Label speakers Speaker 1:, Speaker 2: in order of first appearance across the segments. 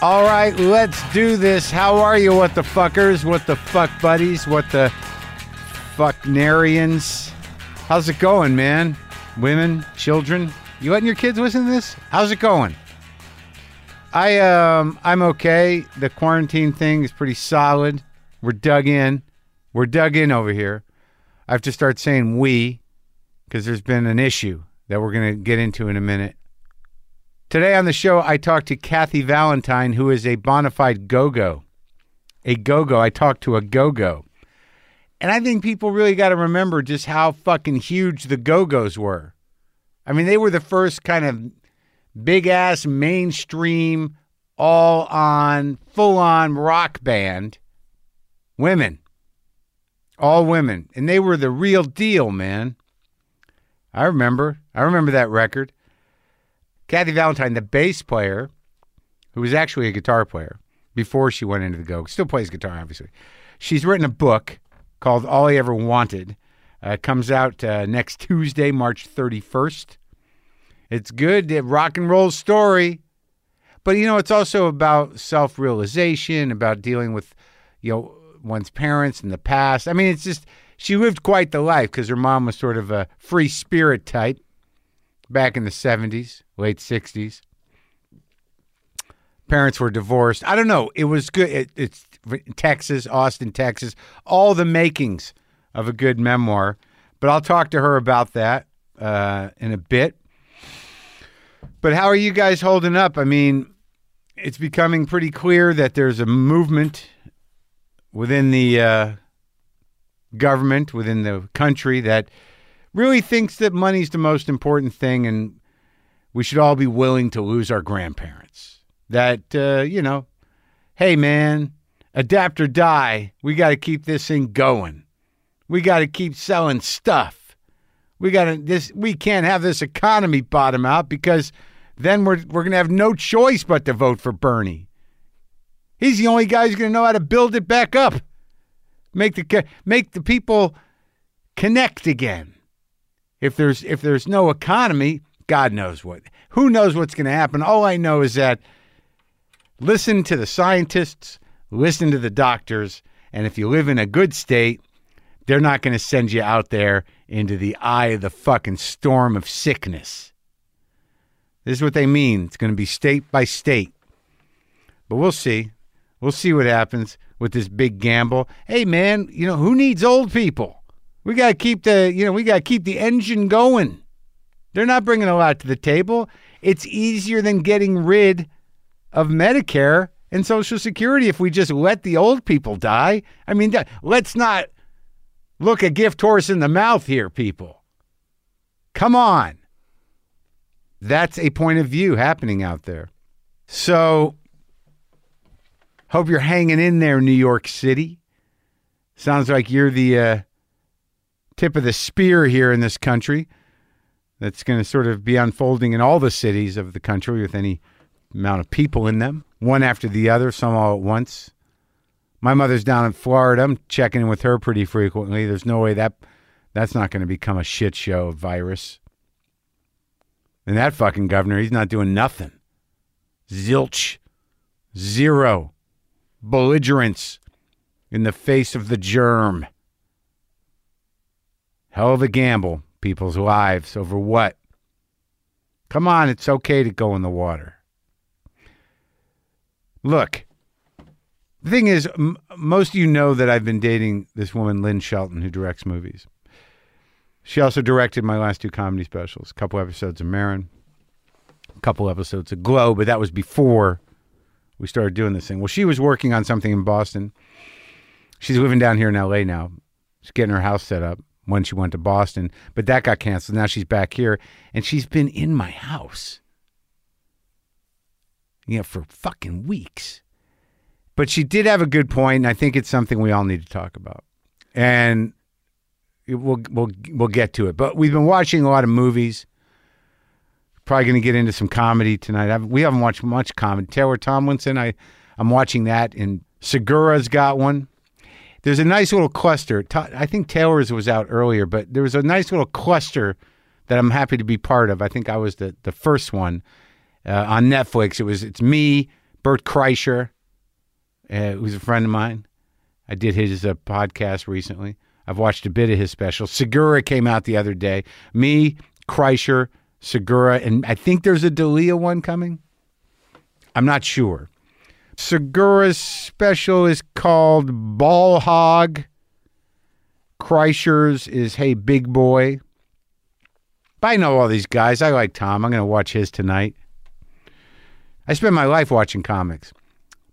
Speaker 1: All right, let's do this. How are you, what the fuckers? What the fuck buddies? What the fucknarians? How's it going, man? Women, children? You letting your kids listen to this? How's it going? I um I'm okay. The quarantine thing is pretty solid. We're dug in. We're dug in over here. I have to start saying we because there's been an issue that we're going to get into in a minute. Today on the show, I talked to Kathy Valentine, who is a bona fide go go. A go go. I talked to a go go. And I think people really got to remember just how fucking huge the go go's were. I mean, they were the first kind of big ass mainstream, all on, full on rock band. Women. All women. And they were the real deal, man. I remember. I remember that record. Kathy Valentine, the bass player, who was actually a guitar player before she went into the go, still plays guitar, obviously. She's written a book called All I Ever Wanted. Uh, it comes out uh, next Tuesday, March 31st. It's good, a rock and roll story. But you know, it's also about self realization, about dealing with, you know, one's parents in the past. I mean, it's just, she lived quite the life because her mom was sort of a free spirit type back in the 70s, late 60s. Parents were divorced. I don't know. It was good. It, it's Texas, Austin, Texas, all the makings of a good memoir. But I'll talk to her about that uh, in a bit. But how are you guys holding up? I mean, it's becoming pretty clear that there's a movement within the uh, government, within the country, that really thinks that money's the most important thing and we should all be willing to lose our grandparents. That, uh, you know, hey, man, adapt or die. We got to keep this thing going. We got to keep selling stuff. We got to this. We can't have this economy bottom out because then we're we're gonna have no choice but to vote for Bernie. He's the only guy who's gonna know how to build it back up, make the co- make the people connect again if there's if there's no economy, God knows what. Who knows what's going to happen? All I know is that listen to the scientists, listen to the doctors, and if you live in a good state, they're not going to send you out there into the eye of the fucking storm of sickness. This is what they mean. It's going to be state by state. But we'll see. We'll see what happens with this big gamble. Hey man, you know who needs old people? We got to keep the, you know, we got to keep the engine going. They're not bringing a lot to the table. It's easier than getting rid of Medicare and Social Security if we just let the old people die. I mean, that- let's not look a gift horse in the mouth here, people. Come on. That's a point of view happening out there. So, hope you're hanging in there, New York City. Sounds like you're the uh, tip of the spear here in this country that's going to sort of be unfolding in all the cities of the country with any amount of people in them, one after the other, some all at once. My mother's down in Florida. I'm checking in with her pretty frequently. There's no way that that's not going to become a shit show of virus. And that fucking governor, he's not doing nothing. Zilch. Zero. Belligerence in the face of the germ. Hell of a gamble, people's lives over what? Come on, it's okay to go in the water. Look, the thing is, m- most of you know that I've been dating this woman, Lynn Shelton, who directs movies. She also directed my last two comedy specials, a couple episodes of Marin, a couple episodes of Glow, but that was before we started doing this thing. Well, she was working on something in Boston. She's living down here in LA now, She's getting her house set up when she went to Boston, but that got canceled. Now she's back here, and she's been in my house, you know, for fucking weeks. But she did have a good point, and I think it's something we all need to talk about. And it- we'll we'll we'll get to it. But we've been watching a lot of movies. Probably going to get into some comedy tonight. I've, we haven't watched much comedy. Taylor Tomlinson, I I'm watching that, and Segura's got one there's a nice little cluster. Ta- I think Taylor's was out earlier, but there was a nice little cluster that I'm happy to be part of. I think I was the the first one uh, on Netflix. It was it's me, Bert Kreischer, uh, who's a friend of mine. I did his uh, podcast recently. I've watched a bit of his special. Segura came out the other day. Me, Kreischer, Segura, and I think there's a Dalia one coming. I'm not sure. Segura's special is called Ball Hog. Kreischer's is Hey Big Boy. But I know all these guys. I like Tom. I'm going to watch his tonight. I spend my life watching comics,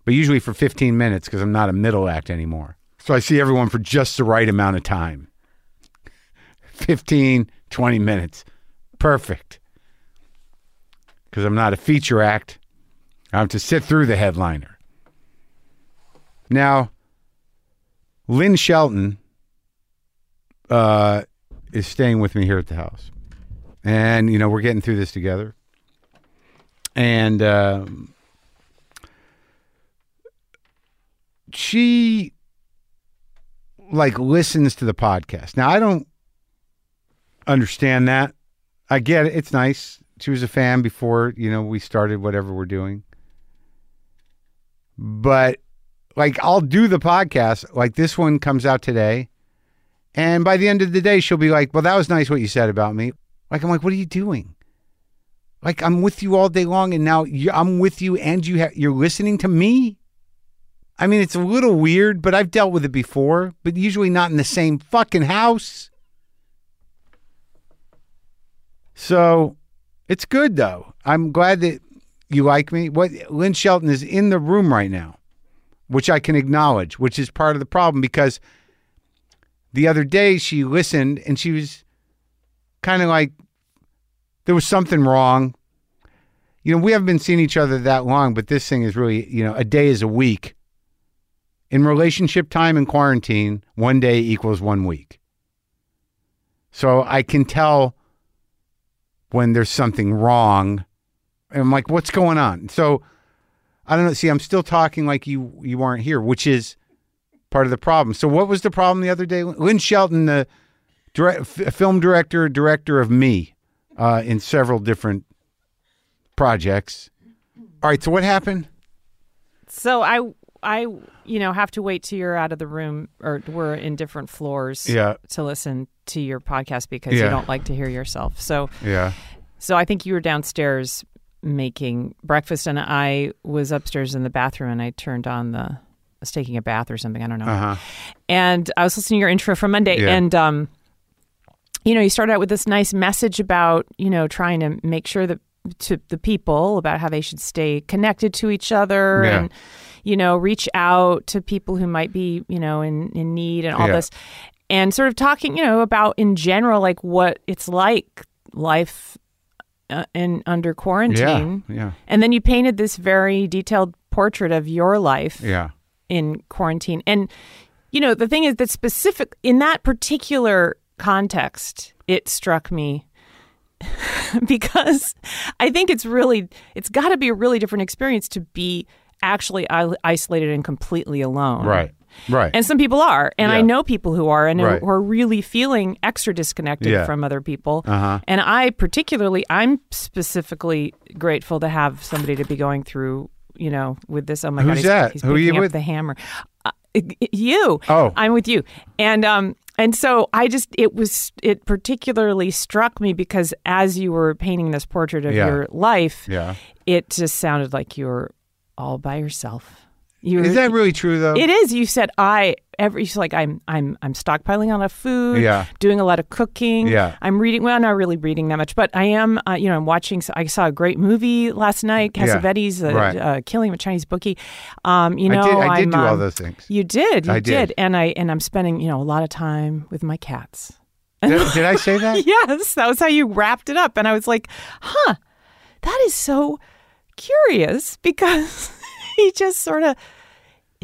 Speaker 1: but usually for 15 minutes because I'm not a middle act anymore. So I see everyone for just the right amount of time 15, 20 minutes. Perfect. Because I'm not a feature act. I have to sit through the headliner. Now, Lynn Shelton uh, is staying with me here at the house. And, you know, we're getting through this together. And um, she, like, listens to the podcast. Now, I don't understand that. I get it. It's nice. She was a fan before, you know, we started whatever we're doing. But, like, I'll do the podcast. Like, this one comes out today. And by the end of the day, she'll be like, Well, that was nice what you said about me. Like, I'm like, What are you doing? Like, I'm with you all day long, and now you I'm with you, and you ha- you're listening to me. I mean, it's a little weird, but I've dealt with it before, but usually not in the same fucking house. So it's good, though. I'm glad that you like me. What Lynn Shelton is in the room right now, which I can acknowledge, which is part of the problem because the other day she listened and she was kind of like there was something wrong you know we haven't been seeing each other that long but this thing is really you know a day is a week in relationship time and quarantine one day equals one week so i can tell when there's something wrong and i'm like what's going on so i don't know see i'm still talking like you you weren't here which is part of the problem. So what was the problem the other day? Lynn Shelton, the direct, f- film director, director of Me, uh, in several different projects. All right. So what happened?
Speaker 2: So I I you know have to wait till you're out of the room or we're in different floors
Speaker 1: Yeah.
Speaker 2: to listen to your podcast because
Speaker 1: Yeah.
Speaker 2: you don't like to hear yourself. So
Speaker 1: Yeah.
Speaker 2: so I think you were downstairs making breakfast and I was upstairs in the bathroom and I turned on the I was taking a bath or something, I don't know.
Speaker 1: Uh huh.
Speaker 2: And I was listening to your intro from Monday
Speaker 1: Yeah.
Speaker 2: and um you know, you started out with this nice message about, you know, trying to make sure that to the people about how they should stay connected to each other
Speaker 1: Yeah.
Speaker 2: and you know, reach out to people who might be, you know, in in need and all
Speaker 1: Yeah.
Speaker 2: this. And sort of talking, you know, about in general like what it's like life uh, in under
Speaker 1: Yeah.
Speaker 2: quarantine.
Speaker 1: Yeah.
Speaker 2: And then you painted this very detailed portrait of your life
Speaker 1: Yeah.
Speaker 2: in quarantine. And you know, the thing is that specific in that particular context, it struck me because I think it's really it's got to be a really different experience to be actually i- isolated and completely alone.
Speaker 1: Right. Right.
Speaker 2: And some people are, and I
Speaker 1: Yeah.
Speaker 2: know people who are, and
Speaker 1: Right.
Speaker 2: who are really feeling extra disconnected
Speaker 1: Yeah.
Speaker 2: from other people.
Speaker 1: Uh-huh.
Speaker 2: And I particularly, I'm specifically grateful to have somebody to be going through, you know, with this. Oh my
Speaker 1: Who's
Speaker 2: god, he's,
Speaker 1: that?
Speaker 2: he's
Speaker 1: Who are
Speaker 2: picking
Speaker 1: you
Speaker 2: up
Speaker 1: with?
Speaker 2: the hammer. Uh, you.
Speaker 1: Oh.
Speaker 2: I'm with you, and um, and so I just it was it particularly struck me because as you were painting this portrait of
Speaker 1: Yeah.
Speaker 2: your life,
Speaker 1: yeah.
Speaker 2: it just sounded like you were all by yourself. You were,
Speaker 1: Is that really true though?
Speaker 2: it is. You said I every she's like I'm I'm I'm stockpiling on a food.
Speaker 1: Yeah.
Speaker 2: Doing a lot of cooking.
Speaker 1: Yeah.
Speaker 2: I'm reading. Well, not really reading that much, but I am. Uh, you know, I'm watching. I saw a great movie last night.
Speaker 1: Yeah.
Speaker 2: Cassavetes, uh,
Speaker 1: Right.
Speaker 2: uh, Killing of a Chinese Bookie. Um, you know,
Speaker 1: I did. I did
Speaker 2: am
Speaker 1: do all those things.
Speaker 2: You did. You
Speaker 1: I did.
Speaker 2: And I and I'm spending you know a lot of time with my cats.
Speaker 1: did, did I say that?
Speaker 2: Yes, that was how you wrapped it up, and I was like, huh, that is so curious because he just sort of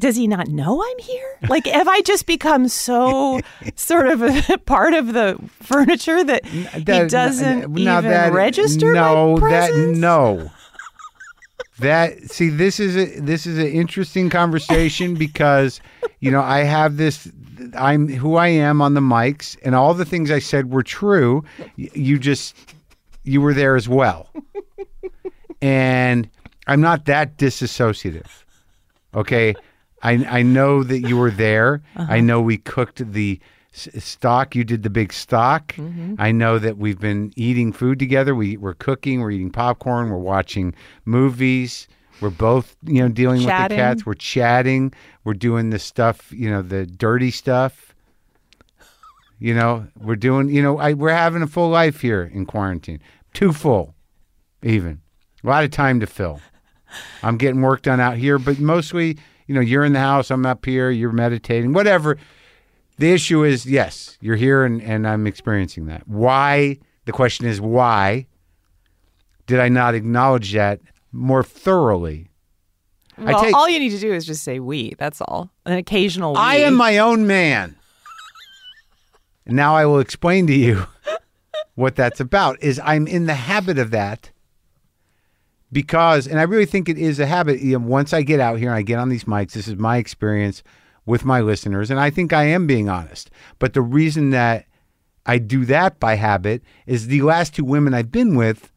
Speaker 2: does he not know I'm here? Like, have I just become so sort of a part of the furniture that, he doesn't
Speaker 1: now
Speaker 2: even
Speaker 1: that-
Speaker 2: register
Speaker 1: No,
Speaker 2: my presence?
Speaker 1: that no. That see, this is a this is an interesting conversation because you know I have this. I'm who I am on the mics, and all the things I said were true. Y- You just you were there as well, and I'm not that disassociative. Okay. I, I know that you were there. I know we cooked the s- stock. You did the big stock. I know that we've been eating food together. We, we're cooking, we're eating popcorn, we're watching movies. We're both, you know, dealing
Speaker 2: Chatting.
Speaker 1: with the cats. We're chatting. We're doing the stuff, you know, the dirty stuff. You know, we're doing, you know, I, we're having a full life here in quarantine. Too full, even. A lot of time to fill. I'm getting work done out here, but mostly, you know, you're in the house, I'm up here, you're meditating, whatever. The issue is, yes, you're here and, and I'm experiencing that. Why? The question is, why did I not acknowledge that more thoroughly?
Speaker 2: Well,
Speaker 1: take-
Speaker 2: all you need to do is just say we. That's all. An occasional we.
Speaker 1: I am my own man. now I will explain to you what that's about is I'm in the habit of that because and I really think it is a habit you know, once I get out here and I get on these mics this is my experience with my listeners and I think I am being honest but the reason that I do that by habit is the last two women I've been with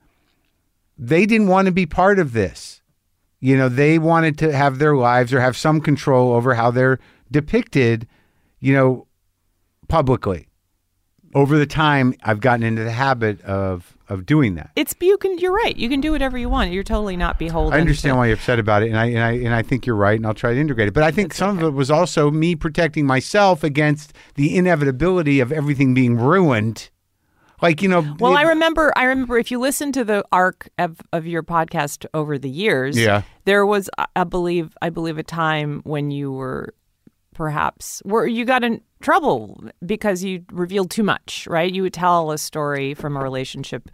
Speaker 1: they didn't want to be part of this you know they wanted to have their lives or have some control over how they're depicted you know publicly over the time i've gotten into the habit of of doing that
Speaker 2: It's you can. You're right. You can do whatever you want. You're totally not beholden.
Speaker 1: i understand
Speaker 2: to-
Speaker 1: why you're upset about it and i and i and i think you're right and i'll try to integrate it but i think some of it was also me protecting myself against the inevitability of everything being ruined like you know
Speaker 2: Well,
Speaker 1: it-
Speaker 2: I remember. I remember if you listen to the arc of, of your podcast over the years,
Speaker 1: Yeah.
Speaker 2: there was, I- I believe, I believe a time when you were perhaps where you got in trouble because you revealed too much. Right? You would tell a story from a relationship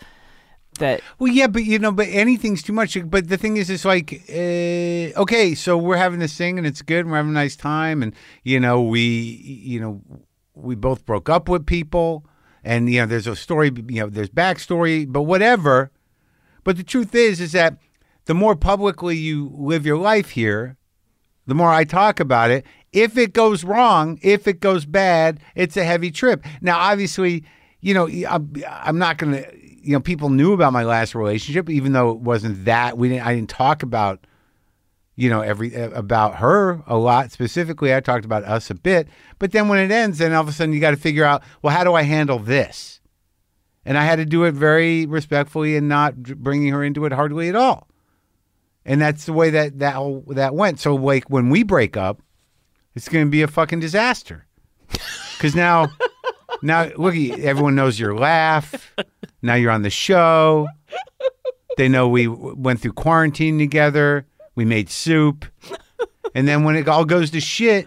Speaker 2: that
Speaker 1: Well, yeah, but you know, but anything's too much. But the thing is, it's like, uh, okay, so we're having this thing and it's good, and we're having a nice time, and you know, we, you know, we both broke up with people, and you know, there's a story, you know, there's backstory, but whatever. But the truth is, is that the more publicly you live your life here, the more I talk about it, if it goes wrong, if it goes bad, it's a heavy trip. Now, obviously, you know, I'm, I'm not going to, you know, people knew about my last relationship, even though it wasn't that. We didn't, I didn't talk about, you know, every, about her a lot specifically. I talked about us a bit. But then when it ends, then all of a sudden you got to figure out, well, how do I handle this? And I had to do it very respectfully and not dr- bringing her into it hardly at all and that's the way that that whole, that went. So like when we break up, it's going to be a fucking disaster. Because now, now look, at you, everyone knows your laugh. Now you're on the show. They know we w- went through quarantine together. We made soup, and then when it all goes to shit,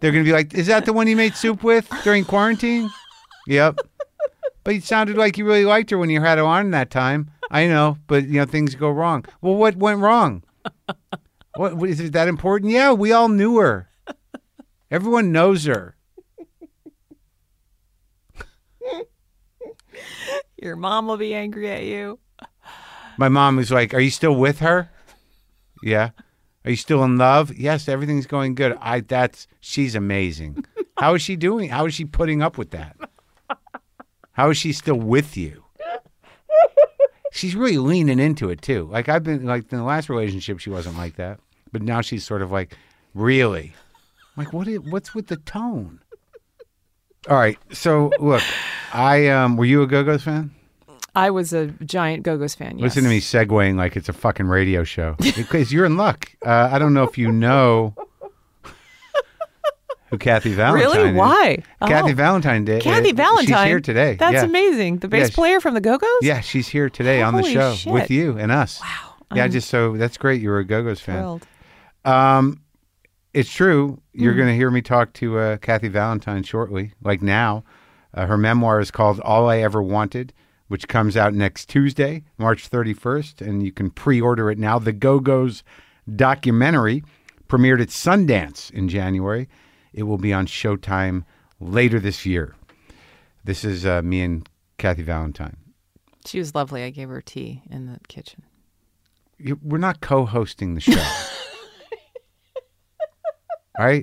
Speaker 1: they're going to be like, "Is that the one you made soup with during quarantine?" Yep. But you sounded like you really liked her when you had her on that time. I know, but you know things go wrong. Well, what went wrong? What what- is it that important? Yeah, we all knew her. Everyone knows her.
Speaker 2: your mom will be angry at you.
Speaker 1: My mom was like, "Are you still with her?" Yeah. Are you still in love? Yes, everything's going good. I that's she's amazing. How is she doing? How is she putting up with that? How is she still with you? She's really leaning into it too. Like I've been like in the last relationship she wasn't like that, but now she's sort of like, "Really?" I'm like what is, what's with the tone? All right. So, look, I um were you a Go-Go's fan?
Speaker 2: I was a giant Go-Go's fan. Yes.
Speaker 1: Listen to me segueing like it's a fucking radio show. Because you're in luck. Uh, I don't know if you know who Kathy Valentine
Speaker 2: Really?
Speaker 1: is.
Speaker 2: Why?
Speaker 1: Kathy
Speaker 2: Oh.
Speaker 1: Valentine did. uh,
Speaker 2: Kathy Valentine.
Speaker 1: She's here today.
Speaker 2: That's
Speaker 1: yeah.
Speaker 2: amazing. The bass
Speaker 1: Yeah, she-
Speaker 2: player from the Go Go's.
Speaker 1: Yeah, she's here today on the
Speaker 2: Holy
Speaker 1: show
Speaker 2: shit. Uh-huh.
Speaker 1: with you and us. Wow. Yeah, just so that's great. You're a Go Go's fan.
Speaker 2: Thrilled.
Speaker 1: It's true. You're going to hear me talk to uh, Kathy Valentine shortly, like now. Uh, her memoir is called All I Ever Wanted, which comes out next Tuesday, March 31st, and you can pre order it now. The Go Go's documentary premiered at Sundance in January. It will be on Showtime later this year. This is uh, me and Kathy Valentine.
Speaker 2: She was lovely. I gave her tea in the kitchen.
Speaker 1: you, we're not co-hosting the show. All right?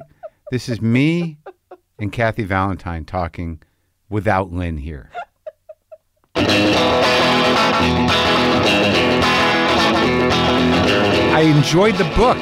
Speaker 1: This is me and Kathy Valentine talking without Lynn here. I enjoyed the book,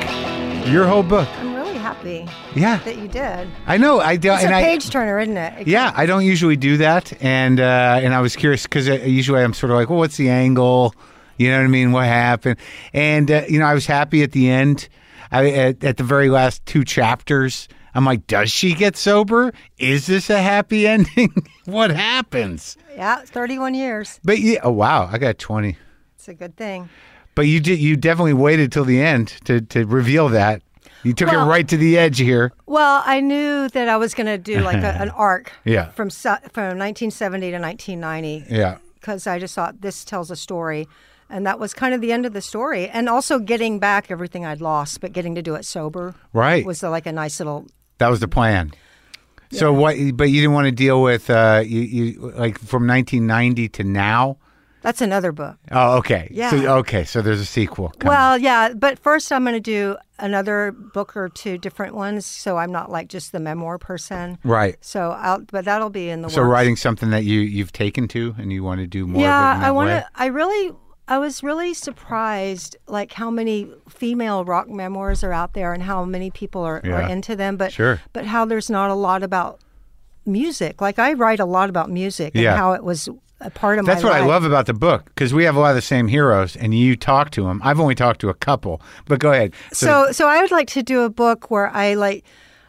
Speaker 1: your whole book.
Speaker 3: I'm really happy
Speaker 1: Yeah,
Speaker 3: that you did.
Speaker 1: I know. I do,
Speaker 3: It's
Speaker 1: and
Speaker 3: a
Speaker 1: I-
Speaker 3: page turner, isn't it?
Speaker 1: Yeah, I don't usually do that, and uh, and I was curious because usually I'm sort of like, well, what's the angle? You know what I mean? What happened? And uh, you know, I was happy at the end. I, at, at the very last two chapters, I'm like, does she get sober? Is this a happy ending? what happens?
Speaker 3: Yeah, it's 31 years.
Speaker 1: But yeah, oh wow, I got 20.
Speaker 3: It's a good thing.
Speaker 1: But you did. You definitely waited till the end to to reveal that. You took
Speaker 3: Well-
Speaker 1: it right to the edge here.
Speaker 3: Well, I knew that I was going to do like a, an arc
Speaker 1: Yeah.
Speaker 3: from su- from 1970 to 1990
Speaker 1: Yeah.
Speaker 3: because I just thought this tells a story. And that was kind of the end of the story. And also getting back everything I'd lost, but getting to do it sober
Speaker 1: Right.
Speaker 3: was uh, like a nice little
Speaker 1: That was the plan. So what? But you didn't want to deal with uh, you, you like from 1990 to now.
Speaker 3: That's another book.
Speaker 1: Oh, okay.
Speaker 3: Yeah.
Speaker 1: So, okay. So there's a sequel. coming.
Speaker 3: Well, yeah, but first I'm going to do another book or two different ones, so I'm not like just the memoir person.
Speaker 1: right.
Speaker 3: So I'll, but that'll be in the.
Speaker 1: So
Speaker 3: works.
Speaker 1: writing something that you you've taken to and you want to do more.
Speaker 3: Yeah,
Speaker 1: of it in
Speaker 3: I
Speaker 1: that
Speaker 3: want
Speaker 1: way.
Speaker 3: to. I really, I was really surprised, like how many female rock memoirs are out there, and how many people are,
Speaker 1: Yeah.
Speaker 3: are into them. But
Speaker 1: Sure.
Speaker 3: but how there's not a lot about music. Like I write a lot about music
Speaker 1: Yeah.
Speaker 3: and how it was a part of
Speaker 1: That's
Speaker 3: my
Speaker 1: what
Speaker 3: life.
Speaker 1: I love about the book because we have a lot of the same heroes, and you talk to them. I've only talked to a couple, but go ahead.
Speaker 3: so so I would like to do a book where I like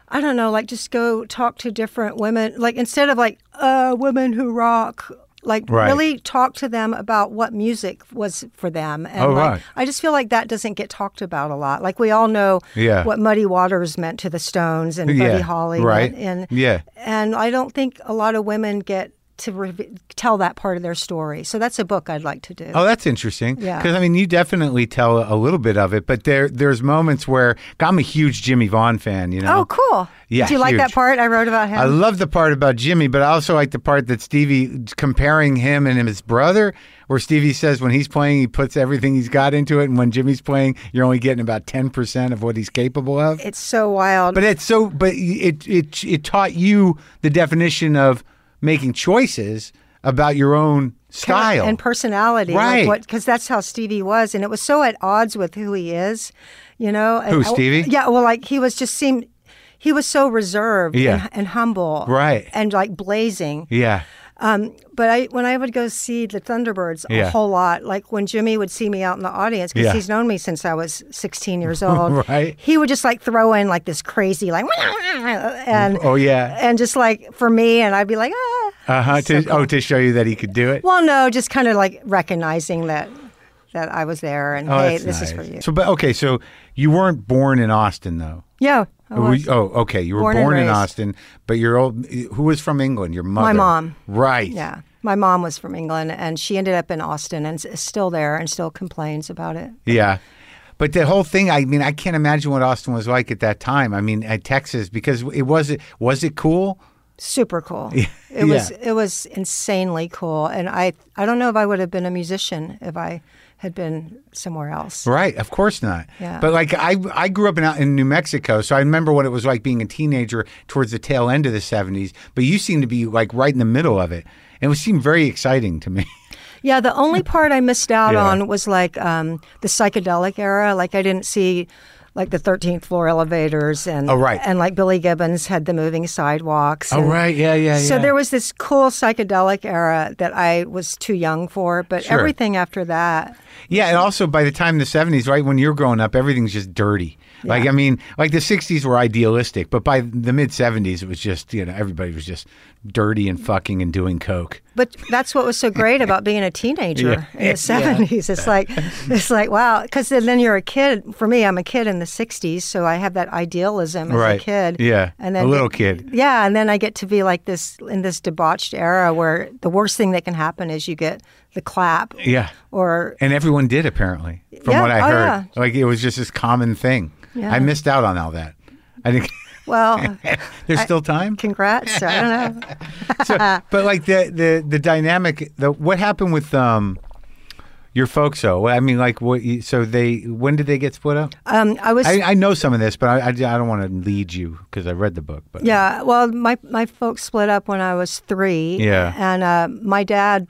Speaker 3: I don't know, like just go talk to different women, like instead of like uh women who rock like
Speaker 1: Right.
Speaker 3: really talk to them about what music was for them and
Speaker 1: Oh,
Speaker 3: like,
Speaker 1: right.
Speaker 3: I just feel like that doesn't get talked about a lot. Like we all know
Speaker 1: Yeah.
Speaker 3: what Muddy Waters meant to the Stones and
Speaker 1: yeah,
Speaker 3: Buddy Holly
Speaker 1: right?
Speaker 3: and and,
Speaker 1: yeah,
Speaker 3: and I don't think a lot of women get to re- tell that part of their story. So that's a book I'd like to do.
Speaker 1: Oh, that's interesting.
Speaker 3: Yeah.
Speaker 1: Because I mean, you definitely tell a little bit of it, but there there's moments where I'm a huge Jimmy Vaughn fan. You know.
Speaker 3: Oh, cool.
Speaker 1: Yeah,
Speaker 3: Do you like that
Speaker 1: huge.
Speaker 3: part I wrote about him?
Speaker 1: I love the part about Jimmy, but I also like the part that Stevie comparing him and his brother, where Stevie says when he's playing, he puts everything he's got into it, and when Jimmy's playing, you're only getting about ten percent of what he's capable of.
Speaker 3: it's so wild.
Speaker 1: But it's so, but it it it taught you the definition of making choices about your own style.
Speaker 3: and personality,
Speaker 1: Right.
Speaker 3: Because that's how Stevie was, and it was so at odds with who he is, you know. And
Speaker 1: Who,
Speaker 3: I-
Speaker 1: Stevie?
Speaker 3: yeah, well, like he was just seemed he was so reserved,
Speaker 1: Yeah.
Speaker 3: and, and humble,
Speaker 1: Right.
Speaker 3: and like blazing.
Speaker 1: yeah,
Speaker 3: Um, but I when I would go see the Thunderbirds a
Speaker 1: Yeah.
Speaker 3: whole lot, like when Jimmy would see me out in the audience because
Speaker 1: Yeah.
Speaker 3: he's known me since I was 16 years old.
Speaker 1: Right.
Speaker 3: He would just like throw in like this crazy like and
Speaker 1: Oh, yeah.
Speaker 3: and just like for me, and I'd be like ah.
Speaker 1: uh huh.
Speaker 3: So cool.
Speaker 1: Oh, to show you that he could do it.
Speaker 3: Well, no, just kind of like recognizing that that I was there and
Speaker 1: Oh,
Speaker 3: hey,
Speaker 1: that's
Speaker 3: this is for
Speaker 1: nice.
Speaker 3: you.
Speaker 1: So, but okay, so you weren't born in Austin though.
Speaker 3: Yeah. I
Speaker 1: Were
Speaker 3: was.
Speaker 1: you- oh, okay. You were born,
Speaker 3: Born and
Speaker 1: in
Speaker 3: raised.
Speaker 1: Austin, but your old who was from England? Your mother.
Speaker 3: mom.
Speaker 1: Right.
Speaker 3: Yeah. My mom was from England and she ended up in Austin and is still there and still complains about it.
Speaker 1: Yeah. But the whole thing, I mean, I can't imagine what Austin was like at that time. I mean, at Texas, because it was it was it cool?
Speaker 3: Super cool. It was
Speaker 1: Yeah.
Speaker 3: it was insanely cool and I I don't know if I would have been a musician if I had been somewhere else.
Speaker 1: Right, of course not.
Speaker 3: Yeah.
Speaker 1: But like I, I grew up in in New Mexico, so I remember what it was like being a teenager towards the tail end of the '70s. But you seemed to be like right in the middle of it, and it seemed very exciting to me.
Speaker 3: Yeah, the only part I missed out
Speaker 1: Yeah.
Speaker 3: on was like um, the psychedelic era. Like I didn't see like the 13th floor elevators and
Speaker 1: Oh, right.
Speaker 3: and like Billy Gibbons had the moving sidewalks. and-
Speaker 1: Oh, yeah, yeah.
Speaker 3: So there was this cool psychedelic era that I was too young for, but
Speaker 1: Sure.
Speaker 3: everything after that,
Speaker 1: Yeah, and also by the time the seventies, right when you're growing up, everything's just dirty. Like I mean, like the sixties were idealistic, but by the mid seventies, it was just you know everybody was just dirty and fucking and doing coke.
Speaker 3: but that's what was so great about being a teenager
Speaker 1: Yeah.
Speaker 3: in the 70s. It's like it's like wow, cuz then, then you're a kid. For me, I'm a kid in the 60s, so I have that idealism as
Speaker 1: Right.
Speaker 3: a kid.
Speaker 1: Yeah.
Speaker 3: And then
Speaker 1: A little
Speaker 3: get-
Speaker 1: kid.
Speaker 3: Yeah, and then I get to be like this in this debauched era where the worst thing that can happen is you get the clap
Speaker 1: Yeah,
Speaker 3: or
Speaker 1: and everyone did apparently, from
Speaker 3: Yeah,
Speaker 1: what I
Speaker 3: oh,
Speaker 1: heard. Like it was just this common thing.
Speaker 3: Yeah.
Speaker 1: I missed out on all that. I think
Speaker 3: well,
Speaker 1: there's still time.
Speaker 3: congrats. I don't know.
Speaker 1: so, but like the the the dynamic, the what happened with um your folks though? I mean, like what? you- So they when did they get split up?
Speaker 3: Um, I was
Speaker 1: I, I know some of this, but I, I, I don't want to lead you because I read the book. But
Speaker 3: Yeah, well, my my folks split up when I was three.
Speaker 1: Yeah.
Speaker 3: and uh, my dad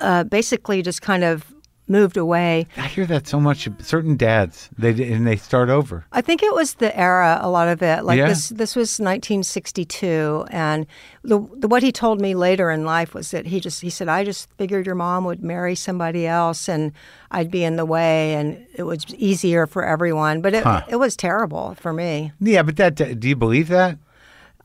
Speaker 3: uh, basically just kind of moved away.
Speaker 1: I hear that so much. Certain dads, they and they start over.
Speaker 3: I think it was the era, a lot of it. Like
Speaker 1: Yeah.
Speaker 3: this, this was 1962, and the, the what he told me later in life was that he just he said, "I just figured your mom would marry somebody else, and I'd be in the way, and it was easier for everyone." But it it was terrible for me.
Speaker 1: Yeah, but that do you believe that?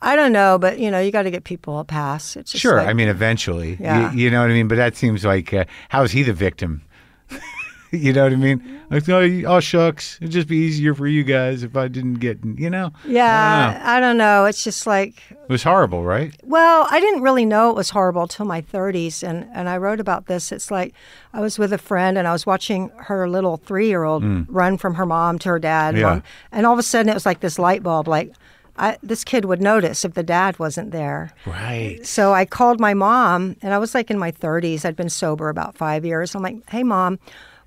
Speaker 3: I don't know, but you know, you got to get people a pass. It's just
Speaker 1: Sure.
Speaker 3: like-
Speaker 1: I mean, eventually. Y-
Speaker 3: Yeah.
Speaker 1: You, know what I mean? But that seems like, uh, how is he the victim? you know what I mean? Like, oh, you- oh, shucks. It'd just be easier for you guys if I didn't get, you know? I don't
Speaker 3: yeah, I don't know. It's just like
Speaker 1: know. It was horrible, right?
Speaker 3: Well, I didn't really know it was horrible till my 30s, and, and I wrote about this. It's like I was with a friend and I was watching her little three year old run from her mom to her dad,
Speaker 1: Yeah.
Speaker 3: Mom- and all of a sudden it was like this light bulb. Like I, this kid would notice if the dad wasn't there.
Speaker 1: Right.
Speaker 3: So I called my mom, and I was like in my 30s. I'd been sober about five years. I'm like, hey, mom,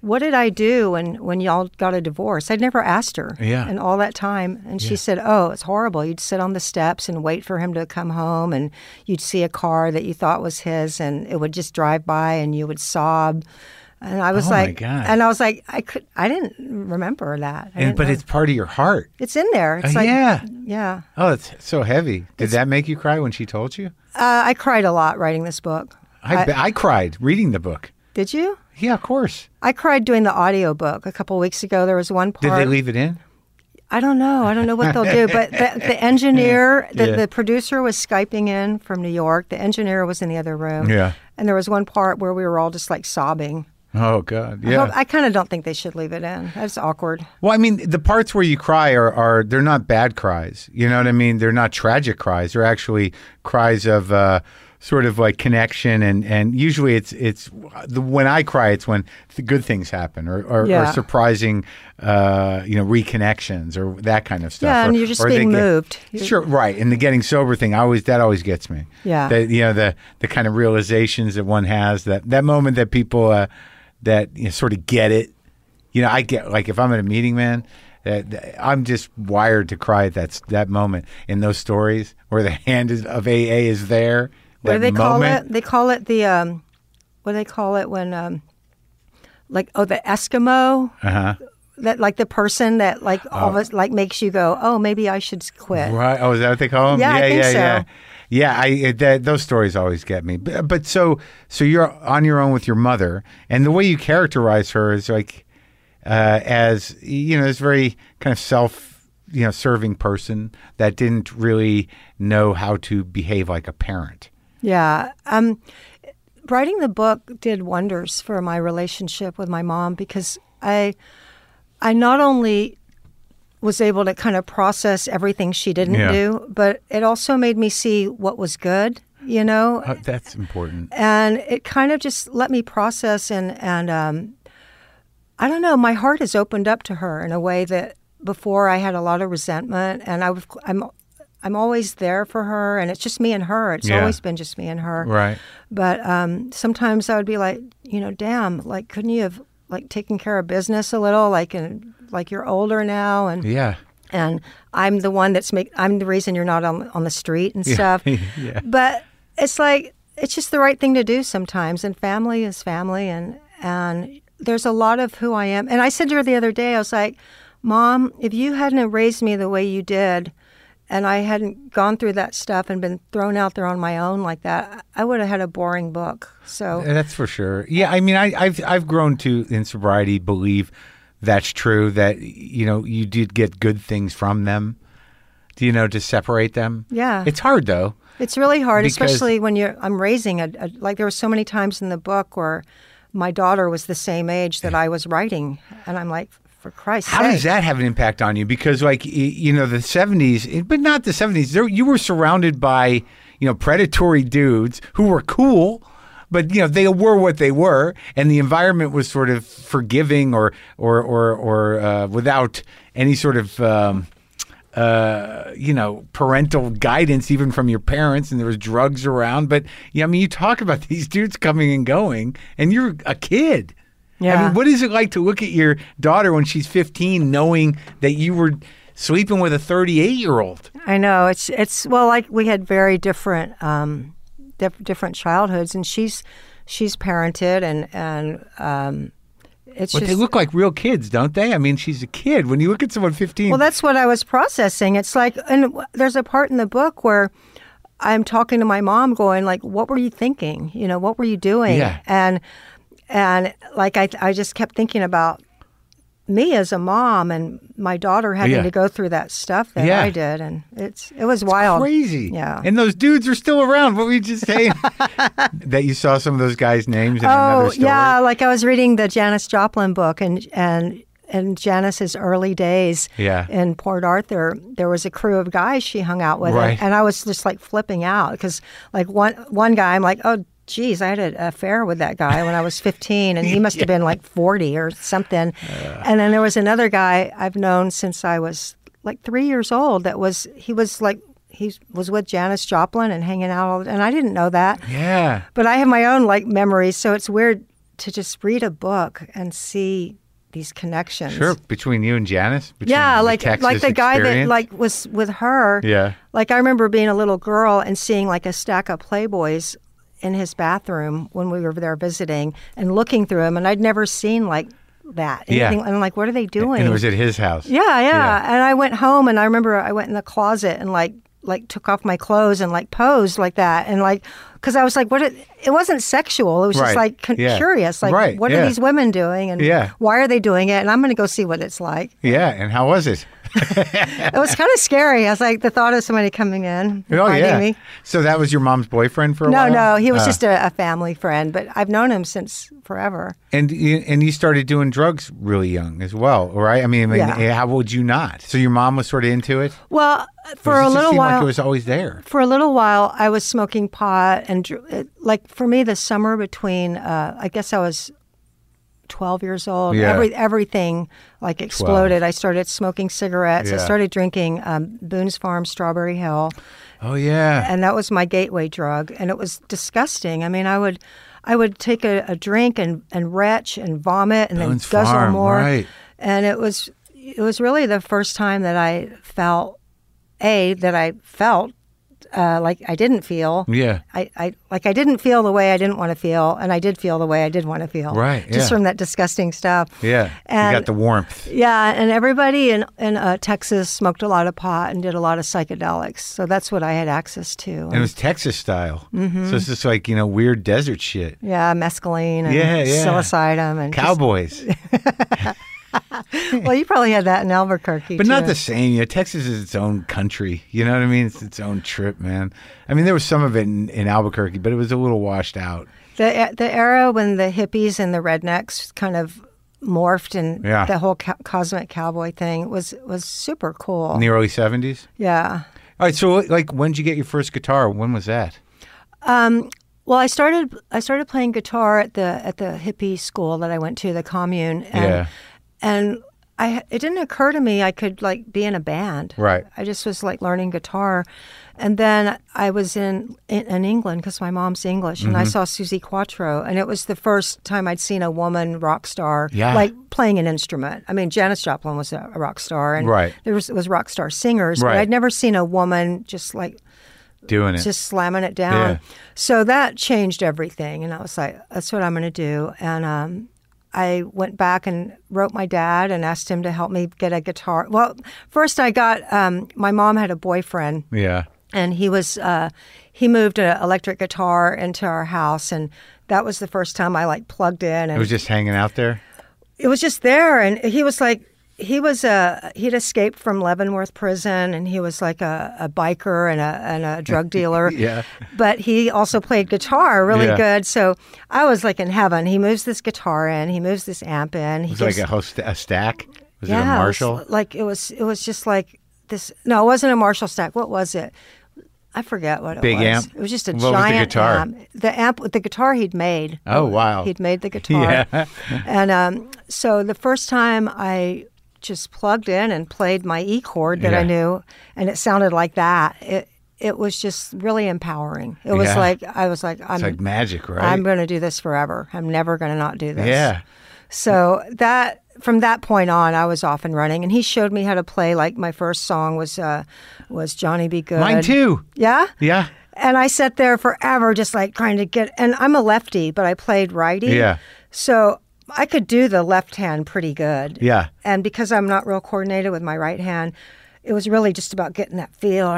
Speaker 3: what did I do when, when y'all got a divorce? I'd never asked her
Speaker 1: Yeah.
Speaker 3: in all that time. And she said, oh, it's horrible. You'd sit on the steps and wait for him to come home, and you'd see a car that you thought was his, and it would just drive by, and you would sob. And I was
Speaker 1: Oh, my
Speaker 3: like,
Speaker 1: God.
Speaker 3: and I was like, I could, I didn't remember that. I
Speaker 1: And
Speaker 3: didn't
Speaker 1: But
Speaker 3: know.
Speaker 1: it's part of your heart.
Speaker 3: it's in there. It's
Speaker 1: Uh,
Speaker 3: like,
Speaker 1: yeah.
Speaker 3: yeah.
Speaker 1: Oh, it's so heavy. Did that make you cry when she told you?
Speaker 3: Uh, I cried a lot writing this book.
Speaker 1: I, I, cried reading the book.
Speaker 3: Did you?
Speaker 1: Yeah, of course.
Speaker 3: I cried doing the audiobook a couple weeks ago. There was one
Speaker 1: Did
Speaker 3: part.
Speaker 1: they leave it in?
Speaker 3: I don't know. I don't know what they'll do. But the, the engineer, the,
Speaker 1: Yeah.
Speaker 3: the producer was Skyping in from New York. The engineer was in the other room.
Speaker 1: Yeah.
Speaker 3: And there was one part where we were all just like sobbing.
Speaker 1: Oh, God.
Speaker 3: I
Speaker 1: Yeah.
Speaker 3: hope- I kind of don't think they should leave it in. That's awkward.
Speaker 1: Well, I mean, the parts where you cry are, are they're not bad cries. You know what I mean? They're not tragic cries. They're actually cries of uh, sort of like connection, and, and usually it's it's the, when I cry, it's when th- good things happen or or,
Speaker 3: Yeah.
Speaker 1: or surprising, uh, you know, reconnections or that kind of stuff.
Speaker 3: Yeah, and
Speaker 1: Or-
Speaker 3: you're just
Speaker 1: or they
Speaker 3: being
Speaker 1: get-
Speaker 3: moved. You're-
Speaker 1: Sure, right. And the getting sober thing, I always that always gets me.
Speaker 3: Yeah.
Speaker 1: The, you know the the kind of realizations that one has that that moment that people uh, that you know, sort of get it. You know, I get like if I'm at a meeting, man, that, that- I'm just wired to cry at that s- that moment in those stories where the hand is, of AA is there.
Speaker 3: What do
Speaker 1: that
Speaker 3: they call
Speaker 1: moment.
Speaker 3: it? They call it the, um, what do they call it when, um, like, oh, the Eskimo?
Speaker 1: Uh-huh. Oh.
Speaker 3: That like the person that like almost like makes you go, oh, maybe I should quit.
Speaker 1: Right. Oh, is that what they call them?
Speaker 3: Yeah, I
Speaker 1: yeah,
Speaker 3: think
Speaker 1: yeah,
Speaker 3: so.
Speaker 1: yeah. Yeah, I it- that, those stories always get me. But, but so so you're on your own with your mother, and the way you characterize her is like uh, as you know, this very kind of self you know serving person that didn't really know how to behave like a parent.
Speaker 3: Yeah. Um, writing the book did wonders for my relationship with my mom because I, I not only was able to kind of process everything she didn't
Speaker 1: Yeah.
Speaker 3: do, but it also made me see what was good, you know,
Speaker 1: Uh, that's important.
Speaker 3: and it kind of just let me process and and um, I don't know. My heart has opened up to her in a way that before I had a lot of resentment, and I was, I'm I'm always there for her, and it's just me and her. It's
Speaker 1: Yeah.
Speaker 3: always been just me and her.
Speaker 1: Right.
Speaker 3: But um, sometimes I would be like, you know, damn, like couldn't you have like taken care of business a little, like and like you're older now, and
Speaker 1: Yeah.
Speaker 3: and I'm the one that's make I'm the reason you're not on on the street and stuff.
Speaker 1: Yeah.
Speaker 3: But it's like it's just the right thing to do sometimes and family is family and and there's a lot of who I am. And I said to her the other day, I was like, "Mom, if you hadn't have raised me the way you did and I hadn't gone through that stuff and been thrown out there on my own like that, I would have had a boring book." So
Speaker 1: Uh, That's for sure. Yeah, I mean, I, I've I've grown to in sobriety believe that's true. That you know, you did get good things from them. Do you know to separate them?
Speaker 3: Yeah.
Speaker 1: it's hard though.
Speaker 3: It's really hard,
Speaker 1: Because-
Speaker 3: especially when you're. I'm raising a, a like there were so many times in the book where my daughter was the same age that I was writing, and I'm like, for Christ's
Speaker 1: How
Speaker 3: sake.
Speaker 1: does that have an impact on you? Because like y- you know, the seventies, eh, but not the seventies. There, you were surrounded by you know predatory dudes who were cool. But you know they were what they were, and the environment was sort of forgiving, or or or, or uh, without any sort of um, uh, you know, parental guidance even from your parents, and there was drugs around. But yeah, I mean, you talk about these dudes coming and going, and you're a kid. I
Speaker 2: Yeah.
Speaker 1: mean, what is it like to look at your daughter when she's 15, knowing that you were sleeping with a 38 year old?
Speaker 3: I know it's it's well, like we had very different um, dif- different childhoods, and she's she's parented and and um, It's
Speaker 1: But
Speaker 3: just
Speaker 1: they look like real kids, don't they? I mean, she's a kid. When you look at someone 15,
Speaker 3: Well, that's what I was processing. It's like, and w- there's a part in the book where I'm talking to my mom, going like, "What were you thinking? You know, what were you doing?"
Speaker 1: Yeah.
Speaker 3: And and like I, I just kept thinking about me as a mom and my daughter having
Speaker 1: Yeah.
Speaker 3: to go through that stuff that
Speaker 1: Yeah.
Speaker 3: I did, and it's it was wild,
Speaker 1: crazy.
Speaker 3: Yeah.
Speaker 1: And those dudes are still around. What were you just saying? that you saw some of those guys' names in another
Speaker 3: Oh
Speaker 1: story.
Speaker 3: yeah, like I was reading the Janis Joplin book and and and Janice's early days
Speaker 1: Yeah.
Speaker 3: in Port Arthur, there was a crew of guys she hung out with,
Speaker 1: Right.
Speaker 3: and, and I was just like flipping out because like one one guy, I'm like, oh geez, I had an affair with that guy when I was 15, and he must have been like 40 or something.
Speaker 1: Uh.
Speaker 3: And then there was another guy I've known since I was like three years old. That was he was like he was with Janis Joplin and hanging out, all, and I didn't know that
Speaker 1: Yeah.
Speaker 3: but I have my own like memories, so it's weird to just read a book and see these connections.
Speaker 1: Sure. Between you and Janice? Between
Speaker 3: Yeah,
Speaker 1: the
Speaker 3: like
Speaker 1: Texas
Speaker 3: like the guy that
Speaker 1: experience?
Speaker 3: like was with her.
Speaker 1: Yeah.
Speaker 3: Like I remember being a little girl and seeing like a stack of Playboys in his bathroom when we were there visiting and looking through them, and I'd never seen like that.
Speaker 1: Yeah.
Speaker 3: Anything, And I'm like, what are they doing?
Speaker 1: And it was at his house.
Speaker 3: Yeah, yeah,
Speaker 1: Yeah.
Speaker 3: And I went home and I remember I went in the closet and like like took off my clothes and like posed like that and like cuz I was like what it, it wasn't sexual. It was
Speaker 1: Right.
Speaker 3: just like con-
Speaker 1: Yeah.
Speaker 3: curious like
Speaker 1: Right,
Speaker 3: what
Speaker 1: yeah.
Speaker 3: are these women doing and
Speaker 1: Yeah.
Speaker 3: why are they doing it? And I'm going to go see what it's like.
Speaker 1: Yeah. And how was it?
Speaker 3: it was kind of scary. I was like the thought of somebody coming in and
Speaker 1: Oh,
Speaker 3: finding
Speaker 1: yeah.
Speaker 3: me.
Speaker 1: So that was your mom's boyfriend for a
Speaker 3: No,
Speaker 1: while?
Speaker 3: no, he was
Speaker 1: Uh,
Speaker 3: just a, a family friend, but I've known him since forever.
Speaker 1: And you, and you started doing drugs really young as well, right? I mean, I mean
Speaker 3: Yeah.
Speaker 1: how would you not? So your mom was sort of into it?
Speaker 3: Well,
Speaker 1: Or
Speaker 3: for
Speaker 1: does
Speaker 3: a
Speaker 1: it
Speaker 3: little
Speaker 1: seem
Speaker 3: while
Speaker 1: like it was always there.
Speaker 3: for a little while, I was smoking pot and dr- it- like for me, the summer between, uh, I guess I was twelve years old.
Speaker 1: Yeah.
Speaker 3: Every, everything like exploded. I started smoking cigarettes. I
Speaker 1: Yeah.
Speaker 3: started drinking um, Boone's Farm Strawberry Hill,
Speaker 1: Oh yeah.
Speaker 3: and that was my gateway drug. And it was disgusting. I mean, I would, I would take a, a drink and and retch and vomit and
Speaker 1: Boone's
Speaker 3: then guzzle
Speaker 1: Farm,
Speaker 3: more.
Speaker 1: right.
Speaker 3: And it was, it was really the first time that I felt, a that I felt. Uh, like I didn't feel,
Speaker 1: Yeah.
Speaker 3: I, I like I didn't feel the way I didn't want to feel, and I did feel the way I did want to feel.
Speaker 1: Right,
Speaker 3: Just
Speaker 1: yeah.
Speaker 3: from that disgusting stuff.
Speaker 1: Yeah.
Speaker 3: And
Speaker 1: you got the warmth.
Speaker 3: yeah, and everybody in in uh, Texas smoked a lot of pot and did a lot of psychedelics, so that's what I had access to.
Speaker 1: And it was Texas style.
Speaker 3: Mm-hmm.
Speaker 1: So it's just like, you know, weird desert shit.
Speaker 3: yeah, mescaline and
Speaker 1: Yeah, yeah.
Speaker 3: psilocybin and just-
Speaker 1: Cowboys.
Speaker 3: well, you probably had that in Albuquerque,
Speaker 1: But not
Speaker 3: too.
Speaker 1: the same. You know, Texas is its own country. You know what I mean? It's its own trip, man. I mean, there was some of it in, in Albuquerque, but it was a little washed out.
Speaker 3: The e, the era when the hippies and the rednecks kind of morphed and
Speaker 1: Yeah.
Speaker 3: the whole co- cosmic cowboy thing was was super cool.
Speaker 1: In the early 70s?
Speaker 3: yeah.
Speaker 1: All right. So, like, when did you get your first guitar? When was that?
Speaker 3: Well, I started I started playing guitar at the at the hippie school that I went to, the commune, and
Speaker 1: Yeah.
Speaker 3: and I it didn't occur to me I could like be in a band.
Speaker 1: Right.
Speaker 3: I just was like learning guitar, and then I was in in, in England because my mom's English, and I
Speaker 1: Mm-hmm.
Speaker 3: saw Susie Quattro, and it was the first time I'd seen a woman rock star
Speaker 1: Yeah.
Speaker 3: like playing an instrument. I mean, Janis Joplin was a, a rock star, and
Speaker 1: Right.
Speaker 3: there was was rock star singers,
Speaker 1: Right.
Speaker 3: but I'd never seen a woman just like
Speaker 1: Doing it.
Speaker 3: just slamming it down.
Speaker 1: Yeah.
Speaker 3: So that changed everything, and I was like, "That's what I'm going to do." And um, I went back and wrote my dad and asked him to help me get a guitar. Well, first I got um, my mom had a boyfriend
Speaker 1: yeah.
Speaker 3: and he was uh, he moved an electric guitar into our house and that was the first time i like plugged in and
Speaker 1: It was just hanging out there.
Speaker 3: it was just there and he was like he was a he'd escaped from leavenworth prison and he was like a, a biker and a, and a drug dealer
Speaker 1: Yeah.
Speaker 3: but he also played guitar really
Speaker 1: Yeah.
Speaker 3: good so i was like in heaven he moves this guitar in he moves this amp in he
Speaker 1: It was like
Speaker 3: gives-
Speaker 1: a, host, a stack. Was it
Speaker 3: yeah,
Speaker 1: a
Speaker 3: it was
Speaker 1: Marshall?
Speaker 3: like it was it was just like this no it wasn't a marshall stack what was it I forget what it
Speaker 1: Big
Speaker 3: was.
Speaker 1: amp?
Speaker 3: It was just a
Speaker 1: What was the
Speaker 3: giant
Speaker 1: guitar?
Speaker 3: amp. The amp with the guitar he'd made.
Speaker 1: Oh, wow.
Speaker 3: He'd made the guitar.
Speaker 1: Yeah.
Speaker 3: and um, so the first time I just plugged in and played my E chord that
Speaker 1: Yeah.
Speaker 3: I knew, and it sounded like that. It it was just really empowering. It was
Speaker 1: Yeah.
Speaker 3: like I was like I'm
Speaker 1: It's like magic, right?
Speaker 3: I'm going to do this forever. I'm never going to not do this.
Speaker 1: yeah.
Speaker 3: So that from that point on, I was off and running, and he showed me how to play. Like my first song was uh, was Johnny Be Good.
Speaker 1: Mine too.
Speaker 3: Yeah.
Speaker 1: Yeah.
Speaker 3: And I sat there forever, just like trying to get. And I'm a lefty, but I played righty.
Speaker 1: Yeah.
Speaker 3: So I could do the left hand pretty good.
Speaker 1: Yeah.
Speaker 3: And because I'm not real coordinated with my right hand, it was really just about getting that feel.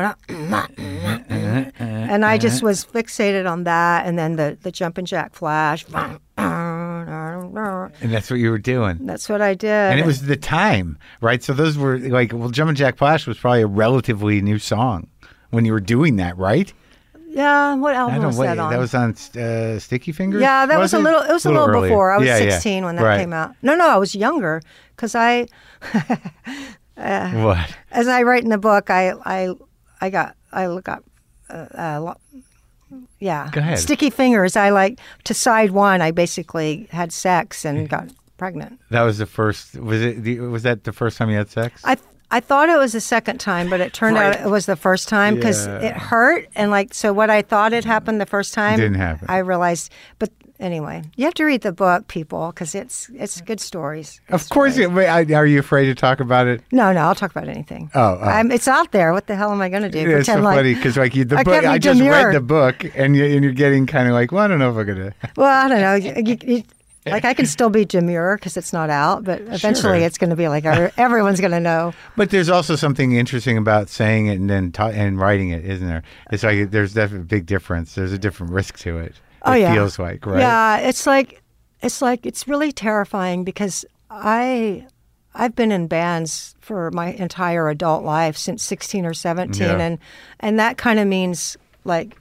Speaker 3: And I just was fixated on that. And then the, the jumping jack flash. That's
Speaker 1: And that's what you were doing.
Speaker 3: what I did.
Speaker 1: And it was the time, right? So those were like, well, Jumpin' Jack Flash was probably a relatively new song when you were doing that, right?
Speaker 3: yeah. What
Speaker 1: I
Speaker 3: album
Speaker 1: don't know
Speaker 3: was
Speaker 1: what
Speaker 3: that on?
Speaker 1: that was on uh, Sticky Fingers.
Speaker 3: yeah, that was, a
Speaker 1: it?
Speaker 3: little. It was a little,
Speaker 1: earlier.
Speaker 3: before. I was
Speaker 1: Yeah, yeah.
Speaker 3: 16 when that
Speaker 1: Right.
Speaker 3: came out. No, no, I was younger because I.
Speaker 1: What?
Speaker 3: as I write in the book, I I I got I got uh, uh, lo- yeah
Speaker 1: Go ahead.
Speaker 3: sticky fingers. I like to side one. I basically had sex
Speaker 1: Mm.
Speaker 3: and got pregnant.
Speaker 1: That was the first. Was it? The, was that the first time you had sex?
Speaker 3: I I thought it was the second time, but it turned out it was the first time because
Speaker 1: Yeah.
Speaker 3: it hurt and like so. What I thought had happened the first time
Speaker 1: Didn't happen.
Speaker 3: I realized, but anyway, you have to read the book, people, because it's it's good stories.
Speaker 1: of course. It, wait, I, are you afraid to talk about it?
Speaker 3: No, no, I'll talk about anything.
Speaker 1: Oh, oh.
Speaker 3: I'm, it's out there. What the hell am I going to do?
Speaker 1: it's so
Speaker 3: Pretend like
Speaker 1: funny because like you, the
Speaker 3: I
Speaker 1: book.
Speaker 3: can't
Speaker 1: I
Speaker 3: be
Speaker 1: just read
Speaker 3: demure.
Speaker 1: the book, and you, and you're getting kind of like, well, I don't know if I'm gonna.
Speaker 3: Well, I don't know. You- you- you- like I can still be demure because it's not out, but eventually
Speaker 1: Sure.
Speaker 3: it's going to be like every- everyone's going to know.
Speaker 1: But there's also something interesting about saying it and then ta- and writing it, isn't there? It's like there's definitely a big difference. There's a different risk to it.
Speaker 3: Oh
Speaker 1: it
Speaker 3: yeah,
Speaker 1: feels like right.
Speaker 3: Yeah, it's like it's like it's really terrifying because I I've been in bands for my entire adult life since sixteen or seventeen,
Speaker 1: Yeah.
Speaker 3: and and that kind of means like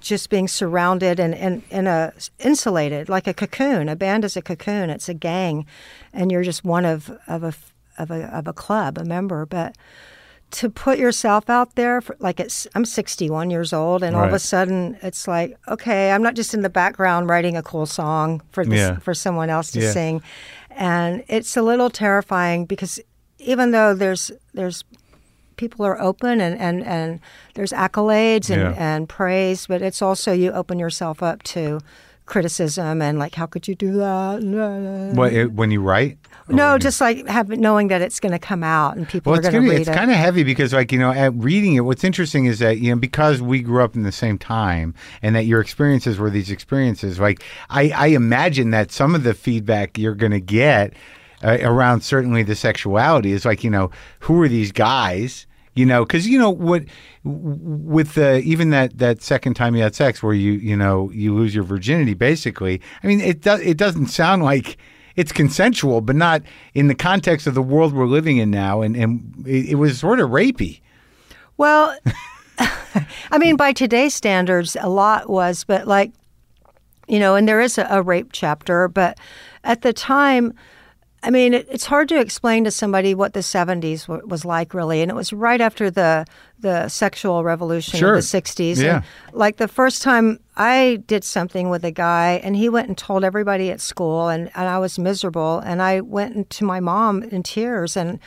Speaker 3: just being surrounded and, and, and a, insulated like a cocoon. A band is a cocoon. It's a gang, and you're just one of of a of a of a club, a member, but. To put yourself out there, for, like it's, I'm 61 years old, and all of
Speaker 1: Right.
Speaker 3: a sudden it's like, okay, I'm not just in the background writing a cool song for this,
Speaker 1: Yeah.
Speaker 3: for someone else to
Speaker 1: Yeah.
Speaker 3: sing, and it's a little terrifying because even though there's there's people are open and and and there's accolades and
Speaker 1: Yeah.
Speaker 3: and praise, but it's also you open yourself up to criticism and like how could you do that
Speaker 1: What, it, when you write?
Speaker 3: no just like having knowing that it's going to come out and people
Speaker 1: Well,
Speaker 3: are
Speaker 1: it's
Speaker 3: going
Speaker 1: gonna,
Speaker 3: to read
Speaker 1: it's
Speaker 3: it
Speaker 1: kind of heavy because, like you know, at reading it, what's interesting is that you know because we grew up in the same time, and that your experiences were these experiences. Like I, I imagine that some of the feedback you're going to get uh, around certainly the sexuality is like you know who are these guys? You know, because you know what with the even that that second time you had sex where you you know you lose your virginity basically. I mean, it does it doesn't sound like it's consensual, but not in the context of the world we're living in now. And, and it, it was sort of rapey.
Speaker 3: Well, I mean, by today's standards, a lot was, but like, you know, and there is a, a rape chapter, but at the time, I mean, it, it's hard to explain to somebody what the '70s w- was like, really, and it was right after the the sexual revolution
Speaker 1: Sure.
Speaker 3: of the '60s. and,
Speaker 1: Yeah.
Speaker 3: like the first time I did something with a guy, and he went and told everybody at school, and, and I was miserable, and I went into my mom in tears, and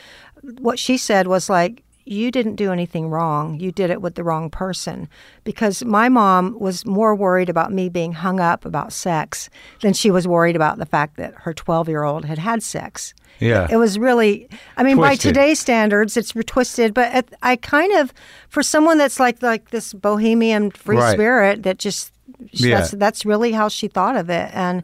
Speaker 3: what she said was like. You didn't do anything wrong. You did it with the wrong person. Because my mom was more worried about me being hung up about sex than she was worried about the fact that her 12 year old had had sex.
Speaker 1: Yeah.
Speaker 3: It was really, I mean, by
Speaker 1: Twisted.
Speaker 3: today's standards, it's twisted, but at, I kind of, for someone that's like like this bohemian free
Speaker 1: Right.
Speaker 3: spirit that just,
Speaker 1: Yeah.
Speaker 3: that's, that's really how she thought of it. And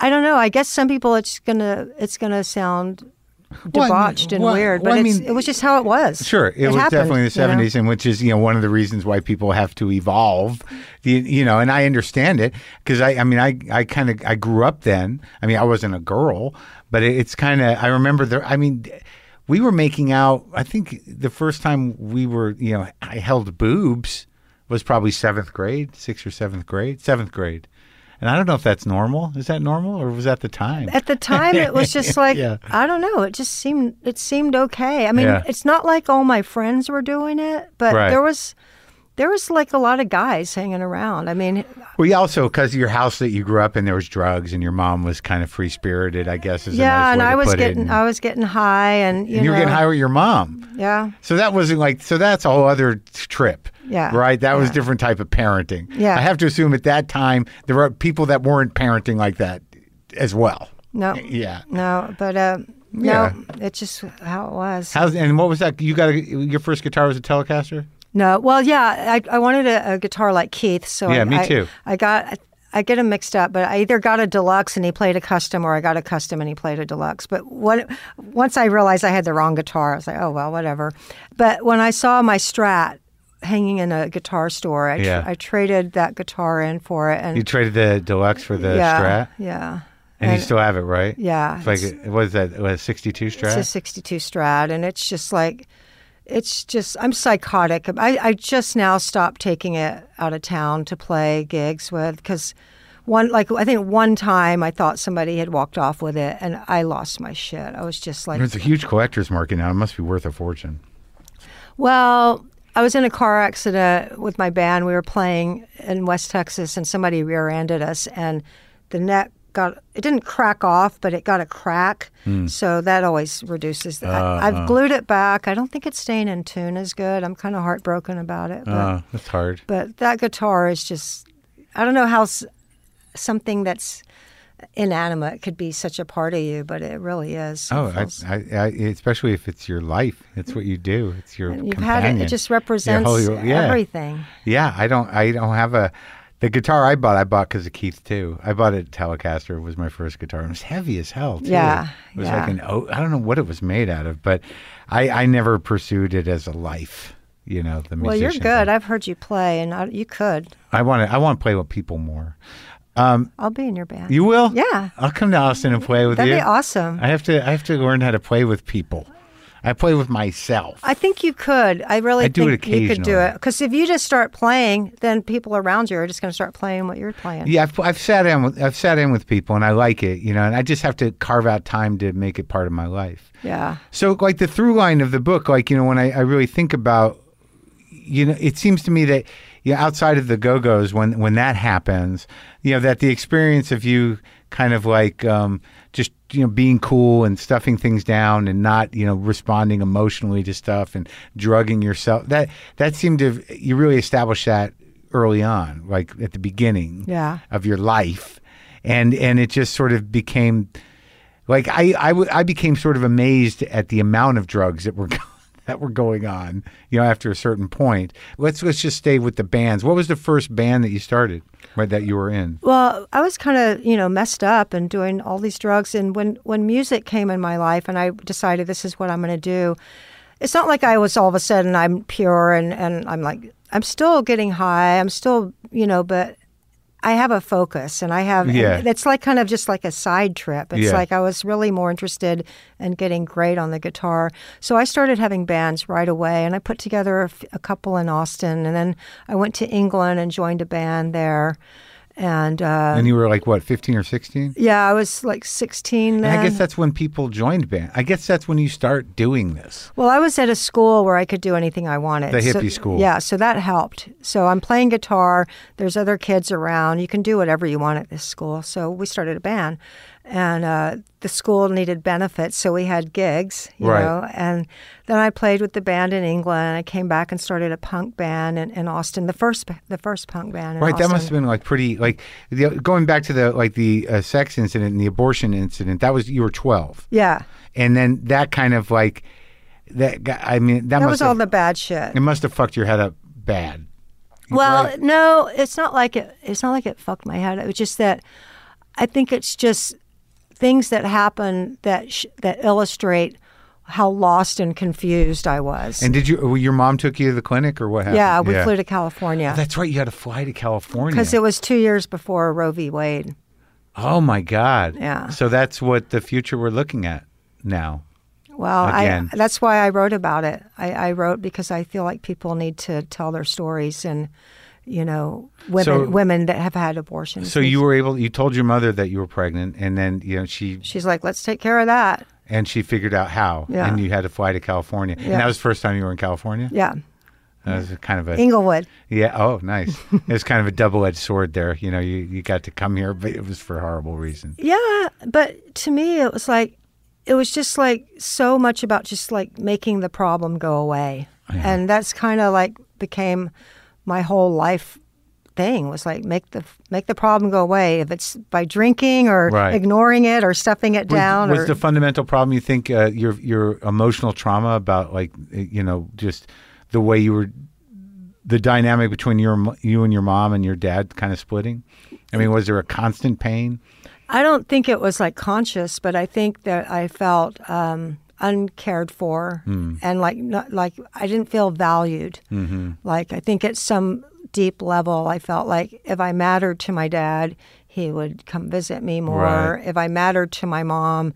Speaker 3: I don't know, I guess some people it's going to, it's going to sound
Speaker 1: Well, I mean-
Speaker 3: debauched and
Speaker 1: well,
Speaker 3: weird, but
Speaker 1: well, I
Speaker 3: it's,
Speaker 1: mean-
Speaker 3: it was just how it was.
Speaker 1: Sure, it, was
Speaker 3: happened,
Speaker 1: definitely the
Speaker 3: you know?
Speaker 1: seventies, and which is you know one of the reasons why people have to evolve. The, you know, and I understand it because I, I mean, I, I kind of I grew up then. I mean, I wasn't a girl, but it, it's kind of I remember there. I mean, we were making out. I think the first time we were, you know, I held boobs was probably seventh grade, sixth or seventh grade, seventh grade. And I don't know if that's normal. Is that normal, or was that the time?
Speaker 3: at the time it was just like
Speaker 1: Yeah.
Speaker 3: I don't know. It just seemed it seemed okay. I mean,
Speaker 1: Yeah.
Speaker 3: it's not like all my friends were doing it, but
Speaker 1: Right.
Speaker 3: there was there was like a lot of guys hanging around. I mean,
Speaker 1: Well, you also because your house that you grew up in, there was drugs, and your mom was kind of free spirited. I guess is a nice
Speaker 3: yeah, and
Speaker 1: way
Speaker 3: I
Speaker 1: to
Speaker 3: was
Speaker 1: put it.
Speaker 3: getting
Speaker 1: And-
Speaker 3: I was getting high, and you,
Speaker 1: and you were
Speaker 3: know,
Speaker 1: getting high with your mom,
Speaker 3: Yeah,
Speaker 1: so that wasn't like so that's a whole other trip.
Speaker 3: Yeah,
Speaker 1: right. That was different type of parenting.
Speaker 3: Yeah.
Speaker 1: I have to assume at that time there were people that weren't parenting like that as well.
Speaker 3: no,
Speaker 1: Yeah.
Speaker 3: no, but uh,
Speaker 1: Yeah.
Speaker 3: no, it's just how it was.
Speaker 1: How's and what was that? You got a, your first guitar was a Telecaster.
Speaker 3: No, well, yeah, I, I wanted a, a guitar like Keith, so
Speaker 1: Yeah,
Speaker 3: I,
Speaker 1: me
Speaker 3: I-
Speaker 1: too.
Speaker 3: I got. I get them mixed up, but I either got a deluxe and he played a custom, or I got a custom and he played a deluxe. But when, once I realized I had the wrong guitar, I was like, oh, well, whatever. But when I saw my Strat hanging in a guitar store, I, tr-
Speaker 1: Yeah.
Speaker 3: I traded that guitar in for it. And
Speaker 1: You traded the deluxe for the
Speaker 3: yeah,
Speaker 1: Strat,
Speaker 3: Yeah.
Speaker 1: and, you still have it, right?
Speaker 3: yeah.
Speaker 1: It's like a- what is that? A sixty-two
Speaker 3: It's
Speaker 1: Strat.
Speaker 3: a 62 Strat, and it's just like, it's just, I'm psychotic. I, I just now stopped taking it out of town to play gigs with because one, like, I think one time I thought somebody had walked off with it and I lost my shit. I was just like,
Speaker 1: It's a huge collector's market now. It must be worth a fortune.
Speaker 3: Well, I was in a car accident with my band. We were playing in West Texas, and somebody rear-ended us, and the neck got it didn't crack off, but it got a crack.
Speaker 1: Hmm.
Speaker 3: So that always reduces. The,
Speaker 1: Uh-huh.
Speaker 3: I, I've glued it back. I don't think it's staying in tune as good. I'm kind of heartbroken about it, but,
Speaker 1: Uh, that's hard.
Speaker 3: but that guitar is just. I don't know how s- something that's inanimate could be such a part of you, but it really is. It
Speaker 1: Oh, I,
Speaker 3: feels-
Speaker 1: I, I, especially if it's your life. It's what you do. It's your.
Speaker 3: you've had
Speaker 1: companion.
Speaker 3: it. It just
Speaker 1: Your
Speaker 3: represents
Speaker 1: whole- your- yeah.
Speaker 3: everything.
Speaker 1: Yeah, I don't. I don't have a. The guitar I bought, I bought because of Keith too. I bought a Telecaster. It was my first guitar. and It was heavy as hell. Too.
Speaker 3: Yeah,
Speaker 1: it was
Speaker 3: yeah.
Speaker 1: like an. o- I don't know what it was made out of, but I, I never pursued it as a life. You know, the
Speaker 3: Well, you're
Speaker 1: musician
Speaker 3: good.
Speaker 1: thing.
Speaker 3: I've heard you play, and I, you could.
Speaker 1: I want to. I want to play with people more.
Speaker 3: I'll be in your band.
Speaker 1: You will?
Speaker 3: Yeah.
Speaker 1: I'll come to Austin and play with
Speaker 3: That'd
Speaker 1: you.
Speaker 3: be awesome.
Speaker 1: I have to. I have to learn how to play with people. I play with myself.
Speaker 3: I think you could. I really
Speaker 1: I do it
Speaker 3: think you could do
Speaker 1: occasionally.
Speaker 3: it. Because if you just start playing, then people around you are just going to start playing what you're playing.
Speaker 1: Yeah, I've, I've sat in with I've sat in with people, and I like it, you know. And I just have to carve out time to make it part of my life.
Speaker 3: Yeah.
Speaker 1: So, like the through line of the book, like you know, when I, I really think about, you know, it seems to me that you know, outside of the Go Go's, when when that happens, you know, that the experience of you kind of like um, just you know being cool and stuffing things down and not you know responding emotionally to stuff and drugging yourself that that seemed to have- you really established that early on, like at the beginning
Speaker 3: Yeah.
Speaker 1: of your life, and and it just sort of became like I I w- I became sort of amazed at the amount of drugs that were that were going on. You know, after a certain point, let's let's just stay with the bands. What was the first band that you started? Right, that you were in.
Speaker 3: Well, I was kind of, you know, messed up and doing all these drugs. And when, when music came in my life and I decided this is what I'm going to do, it's not like I was all of a sudden I'm pure and, and I'm like, I'm still getting high. I'm still, you know, but I have a focus and I have, and
Speaker 1: Yeah.
Speaker 3: it's like kind of just like a side trip. It's
Speaker 1: Yeah.
Speaker 3: like I was really more interested in getting great on the guitar. So I started having bands right away and I put together a, f- a couple in Austin and then I went to England and joined a band there. And uh,
Speaker 1: And you were like what, fifteen or sixteen?
Speaker 3: yeah, I was like 16
Speaker 1: And
Speaker 3: then.
Speaker 1: I guess that's when people joined band. I guess that's when you start doing this.
Speaker 3: Well, I was at a school where I could do anything I wanted.
Speaker 1: The
Speaker 3: So-
Speaker 1: hippie school.
Speaker 3: Yeah, so that helped. So I'm playing guitar. There's other kids around. You can do whatever you want at this school. So we started a band, and uh, the school needed benefits, so we had gigs. You
Speaker 1: Right.
Speaker 3: know, and then I played with the band in England. I came back and started a punk band in, in Austin. The first, the first punk band. In
Speaker 1: Right, that
Speaker 3: Austin.
Speaker 1: must have been like pretty like the, going back to the like the uh, sex incident and the abortion incident. That was you were twelve,
Speaker 3: Yeah,
Speaker 1: and then that kind of like that. got- I mean, that,
Speaker 3: that
Speaker 1: must
Speaker 3: was
Speaker 1: have,
Speaker 3: all the bad shit.
Speaker 1: It must have fucked your head up bad.
Speaker 3: Well,
Speaker 1: Right.
Speaker 3: no, it's not like it. It's not like it fucked my head. It was just that I think it's just things that happen that sh- that illustrate how lost and confused I was.
Speaker 1: And did you? well, Your mom took you to the clinic, or what happened? Oh,
Speaker 3: yeah, we flew to California
Speaker 1: That's right. You had to fly to California.
Speaker 3: because it was two years before Roe v. Wade.
Speaker 1: oh my God.
Speaker 3: Yeah.
Speaker 1: So that's what the future we're looking at now.
Speaker 3: Well, I,
Speaker 1: Again.
Speaker 3: that's why I wrote about it. I, I wrote because I feel like people need to tell their stories and, you know, women
Speaker 1: So-
Speaker 3: women that have had abortions.
Speaker 1: So you were able. You told your mother that you were pregnant, and then you know she
Speaker 3: She's like, let's take care of that.
Speaker 1: and she figured out how,
Speaker 3: Yeah.
Speaker 1: and you had to fly to California. And
Speaker 3: Yeah.
Speaker 1: that was the first time you were in California.
Speaker 3: Yeah,
Speaker 1: That was kind of a
Speaker 3: Inglewood.
Speaker 1: yeah. Oh, nice. it was kind of a double-edged sword there. You know, you you got to come here, but it was for a horrible reason.
Speaker 3: Yeah, but to me, it was like it was just like so much about just like making the problem go away, and that's kind of like became my whole life thing was like make the make the problem go away if it's by drinking or
Speaker 1: Right.
Speaker 3: ignoring it or stuffing it
Speaker 1: Was-
Speaker 3: down
Speaker 1: Was,
Speaker 3: or
Speaker 1: the fundamental problem you think uh, your your emotional trauma about like uh, you know just the way you were the dynamic between your m- you and your mom and your dad kind of splitting? I mean, was there a constant pain?
Speaker 3: I don't think it was like conscious, but I think that I felt um, uncared for
Speaker 1: Hmm.
Speaker 3: and like not, like I didn't feel valued. Mm-hmm. Like I think at some deep level, I felt like if I mattered to my dad, he would come visit me more.
Speaker 1: Right.
Speaker 3: If I mattered to my mom,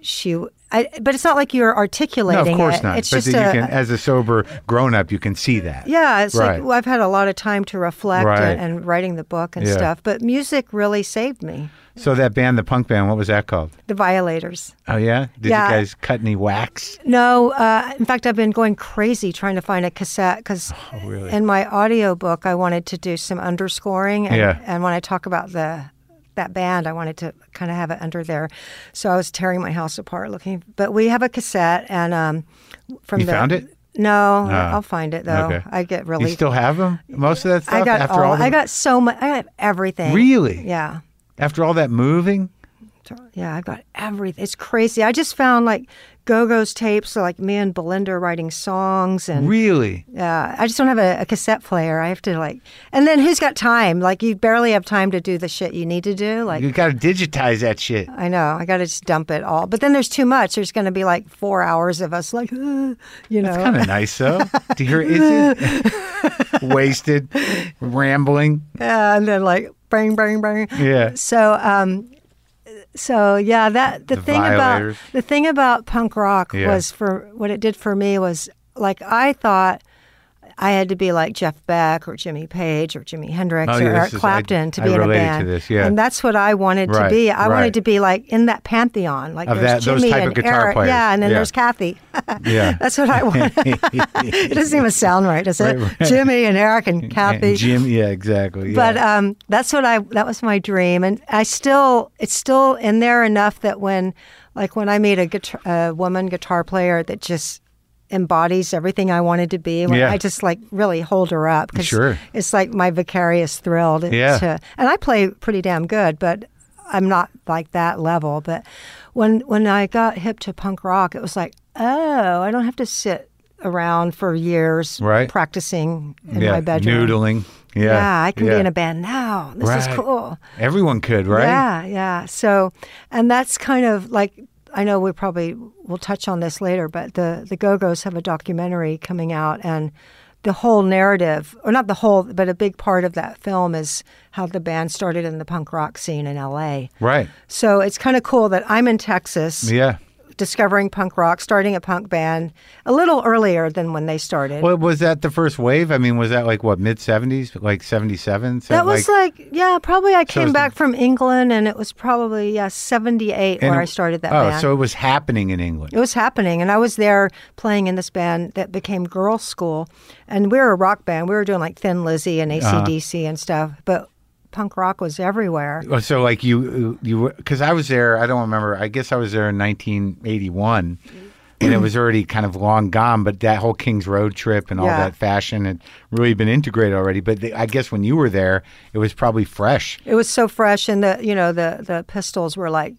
Speaker 3: she. I, but it's not like you're
Speaker 1: No,
Speaker 3: articulating.
Speaker 1: of course
Speaker 3: it.
Speaker 1: not.
Speaker 3: It's
Speaker 1: but
Speaker 3: just
Speaker 1: then you
Speaker 3: a-
Speaker 1: can, as a sober grown up, you can see that.
Speaker 3: yeah, it's
Speaker 1: Right.
Speaker 3: like well, I've had a lot of time to reflect
Speaker 1: Right.
Speaker 3: and, and writing the book and
Speaker 1: Yeah.
Speaker 3: stuff. But music really saved me.
Speaker 1: So that band, the punk band, what was that called?
Speaker 3: The Violators.
Speaker 1: Oh yeah, did
Speaker 3: Yeah.
Speaker 1: you guys cut any wax?
Speaker 3: No, uh, in fact, I've been going crazy trying to find a cassette because
Speaker 1: Oh, really?
Speaker 3: in my audiobook, I wanted to do some underscoring. And,
Speaker 1: Yeah.
Speaker 3: and when I talk about the that band, I wanted to kind of have it under there. So I was tearing my house apart looking. But we have a cassette, and um, from
Speaker 1: You
Speaker 3: the,
Speaker 1: found it? Ah,
Speaker 3: No, I'll find it though.
Speaker 1: okay.
Speaker 3: I get
Speaker 1: You
Speaker 3: really.
Speaker 1: still have them? Most of that stuff
Speaker 3: I got
Speaker 1: after all,
Speaker 3: all.
Speaker 1: the-
Speaker 3: I got so much. I got everything.
Speaker 1: Really?
Speaker 3: Yeah.
Speaker 1: after all that moving.
Speaker 3: So, Yeah, I've got everything. It's crazy. I just found like Go Go's tapes, like me and Belinda writing songs, and
Speaker 1: Really?
Speaker 3: yeah, Uh, I just don't have a, a cassette player. I have to like, and then who's got time? Like, you barely have time to do the shit you need to do. Like,
Speaker 1: You got to digitize that shit.
Speaker 3: I know I got to just dump it all. But then there's too much. There's going to be like four hours of us, like, you know,
Speaker 1: Kind of nice though. to hear is it wasted, rambling.
Speaker 3: Yeah, and then like, bang, bang, bang.
Speaker 1: Yeah.
Speaker 3: So, um, so yeah, that the,
Speaker 1: The
Speaker 3: thing
Speaker 1: Violators.
Speaker 3: about the thing about punk rock
Speaker 1: Yeah.
Speaker 3: was for what it did for me was like I thought I had to be like Jeff Beck or Jimmy Page or Jimi Hendrix
Speaker 1: Oh,
Speaker 3: or
Speaker 1: yeah, this
Speaker 3: Eric
Speaker 1: is- I-
Speaker 3: Clapton to
Speaker 1: I
Speaker 3: be in a
Speaker 1: related to
Speaker 3: band,
Speaker 1: this, yeah.
Speaker 3: and that's what I wanted to
Speaker 1: Right,
Speaker 3: be. I
Speaker 1: right.
Speaker 3: wanted to be like in that pantheon, like
Speaker 1: Of that-
Speaker 3: there's
Speaker 1: those
Speaker 3: Jimmy
Speaker 1: type of
Speaker 3: and
Speaker 1: guitar
Speaker 3: Eric,
Speaker 1: players.
Speaker 3: yeah, and then
Speaker 1: Yeah.
Speaker 3: there's Kathy.
Speaker 1: Yeah.
Speaker 3: that's what I want. it doesn't even sound right, does it?
Speaker 1: Right, right.
Speaker 3: Jimmy and Eric and Kathy.
Speaker 1: And Jim. Yeah, exactly. yeah.
Speaker 3: But um, that's what I that was my dream, and I still it's still in there enough that when like when I meet a, guitar, a woman guitar player that just embodies everything I wanted to be, when
Speaker 1: Yeah.
Speaker 3: I just like really hold her up because
Speaker 1: Sure.
Speaker 3: it's like my vicarious thrill. To,
Speaker 1: Yeah.
Speaker 3: to- and I play pretty damn good, but I'm not like that level. But when when I got hip to punk rock, it was like oh, I don't have to sit around for years
Speaker 1: Right.
Speaker 3: practicing in
Speaker 1: yeah.
Speaker 3: my bedroom.
Speaker 1: Noodling. Yeah.
Speaker 3: Yeah, I can
Speaker 1: yeah.
Speaker 3: be in a band now. This is
Speaker 1: Right.
Speaker 3: cool.
Speaker 1: Everyone could, right?
Speaker 3: Yeah, yeah. So, and that's kind of like I know we probably will touch on this later, but the the Go Go's have a documentary coming out, and the whole narrative, or not the whole, but a big part of that film is how the band started in the punk rock scene in L.A.
Speaker 1: Right.
Speaker 3: So it's kind of cool that I'm in Texas.
Speaker 1: Yeah.
Speaker 3: Discovering punk rock, starting a punk band a little earlier than when they started.
Speaker 1: Well, was that the first wave? I mean, was that like what mid seventies, like seventy seven?
Speaker 3: That was like, yeah, probably I came
Speaker 1: it's-
Speaker 3: back from England and it was probably, yeah, 78 where I started that
Speaker 1: Oh,
Speaker 3: band.
Speaker 1: so it was happening in England.
Speaker 3: it was happening. And I was there playing in this band that became Girls School. And we were a rock band. We were doing like Thin Lizzy and ACDC and stuff. But punk rock was everywhere.
Speaker 1: Well, So like you you because I was there. I don't remember. I guess I was there in 1981, and it was already kind of long gone. But that whole Kings Road trip and all
Speaker 3: Yeah.
Speaker 1: that fashion had really been integrated already. But they, I guess when you were there, it was probably fresh.
Speaker 3: It was so fresh. And the, you know, the, the pistols were like,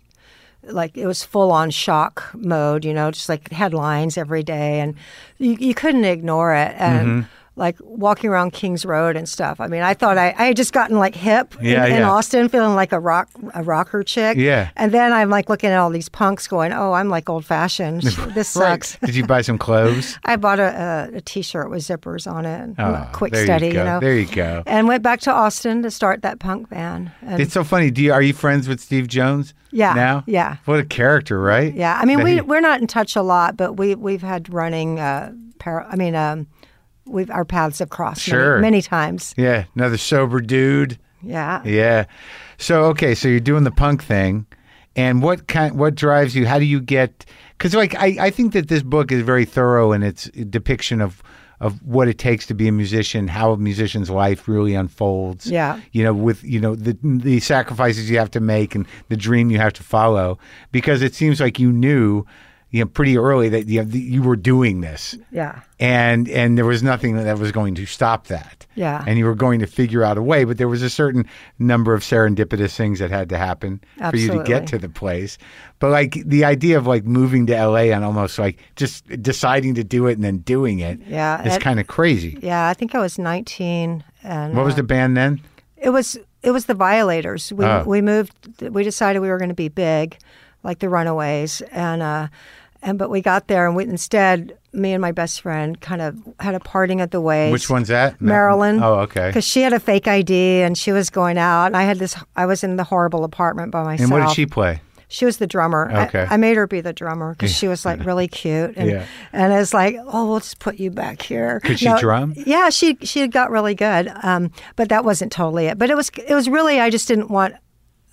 Speaker 3: like it was full on shock mode, you know, just like headlines every day, and you, you couldn't ignore it.
Speaker 1: Mm-hmm.
Speaker 3: And like walking around Kings Road and stuff. I mean, I thought I, I had just gotten like hip
Speaker 1: Yeah,
Speaker 3: in, in
Speaker 1: yeah.
Speaker 3: Austin, feeling like a rock a rocker chick.
Speaker 1: Yeah.
Speaker 3: And then I'm like looking at all these punks, going, "Oh, I'm like old fashioned. This
Speaker 1: Right.
Speaker 3: sucks."
Speaker 1: Did you buy some clothes?
Speaker 3: I bought a, a, a t-shirt with zippers on it, and
Speaker 1: Oh,
Speaker 3: quick
Speaker 1: there you
Speaker 3: study, you,
Speaker 1: go.
Speaker 3: know.
Speaker 1: There you go.
Speaker 3: And went back to Austin to start that punk band. And
Speaker 1: It's so funny. Do you, are you friends with Steve Jones?
Speaker 3: Yeah,
Speaker 1: Now.
Speaker 3: yeah.
Speaker 1: What a character, right?
Speaker 3: Yeah, I mean,
Speaker 1: That
Speaker 3: we
Speaker 1: he-
Speaker 3: we're not in touch a lot, but we we've had running. Uh, par- I mean, um, we've our paths have crossed many-
Speaker 1: Sure.
Speaker 3: many, times.
Speaker 1: Yeah. Another sober dude.
Speaker 3: Yeah.
Speaker 1: Yeah. So okay, so you're doing the punk thing, and what kind? What drives you? How do you get? Because like I, I think that this book is very thorough in its depiction of of what it takes to be a musician, how a musician's life really unfolds.
Speaker 3: Yeah.
Speaker 1: You know, with you know the the sacrifices you have to make and the dream you have to follow, because it seems like you knew. You know, pretty early that you, that you were doing this,
Speaker 3: Yeah.
Speaker 1: and and there was nothing that was going to stop that.
Speaker 3: Yeah.
Speaker 1: And you were going to figure out a way, but there was a certain number of serendipitous things that had to happen for you to get
Speaker 3: Absolutely.
Speaker 1: to the place. But like the idea of like moving to LA and almost like just deciding to do it and then doing it,
Speaker 3: Yeah,
Speaker 1: it's
Speaker 3: it-
Speaker 1: kind of crazy.
Speaker 3: Yeah, I think I was 19, and
Speaker 1: What was the band then?
Speaker 3: it was it was the Violators. We
Speaker 1: Oh.
Speaker 3: we moved. We decided we were going to be big, like the Runaways, and uh, and but we got there, and we instead, me and my best friend kind of had a parting at the ways.
Speaker 1: Which one's that? Ma-
Speaker 3: Marilyn.
Speaker 1: Oh, okay.
Speaker 3: Because she had a fake ID and she was going out, and I had this. I was in the horrible apartment by
Speaker 1: And
Speaker 3: myself.
Speaker 1: what did she play?
Speaker 3: She was the drummer. I-
Speaker 1: Okay.
Speaker 3: I, made her be the drummer because she was like really cute, and
Speaker 1: Yeah.
Speaker 3: and it's like, oh, we'll just put you back here.
Speaker 1: Could she drum?
Speaker 3: Yeah, she she got really good, um, but that wasn't totally it. But it was it was really I just didn't want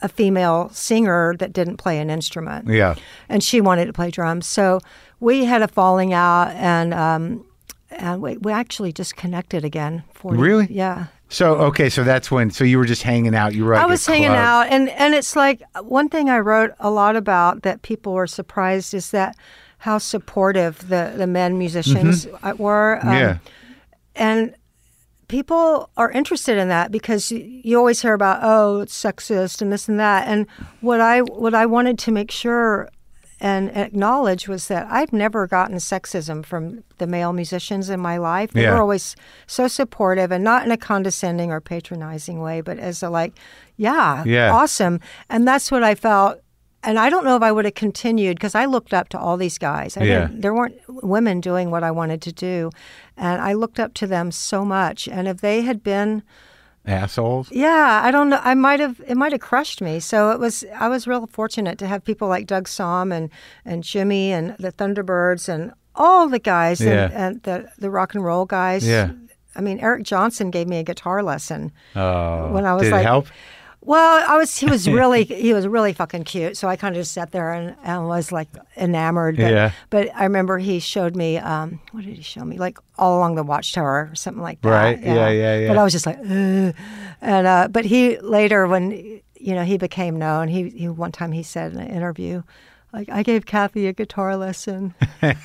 Speaker 3: a female singer that didn't play an instrument
Speaker 1: Yeah.
Speaker 3: and she wanted to play drums. So we had a falling out, and um, and we, we actually just connected again. For
Speaker 1: Really?
Speaker 3: Yeah.
Speaker 1: So okay, so that's when. So you were just hanging out. You were. Like
Speaker 3: I was
Speaker 1: a
Speaker 3: hanging
Speaker 1: club.
Speaker 3: out, and and it's like one thing I wrote a lot about that people were surprised is that how supportive the the men musicians uh were. Um,
Speaker 1: Mm-hmm. yeah.
Speaker 3: and people are interested in that because you, you always hear about oh it's sexist and this and that and what i what i wanted to make sure and acknowledge was that i've never gotten sexism from the male musicians in my life they
Speaker 1: Yeah.
Speaker 3: were always so supportive and not in a condescending or patronizing way but as a like yeah,
Speaker 1: Yeah.
Speaker 3: awesome and that's what i felt and i don't know if i would have continued because i looked up to all these guys I
Speaker 1: Yeah.
Speaker 3: didn't- there weren't women doing what I wanted to do. And I looked up to them so much. And if they had been,
Speaker 1: Assholes.
Speaker 3: yeah, I don't know, I might have, it might have crushed me. So it was, I was real fortunate to have people like Doug Somm and, and Jimmy and the Thunderbirds and all the guys
Speaker 1: Yeah.
Speaker 3: and, and the, the rock and roll guys.
Speaker 1: Yeah.
Speaker 3: I mean, Eric Johnson gave me a guitar lesson.
Speaker 1: Oh.
Speaker 3: When I was
Speaker 1: did it
Speaker 3: like-
Speaker 1: help?
Speaker 3: Well, I was he was really he was really fucking cute. So I kind of just sat there and, and was like enamored. But,
Speaker 1: Yeah.
Speaker 3: but I remember he showed me um, what did he show me? Like all along the watchtower or something like that.
Speaker 1: Right. Yeah, yeah, yeah.
Speaker 3: But I was just like, Ugh. and uh, but he later when you know he became known, he, he one time he said in an interview, like I gave Kathy a guitar lesson.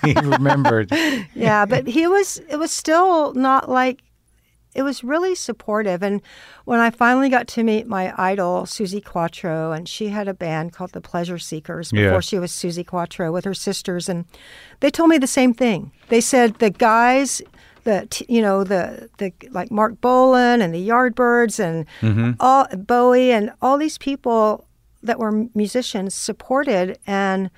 Speaker 1: he remembered.
Speaker 3: yeah, but he was it was still not like it was really supportive. And when I finally got to meet my idol, Susie Quattro, and she had a band called the Pleasure Seekers before
Speaker 1: Yeah.
Speaker 3: she was Susie Quattro with her sisters, and they told me the same thing. They said the guys, the t- you know the the like Mark Bolan and the Yardbirds and
Speaker 1: Mm-hmm.
Speaker 3: all Bowie and all these people that were musicians supported and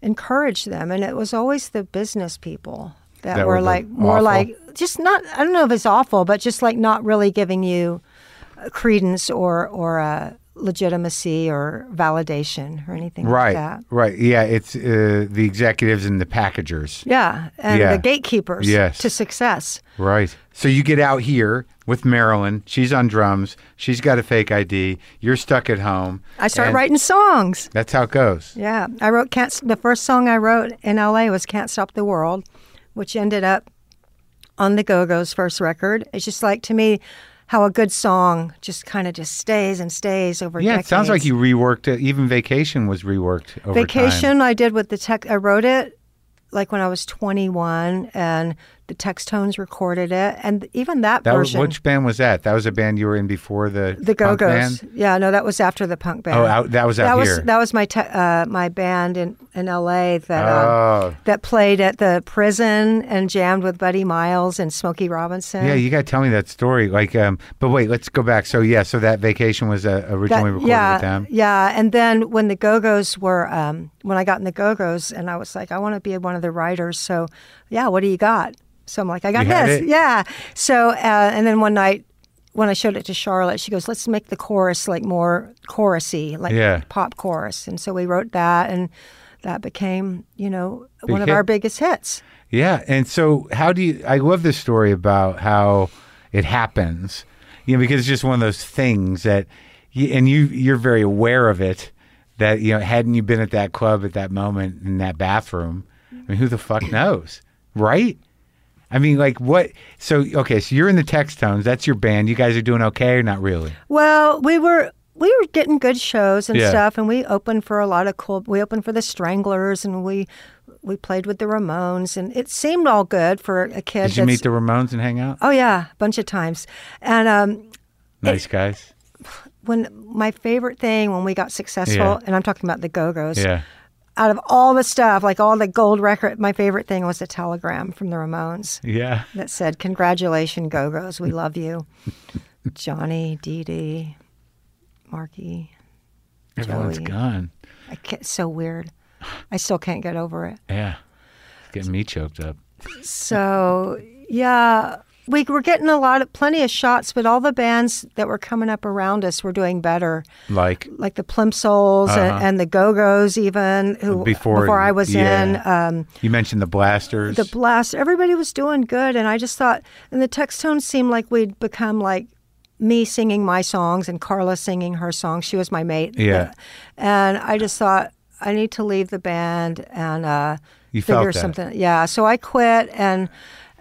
Speaker 3: encouraged them, and it was always the business people that,
Speaker 1: That were
Speaker 3: were
Speaker 1: the
Speaker 3: like more
Speaker 1: awful.
Speaker 3: like just not i don't know if it's awful but just like not really giving you uh, credence or or uh, legitimacy or validation or anything
Speaker 1: Right.
Speaker 3: like that
Speaker 1: Right. Yeah. It's uh, the executives and the packagers.
Speaker 3: yeah and
Speaker 1: Yeah.
Speaker 3: the gatekeepers
Speaker 1: Yes.
Speaker 3: to success
Speaker 1: Right. So you get out here with Marilyn. She's on drums. She's got a fake ID. You're stuck at home.
Speaker 3: i started
Speaker 1: And
Speaker 3: writing songs
Speaker 1: That's how it goes.
Speaker 3: yeah i wrote can't the first song i wrote in la was can't stop the world which ended up on the go-go's first record it's just like to me how a good song just kind of just stays and stays over
Speaker 1: Yeah. It sounds like
Speaker 3: decades.
Speaker 1: you reworked it. Even vacation was reworked over time.
Speaker 3: Vacation, I did with the tech. I wrote it like when I was 21, and the text tones recorded it, and even that,
Speaker 1: That was,
Speaker 3: version,
Speaker 1: which band was that? That was a band you were in before the
Speaker 3: the Go
Speaker 1: punk band?
Speaker 3: Go's. Yeah, no, that was after the punk band.
Speaker 1: Oh, out, that was out
Speaker 3: that
Speaker 1: here.
Speaker 3: was that was my te- uh, my band in in L.A. that. um,
Speaker 1: oh,
Speaker 3: that played at the prison and jammed with Buddy Miles and Smokey Robinson.
Speaker 1: yeah. You got to tell me that story. Like, um, but wait, let's go back. So yeah, so that vacation was uh, originally
Speaker 3: That-
Speaker 1: recorded
Speaker 3: yeah,
Speaker 1: with them.
Speaker 3: Yeah, and then when the Go Go's were, um, when I got in the Go Go's, and I was like, I want to be one of the writers. So, yeah, what do you got? So I'm like, I got
Speaker 1: You had
Speaker 3: this.
Speaker 1: it?
Speaker 3: Yeah. So, uh, and then one night when I showed it to Charlotte, she goes, let's make the chorus like more chorusy, like
Speaker 1: Yeah.
Speaker 3: pop chorus. And so we wrote that, and that became, you know, one of
Speaker 1: hit.
Speaker 3: our biggest hits.
Speaker 1: Yeah, and so how do you? I love this story about how it happens, you know, because it's just one of those things that, you, and you you're very aware of it. That you know, hadn't you been at that club at that moment in that bathroom, I mean, who the fuck knows, right? I mean, like what? So okay, so you're in the Text Tones. That's your band. You guys are doing okay, or not really?
Speaker 3: Well, we were we were getting good shows and
Speaker 1: Yeah.
Speaker 3: stuff, and we opened for a lot of cool. We opened for the Stranglers, and we we played with the Ramones, and it seemed all good for a kid.
Speaker 1: Did you
Speaker 3: that's-
Speaker 1: meet the Ramones and hang out?
Speaker 3: Oh yeah, a bunch of times. And um,
Speaker 1: Nice guys.
Speaker 3: when my favorite thing when we got successful,
Speaker 1: Yeah.
Speaker 3: and I'm talking about the Go Go's.
Speaker 1: Yeah.
Speaker 3: Out of all the stuff, like all the gold record, my favorite thing was a telegram from the Ramones
Speaker 1: Yeah.
Speaker 3: that said, "Congratulations, Go Go's, we love you, Johnny, Dee Dee, Marky.
Speaker 1: Everyone's
Speaker 3: Joey.
Speaker 1: gone.
Speaker 3: I can't, it's so weird. I still can't get over it.
Speaker 1: Yeah. It's getting me choked up.
Speaker 3: So yeah, we were getting a lot of plenty of shots, but all the bands that were coming up around us were doing better,
Speaker 1: Like,
Speaker 3: like the Plimsolls and, and the Go Go's, even who
Speaker 1: Uh-huh. Before-
Speaker 3: I was
Speaker 1: yeah.
Speaker 3: in. Um,
Speaker 1: you mentioned the blasters.
Speaker 3: the blast, everybody was doing good, and I just thought, and the text tone seemed like we'd become like me singing my songs and Carla singing her songs. She was my mate.
Speaker 1: Yeah.
Speaker 3: and I just thought I need to leave the band and uh,
Speaker 1: You felt
Speaker 3: figure
Speaker 1: that.
Speaker 3: something. Yeah, so I quit and.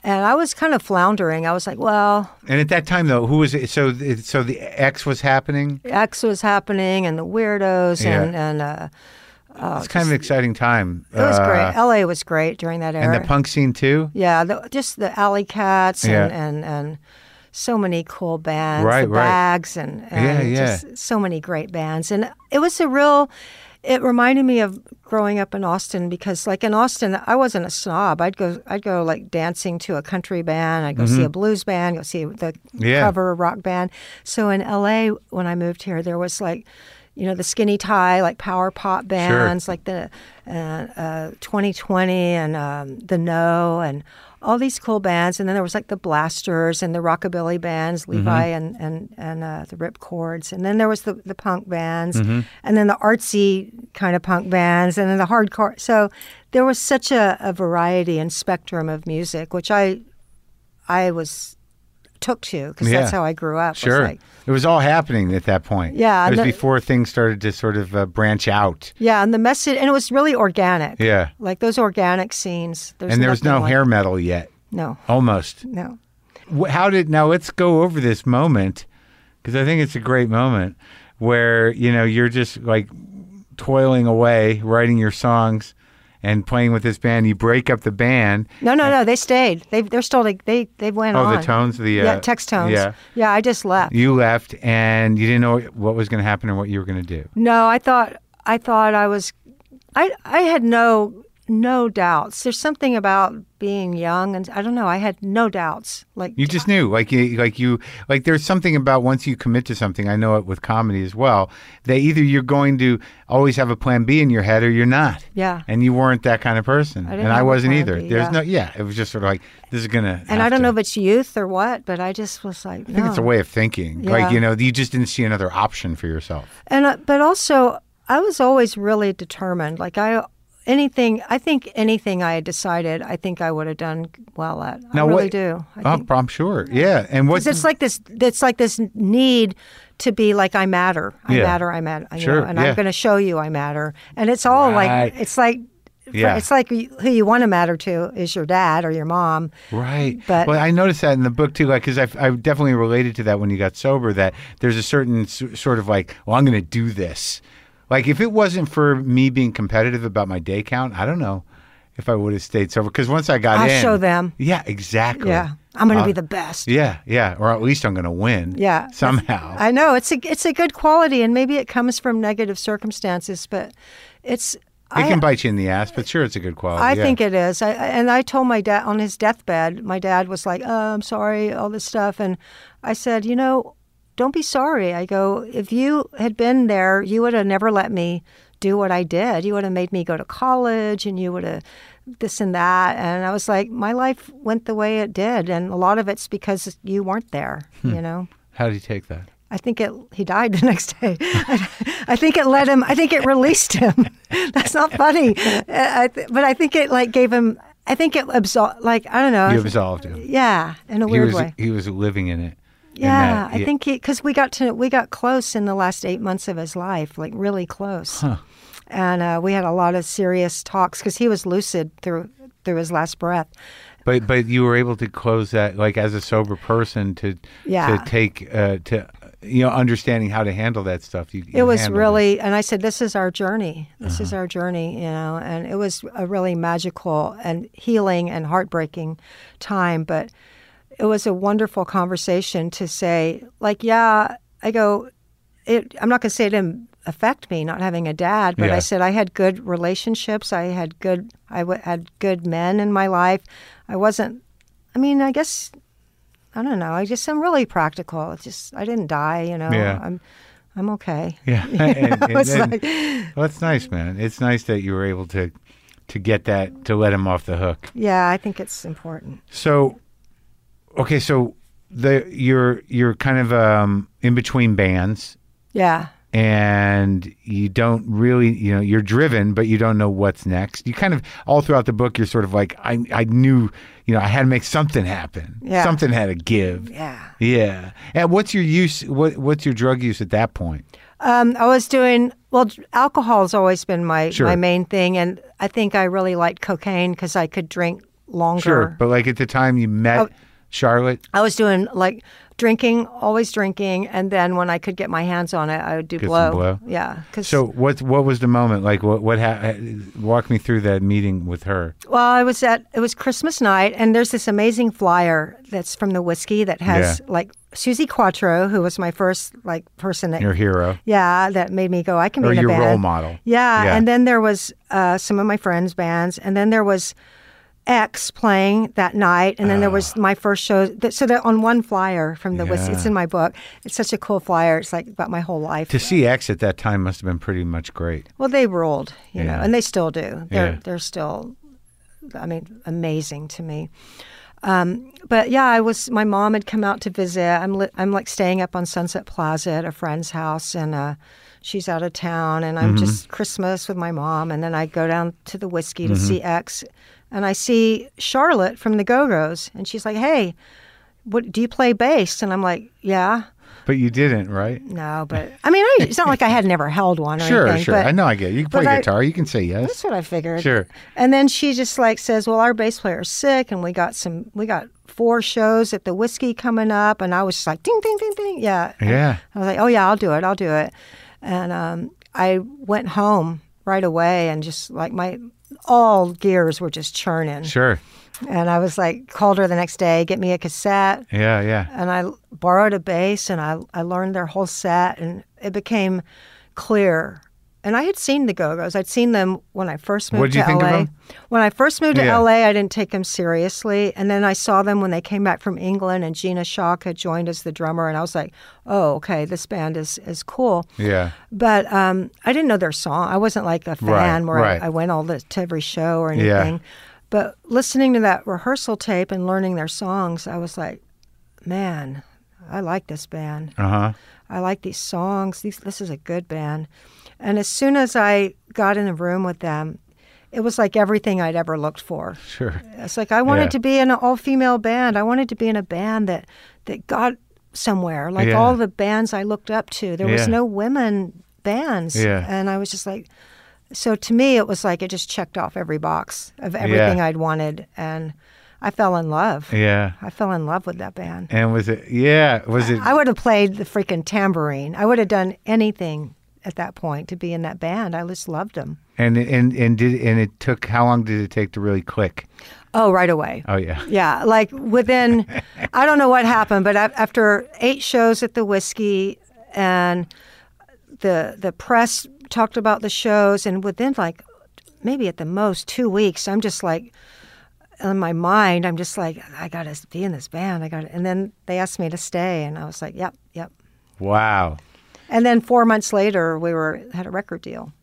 Speaker 3: And I was kind of floundering. I was like, well,
Speaker 1: and at that time, though, who was it? So, th- so the X was happening.
Speaker 3: X was happening and the Weirdos
Speaker 1: Yeah.
Speaker 3: and, and uh,
Speaker 1: it's kind of an exciting time.
Speaker 3: it was
Speaker 1: Uh,
Speaker 3: great. LA was great during that era.
Speaker 1: And the punk scene too.
Speaker 3: Yeah, the, just the Alley Cats and,
Speaker 1: Yeah.
Speaker 3: and, and so many cool bands,
Speaker 1: Right,
Speaker 3: the
Speaker 1: right.
Speaker 3: Bags, and, and
Speaker 1: Yeah,
Speaker 3: just so many great bands. And it was a real. It reminded me of growing up in Austin because, like in Austin, I wasn't a snob. I'd go, I'd go like dancing to a country band. I'd go see a blues band. Go see the
Speaker 1: Mm-hmm. Yeah.
Speaker 3: cover rock band. So in LA, when I moved here, there was like, you know, the skinny tie, like power pop bands, like the uh, uh, 2020 and um, the No and all these cool bands. And then there was like the Blasters and the rockabilly bands, Levi and and and uh, the Rip Chords. And then there was the the punk bands, and then the artsy kind of punk bands, and then the hardcore. So there was such a, a variety and spectrum of music, which I I was took to because
Speaker 1: Yeah.
Speaker 3: that's how I grew up. was
Speaker 1: Sure.
Speaker 3: like-
Speaker 1: it was all happening at that point.
Speaker 3: Yeah,
Speaker 1: It was
Speaker 3: the-
Speaker 1: before things started to sort of uh, branch out.
Speaker 3: yeah, and the message, and it was really organic.
Speaker 1: Yeah.
Speaker 3: Like those organic scenes. There's
Speaker 1: and there was
Speaker 3: nothing
Speaker 1: no
Speaker 3: like-
Speaker 1: hair metal yet.
Speaker 3: No,
Speaker 1: Almost.
Speaker 3: no.
Speaker 1: Wh- How did now? Let's go over this moment because I think it's a great moment where you know you're just like toiling away, writing your songs, and playing with this band. You break up the band.
Speaker 3: No, no, no. They stayed. They they're still like they they went
Speaker 1: Oh,
Speaker 3: on.
Speaker 1: the tones, the uh,
Speaker 3: Yeah, text tones.
Speaker 1: Yeah,
Speaker 3: yeah. I just left.
Speaker 1: you left and you didn't know what was going to happen or what you were going to do.
Speaker 3: No, I thought I thought I was I I had no no doubts. There's something about being young and I don't know, I had no doubts. Like
Speaker 1: You just knew, like you, like you, like there's something about once you commit to something. I know it with comedy as well. That either you're going to always have a plan B in your head, or you're not.
Speaker 3: Yeah.
Speaker 1: And you weren't that kind of person,
Speaker 3: didn't
Speaker 1: and I
Speaker 3: have a
Speaker 1: wasn't
Speaker 3: plan
Speaker 1: either.
Speaker 3: B,
Speaker 1: there's
Speaker 3: yeah.
Speaker 1: no, yeah. It was just sort of like this is gonna.
Speaker 3: and
Speaker 1: have
Speaker 3: I don't
Speaker 1: to-
Speaker 3: know if it's youth or what, but I just was like
Speaker 1: I think it's a way of thinking. Like
Speaker 3: Yeah.
Speaker 1: you know, you just didn't see another option for yourself.
Speaker 3: And uh, but also, I was always really determined. Like I, anything I think anything I had decided, I think I would have done well at. I really
Speaker 1: what,
Speaker 3: do. I
Speaker 1: Oh,
Speaker 3: think.
Speaker 1: I'm sure. Yeah. And what's
Speaker 3: 'Cause it's like this. It's like this need to be like I matter. I
Speaker 1: Yeah.
Speaker 3: matter. I matter. You
Speaker 1: Sure,
Speaker 3: Know, and
Speaker 1: yeah.
Speaker 3: I'm going to show you I matter. And it's all
Speaker 1: Right.
Speaker 3: like it's like.
Speaker 1: Yeah.
Speaker 3: It's like who you want to matter to is your dad or your mom.
Speaker 1: Right.
Speaker 3: But-
Speaker 1: well, I noticed that in the book too, like because I I definitely related to that when you got sober. That there's a certain s- sort of like, well, I'm going to do this. Like if it wasn't for me being competitive about my day count, I don't know if I would have stayed sober. Because once I got
Speaker 3: I'll
Speaker 1: in,
Speaker 3: show them.
Speaker 1: Yeah, exactly.
Speaker 3: Yeah, I'm going to
Speaker 1: Uh,
Speaker 3: be the best.
Speaker 1: Yeah, yeah, or at least I'm going to win.
Speaker 3: Yeah.
Speaker 1: somehow.
Speaker 3: I know it's a it's a good quality, and maybe it comes from negative circumstances, but it's.
Speaker 1: it
Speaker 3: I,
Speaker 1: can bite you in the ass, but sure, it's a good quality.
Speaker 3: I
Speaker 1: yeah.
Speaker 3: think it is. I, I- and I told my dad on his deathbed, my dad was like, oh, I'm sorry, all this stuff. And I said, you know, don't be sorry. I go, if you had been there, you would have never let me do what I did. You would have made me go to college and you would have this and that. And I was like, my life went the way it did. And a lot of it's because you weren't there,
Speaker 1: Hmm.
Speaker 3: you know?
Speaker 1: How do you take that?
Speaker 3: I think it. He died the next day. I, I think it let him. I think it released him. That's not funny. Uh, I th- but I think it like gave him. I think it absolved. Like I don't know.
Speaker 1: You absolved him.
Speaker 3: yeah, in a
Speaker 1: He
Speaker 3: Uh, weird
Speaker 1: was
Speaker 3: way.
Speaker 1: he was living in it. in
Speaker 3: Yeah,
Speaker 1: that-
Speaker 3: I think because we got to we got close in the last eight months of his life, like really close, and uh, we had a lot of serious talks because he was lucid through through his last breath.
Speaker 1: But but you were able to close that like as a sober person to
Speaker 3: Yeah.
Speaker 1: to take uh, to you know understanding how to handle that stuff. You,
Speaker 3: it was really and i said this is our journey this is our journey you know and it was a really magical and healing and heartbreaking time but it was a wonderful conversation to say like yeah i go it i'm not going to say it didn't affect me not having a dad but
Speaker 1: Yeah.
Speaker 3: i said i had good relationships i had good i w- had good men in my life i wasn't i mean i guess I don't know. I just I'm really practical. It's just I didn't die, you know.
Speaker 1: Yeah.
Speaker 3: I'm I'm okay.
Speaker 1: Yeah, And- and
Speaker 3: It's
Speaker 1: then-
Speaker 3: like-
Speaker 1: well, that's nice, man. It's nice that you were able to to get that to let him off the hook.
Speaker 3: Yeah, I think it's important.
Speaker 1: So, okay, so the you're you're kind of um, in between bands,
Speaker 3: Yeah.
Speaker 1: and you don't really you know you're driven, but you don't know what's next. You kind of all throughout the book, you're sort of like I I knew you know I had to make something happen.
Speaker 3: Yeah.
Speaker 1: something had to give.
Speaker 3: Yeah.
Speaker 1: Yeah. And what's your use? What what's your drug use at that point?
Speaker 3: Um, I was doing well. dr- Alcohol's always been my
Speaker 1: Sure.
Speaker 3: my main thing, and I think I really liked cocaine because I could drink longer.
Speaker 1: Sure, but like at the time you met
Speaker 3: Oh.
Speaker 1: Charlotte,
Speaker 3: I was doing like drinking, always drinking, and then when I could get my hands on it, I would do
Speaker 1: Get some
Speaker 3: blow.
Speaker 1: blow.
Speaker 3: Yeah. 'cause-
Speaker 1: so what what was the moment like? What what ha- uh, walk me through that meeting with her?
Speaker 3: Well, I was at it was Christmas night, and there's this amazing flyer that's from the whiskey that has
Speaker 1: Yeah.
Speaker 3: like Susie Quattro, who was my first like person that
Speaker 1: Your hero.
Speaker 3: yeah that made me go I can be
Speaker 1: Or
Speaker 3: in a
Speaker 1: your
Speaker 3: band.
Speaker 1: role model.
Speaker 3: Yeah,
Speaker 1: Yeah.
Speaker 3: and then there was uh, some of my friends' bands, and then there was X playing that night, and then there was
Speaker 1: Ah.
Speaker 3: my first show. That, so that on one flyer from the whiskey, it's in my book. It's such a cool flyer. It's like about my whole life.
Speaker 1: To see X at that time must have been pretty much great.
Speaker 3: Well, they ruled, you
Speaker 1: Yeah.
Speaker 3: know, and they still do. They're
Speaker 1: Yeah.
Speaker 3: they're still, I mean, amazing to me. Um, but yeah, I was. My mom had come out to visit. I'm li- I'm like staying up on Sunset Plaza at a friend's house, and uh, she's out of town, and I'm just
Speaker 1: Mm-hmm.
Speaker 3: Christmas with my mom, and then I go down to the whiskey to see X, and I see Charlotte from the Go Go's, and she's like, "Hey, what do you play bass?" And I'm like, "Yeah."
Speaker 1: But you didn't, right?
Speaker 3: No, but I mean, I, it's not like I had never held one or
Speaker 1: Sure,
Speaker 3: anything.
Speaker 1: sure.
Speaker 3: but-
Speaker 1: I know I get it. You can play
Speaker 3: but I-
Speaker 1: guitar. you can say yes.
Speaker 3: that's what I figured.
Speaker 1: Sure.
Speaker 3: And then she just like says, "Well, our bass player is sick, and we got some, we got four shows at the whiskey coming up." And I was just like, "Ding, ding, ding, ding!" Yeah.
Speaker 1: Yeah.
Speaker 3: I was like, "Oh yeah, I'll do it. I'll do it." And um, I went home right away, and just like my all gears were just churning.
Speaker 1: Sure.
Speaker 3: And I was like, called her the next day, get me a cassette,
Speaker 1: Yeah, yeah.
Speaker 3: and I borrowed a bass, and I I learned their whole set, and it became clear. And I had seen the Go Go's. I'd seen them when I first moved
Speaker 1: What'd
Speaker 3: to
Speaker 1: you think of
Speaker 3: LA.
Speaker 1: them?
Speaker 3: When I first moved to
Speaker 1: Yeah.
Speaker 3: LA, I didn't take them seriously, and then I saw them when they came back from England, and Gina Shock had joined as the drummer, and I was like, "Oh, okay, this band is is cool."
Speaker 1: Yeah.
Speaker 3: But um, I didn't know their song. I wasn't like a fan
Speaker 1: Right,
Speaker 3: where
Speaker 1: right.
Speaker 3: I, I went all the, to every show or
Speaker 1: Yeah.
Speaker 3: anything. But listening to that rehearsal tape and learning their songs, I was like, man, I like this band.
Speaker 1: Uh huh.
Speaker 3: I like these songs. These, this is a good band. And as soon as I got in a room with them, it was like everything I'd ever looked for.
Speaker 1: Sure.
Speaker 3: It's like I wanted
Speaker 1: Yeah.
Speaker 3: to be in an all-female band. I wanted to be in a band that that got somewhere. Like
Speaker 1: Yeah.
Speaker 3: all the bands I looked up to, there was
Speaker 1: Yeah.
Speaker 3: no women bands,
Speaker 1: Yeah.
Speaker 3: and I was just like, so to me, it was like it just checked off every box of everything I'd wanted, and I fell in love.
Speaker 1: Yeah.
Speaker 3: I fell in love with that band.
Speaker 1: And was it? Yeah. Was it?
Speaker 3: I would have played the freaking tambourine. I would have done anything at that point to be in that band. I just loved them.
Speaker 1: And and and did and it took how long did it take to really click?
Speaker 3: Oh, right away.
Speaker 1: Oh yeah.
Speaker 3: Yeah, like within, I don't know what happened, but af- after eight shows at the whiskey, and the the press talked about the shows, and within like maybe at the most two weeks, I'm just like in my mind, I'm just like I gotta be in this band, I gotta. And then they asked me to stay, and I was like, yep, yep.
Speaker 1: Wow.
Speaker 3: And then four months later, we were had a record deal.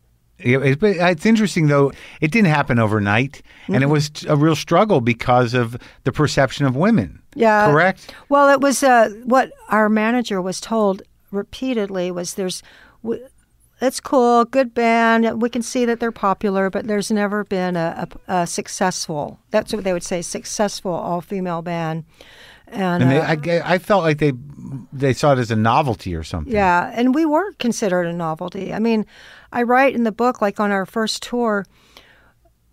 Speaker 1: Yeah, it, but it's interesting though. It didn't happen overnight, and it
Speaker 3: Mm-hmm.
Speaker 1: was t- a real struggle because of the perception of women.
Speaker 3: Yeah.
Speaker 1: Correct.
Speaker 3: Well, it was uh, what our manager was told repeatedly was there's, w- it's cool, good band. We can see that they're popular, but there's never been a, a, a successful. That's what they would say, successful all female band. And,
Speaker 1: And they,
Speaker 3: uh,
Speaker 1: I, g- I felt like they they saw it as a novelty or something.
Speaker 3: yeah, and we were considered a novelty. I mean, I write in the book, like on our first tour,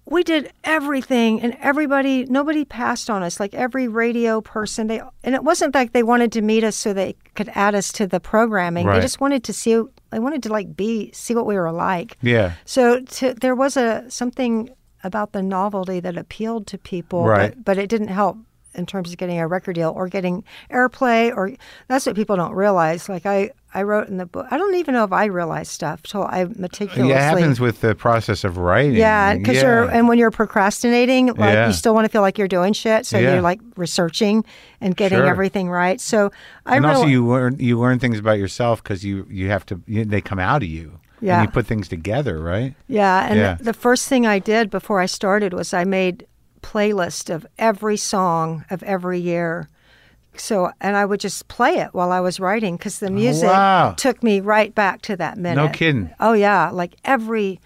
Speaker 3: we did everything, and everybody, nobody passed on us. Like every radio person, they and it wasn't like they wanted to meet us so they could add us to the programming.
Speaker 1: Right.
Speaker 3: They just wanted to see, they wanted to like be see what we were like.
Speaker 1: Yeah.
Speaker 3: So to, there was a something about the novelty that appealed to people, but-
Speaker 1: Right.
Speaker 3: but, it didn't help in terms of getting a record deal or getting airplay. Or that's what people don't realize. Like I, I wrote in the book. I don't even know if I realized stuff till I meticulously.
Speaker 1: Yeah, it happens with the process of writing.
Speaker 3: Yeah, because you're and when you're procrastinating, like
Speaker 1: Yeah.
Speaker 3: you still want to feel like you're doing shit, so
Speaker 1: Yeah.
Speaker 3: you're like researching and getting
Speaker 1: Sure.
Speaker 3: everything right. So I
Speaker 1: and
Speaker 3: real-
Speaker 1: also you learn you learn things about yourself because you you have to you, they come out of you.
Speaker 3: Yeah.
Speaker 1: and you put things together, right?
Speaker 3: yeah, and
Speaker 1: Yeah.
Speaker 3: The, the first thing I did before I started was I made playlist of every song of every year. So and I would just play it while I was writing because the music
Speaker 1: Oh, wow.
Speaker 3: took me right back to that minute.
Speaker 1: kidding.
Speaker 3: Oh yeah, like every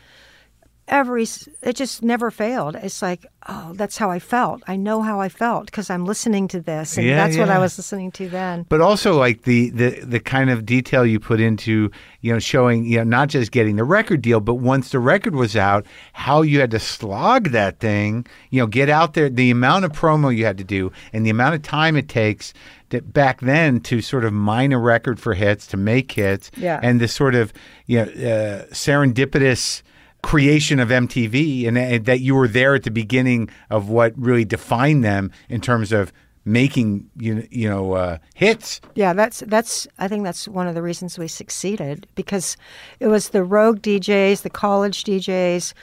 Speaker 3: every s- it just never failed. It's like, oh, that's how I felt. I know how I felt because I'm listening to this and
Speaker 1: Yeah,
Speaker 3: that's what
Speaker 1: yeah.
Speaker 3: I was listening to then.
Speaker 1: But also like the, the the kind of detail you put into you know showing you know not just getting the record deal, but once the record was out, how you had to slog that thing, you know, get out there, the amount of promo you had to do, and the amount of time it takes that back then to sort of mine a record for hits to make hits,
Speaker 3: Yeah.
Speaker 1: and this sort of you know uh, serendipitous creation of MTV, and, and that you were there at the beginning of what really defined them in terms of making you kn- you know uh, hits.
Speaker 3: Yeah, that's that's I think that's one of the reasons we succeeded because it was the rogue DJs, the college DJs,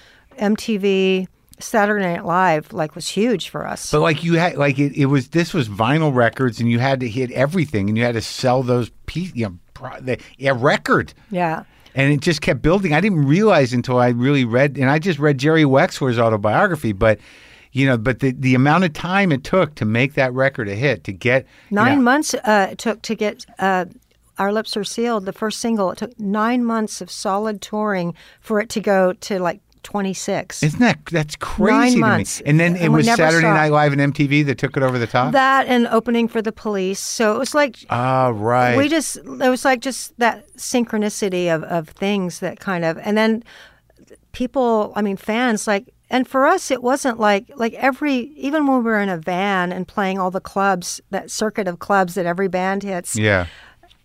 Speaker 3: MTV, Saturday Night Live like was huge for us.
Speaker 1: But like you had like it, it was this was vinyl records, and you had to hit everything, and you had to sell those piece you know pro- the, a record.
Speaker 3: yeah.
Speaker 1: And it just kept building. I didn't realize until I really read, and I just read Jerry Wexler's autobiography, but you know, but the, the amount of time it took to make that record a hit, to get you
Speaker 3: Nine
Speaker 1: know,
Speaker 3: months uh, it took to get uh, Our Lips Are Sealed, the first single. It took nine months of solid touring for it to go to like 26.
Speaker 1: Isn't that that's crazy
Speaker 3: months.
Speaker 1: to me? And then
Speaker 3: And
Speaker 1: it
Speaker 3: we
Speaker 1: was
Speaker 3: never
Speaker 1: Saturday
Speaker 3: stopped.
Speaker 1: Night Live and MTV that took it over the top.
Speaker 3: that and opening for the police. So it was like
Speaker 1: Ah, right.
Speaker 3: we just it was like just that synchronicity of, of things that kind of and then people i mean fans like and for us it wasn't like like every even when we were in a van and playing all the clubs that circuit of clubs that every band hits
Speaker 1: yeah.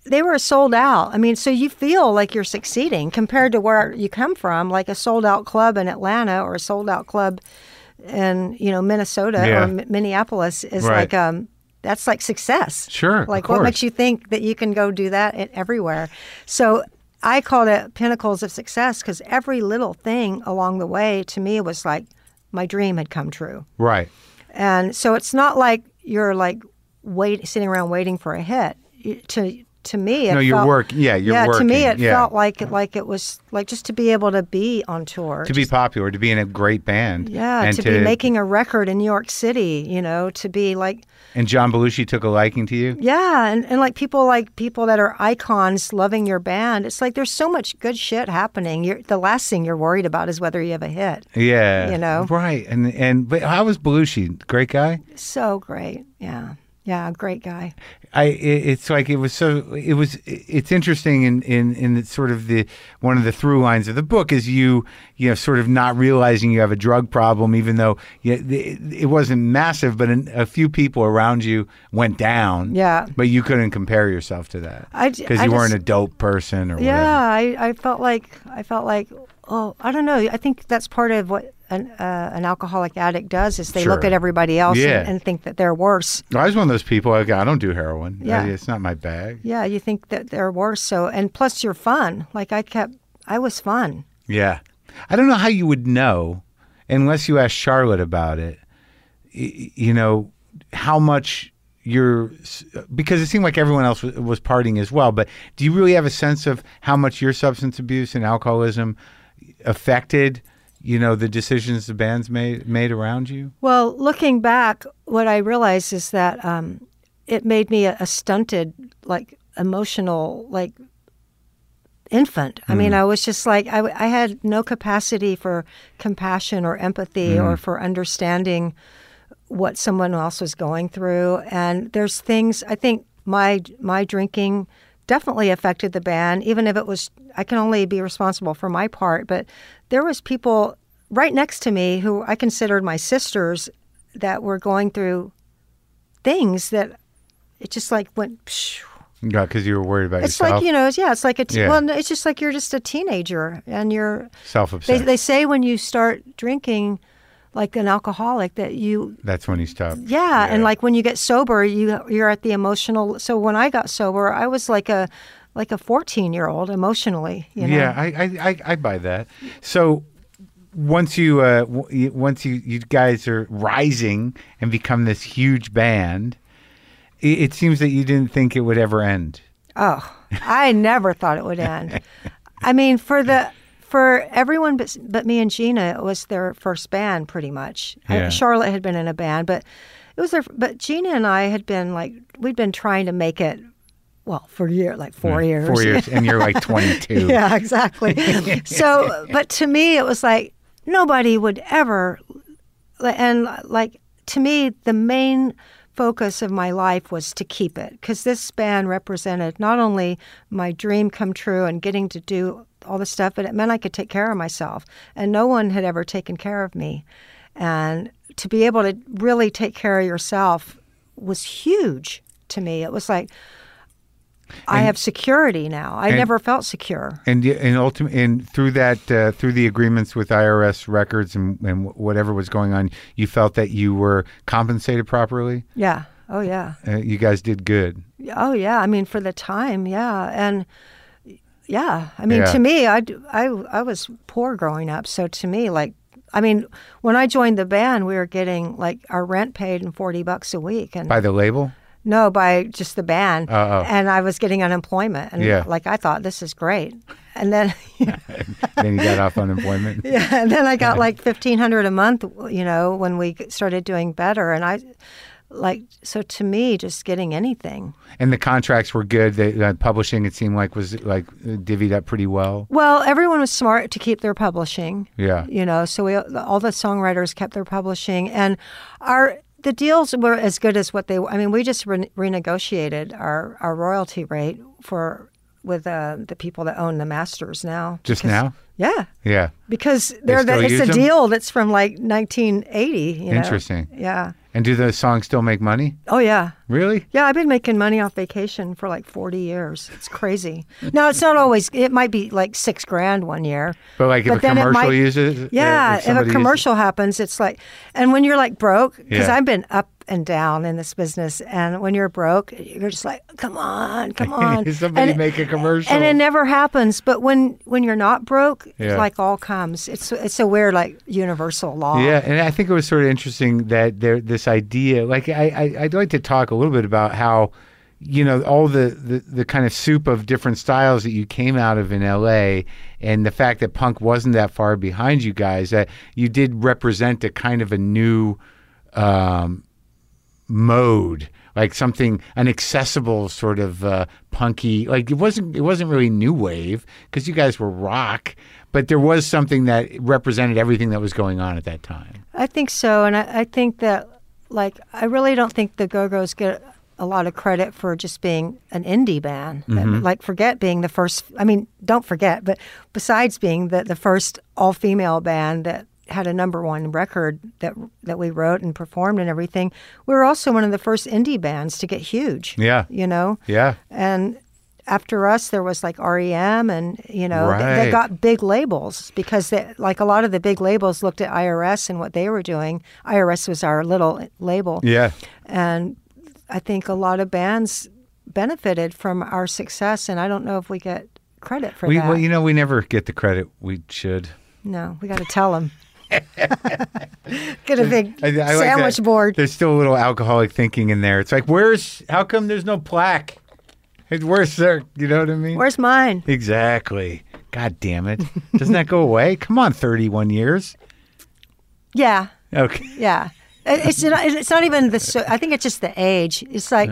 Speaker 3: they were sold out i mean so you feel like you're succeeding compared to where you come from like a sold out club in atlanta or a sold out club in you know minnesota
Speaker 1: Yeah.
Speaker 3: or M- minneapolis is
Speaker 1: Right.
Speaker 3: like um that's like success
Speaker 1: Sure, of
Speaker 3: like what
Speaker 1: course.
Speaker 3: makes you think that you can go do that at everywhere so i called it pinnacles of success because every little thing along the way to me was like my dream had come true
Speaker 1: Right.
Speaker 3: and so it's not like you're like wait sitting around waiting for a hit. You- To to me, it
Speaker 1: No, you're
Speaker 3: felt-
Speaker 1: work- yeah, you're
Speaker 3: yeah. To me,
Speaker 1: working,
Speaker 3: it
Speaker 1: yeah.
Speaker 3: felt like like it was like just to be able to be on tour,
Speaker 1: To be popular, to be in a great band.
Speaker 3: yeah,
Speaker 1: And
Speaker 3: to, be making a record in New York City, you know, to be like
Speaker 1: And John Belushi took a liking to you.
Speaker 3: yeah, and, and like people like people that are icons loving your band. It's like there's so much good shit happening. You're, the last thing you're worried about is whether you have a hit.
Speaker 1: Yeah.
Speaker 3: You know?
Speaker 1: Right. And and but how was Belushi? Great guy.
Speaker 3: So great, yeah, yeah, great guy.
Speaker 1: I it, it's like it was so it was it's interesting in in in the, sort of the one of the through lines of the book is you you know sort of not realizing you have a drug problem even though you, it, it wasn't massive but an, a few people around you went down
Speaker 3: Yeah.
Speaker 1: but you couldn't compare yourself to that
Speaker 3: I
Speaker 1: because
Speaker 3: j-
Speaker 1: you
Speaker 3: I
Speaker 1: weren't a
Speaker 3: just-
Speaker 1: dope person or whatever
Speaker 3: Yeah, I, I felt like I felt like oh I don't know I think that's part of what an uh, an alcoholic addict does is they look
Speaker 1: Sure.
Speaker 3: at everybody else
Speaker 1: Yeah.
Speaker 3: and, and think that they're worse.
Speaker 1: I was one of those people like, I don't do heroin
Speaker 3: Yeah.
Speaker 1: I- it's not my bag
Speaker 3: Yeah, you think that they're worse. So and plus you're fun. Like I kept I was fun.
Speaker 1: Yeah. I don't know how you would know unless you ask Charlotte about it. y- You know, how much you're because it seemed like everyone else was, was partying as well, but do you really have a sense of how much your substance abuse and alcoholism affected, you know, the decisions the bands made made around you?
Speaker 3: Well, looking back, what I realized is that um, it made me a, a stunted, like emotional, like infant. I mean,
Speaker 1: Mm.
Speaker 3: I was just like I, w- I had no capacity for compassion or empathy
Speaker 1: Mm.
Speaker 3: or for understanding what someone else was going through. And there's things I think my my drinking definitely affected the band, even if it was I can only be responsible for my part. But there was people right next to me who I considered my sisters that were going through things that it just like went. Pshh,
Speaker 1: Yeah, cuz you were worried about
Speaker 3: it's
Speaker 1: yourself.
Speaker 3: like you know, it's, yeah, it's like a t-
Speaker 1: Yeah.
Speaker 3: well, no, it's just like you're just a teenager, and you're. They,
Speaker 1: self-obsessed.
Speaker 3: they say when you start drinking, like an alcoholic, that you
Speaker 1: That's when you stop.
Speaker 3: yeah, and
Speaker 1: Yeah.
Speaker 3: like when you get sober, you you're at the emotional. So when I got sober, I was like a like a 14 year old emotionally. You know?
Speaker 1: Yeah, I, I, I, I buy that. So once you, uh, w- you- once you, you guys are rising and become this huge band, it, it seems that you didn't think it would ever end.
Speaker 3: Oh, I never thought it would end. I mean, for the for everyone but, but me and Gina, it was their first band, pretty much. I-
Speaker 1: Yeah.
Speaker 3: Charlotte had been in a band, but it was their. But Gina and I had been like we'd been trying to make it, well, for a year, like four years.
Speaker 1: Four years, and you're like 22.
Speaker 3: Yeah, exactly. so, but to me, it was like nobody would ever, and like to me, the main focus of my life was to keep it because this band represented not only my dream come true and getting to do all the stuff, but it meant I could take care of myself, and no one had ever taken care of me, and to be able to really take care of yourself was huge to me. It was like. I have security now. I never felt secure.
Speaker 1: And y- and ultimately, and through that, uh, through the agreements with IRS records and, and whatever was going on, you felt that you were compensated properly.
Speaker 3: Yeah. Oh yeah.
Speaker 1: Uh, you guys did good.
Speaker 3: Oh yeah. I mean, for the time, yeah, and yeah. I mean,
Speaker 1: Yeah.
Speaker 3: to me, I, d- I I was poor growing up, so to me, like, I mean, when I joined the band, we were getting like our rent paid and forty bucks a week, and
Speaker 1: By the label?
Speaker 3: no, by just the band,
Speaker 1: Oh, oh.
Speaker 3: and I was getting unemployment, and
Speaker 1: Yeah.
Speaker 3: like I thought this is great, and then
Speaker 1: then you got off unemployment.
Speaker 3: Yeah, and then I got like fifteen hundred a month, you know, when we started doing better, and I, like, so to me, just getting anything.
Speaker 1: And the contracts were good. The uh, publishing, it seemed like, was like uh, divvied up pretty well.
Speaker 3: Well, everyone was smart to keep their publishing.
Speaker 1: Yeah.
Speaker 3: You know, so we all the songwriters kept their publishing, and our the deals were as good as what they. I mean, we just re- renegotiated our our royalty rate for with uh, the people that own the masters now.
Speaker 1: Just
Speaker 3: Because-
Speaker 1: now?
Speaker 3: Yeah.
Speaker 1: Yeah.
Speaker 3: Because they're the,
Speaker 1: still
Speaker 3: it's
Speaker 1: use
Speaker 3: a
Speaker 1: them?
Speaker 3: deal that's from like 1980. You know?
Speaker 1: Interesting.
Speaker 3: Yeah.
Speaker 1: And do those songs still make money?
Speaker 3: Oh yeah.
Speaker 1: Really?
Speaker 3: Yeah, I've been making money off vacation for like 40 years. It's crazy. now, it's not always, it might be like six grand one year.
Speaker 1: But like if a
Speaker 3: then it
Speaker 1: commercial
Speaker 3: might-
Speaker 1: uses it, if
Speaker 3: Yeah, if,
Speaker 1: somebody
Speaker 3: a
Speaker 1: uses-
Speaker 3: commercial happens, it's like, and when you're like broke, because
Speaker 1: Yeah.
Speaker 3: I've been up and down in this business, and when you're broke, you're just like, come on, come on.
Speaker 1: somebody
Speaker 3: and,
Speaker 1: make a commercial.
Speaker 3: and it never happens. But when when you're not broke,
Speaker 1: Yeah.
Speaker 3: it like all comes. It's it's a weird like universal law.
Speaker 1: Yeah, and I think it was sort of interesting that there this idea. Like I, I I'd like to talk a little bit about how, you know, all the, the the kind of soup of different styles that you came out of in L.A. and the fact that punk wasn't that far behind you guys. That you did represent a kind of a new. Um, mode like something an accessible sort of uh, punky like it wasn't it wasn't really new wave because you guys were rock but there was something that represented everything that was going on at that time
Speaker 3: I think so, and I, I think that like I really don't think the Go Go's get a lot of credit for just being an indie band. Like forget being the first. I mean, don't forget, but besides being the the first all female band that had a number one record that that we wrote and performed and everything, we were also one of the first indie bands to get huge.
Speaker 1: Yeah.
Speaker 3: you know.
Speaker 1: yeah
Speaker 3: And after us, there was like REM, and you know th- they,
Speaker 1: Right.
Speaker 3: got big labels because they, like a lot of the big labels looked at IRS and what they were doing. IRS was our little label,
Speaker 1: yeah
Speaker 3: and I think a lot of bands benefited from our success, and I don't know if we get credit for
Speaker 1: we
Speaker 3: that.
Speaker 1: well you know we never get the credit we should
Speaker 3: no, we got to tell them. get a big
Speaker 1: I- I like that.
Speaker 3: sandwich board.
Speaker 1: there's still a little alcoholic thinking in there it's like where's how come there's no plaque It's where's there you know what i mean
Speaker 3: Where's mine?
Speaker 1: exactly god damn it doesn't that go away come on 31 years
Speaker 3: Yeah.
Speaker 1: okay
Speaker 3: Yeah. It- It's not, it's not even the. so- I think it's just the age. It's like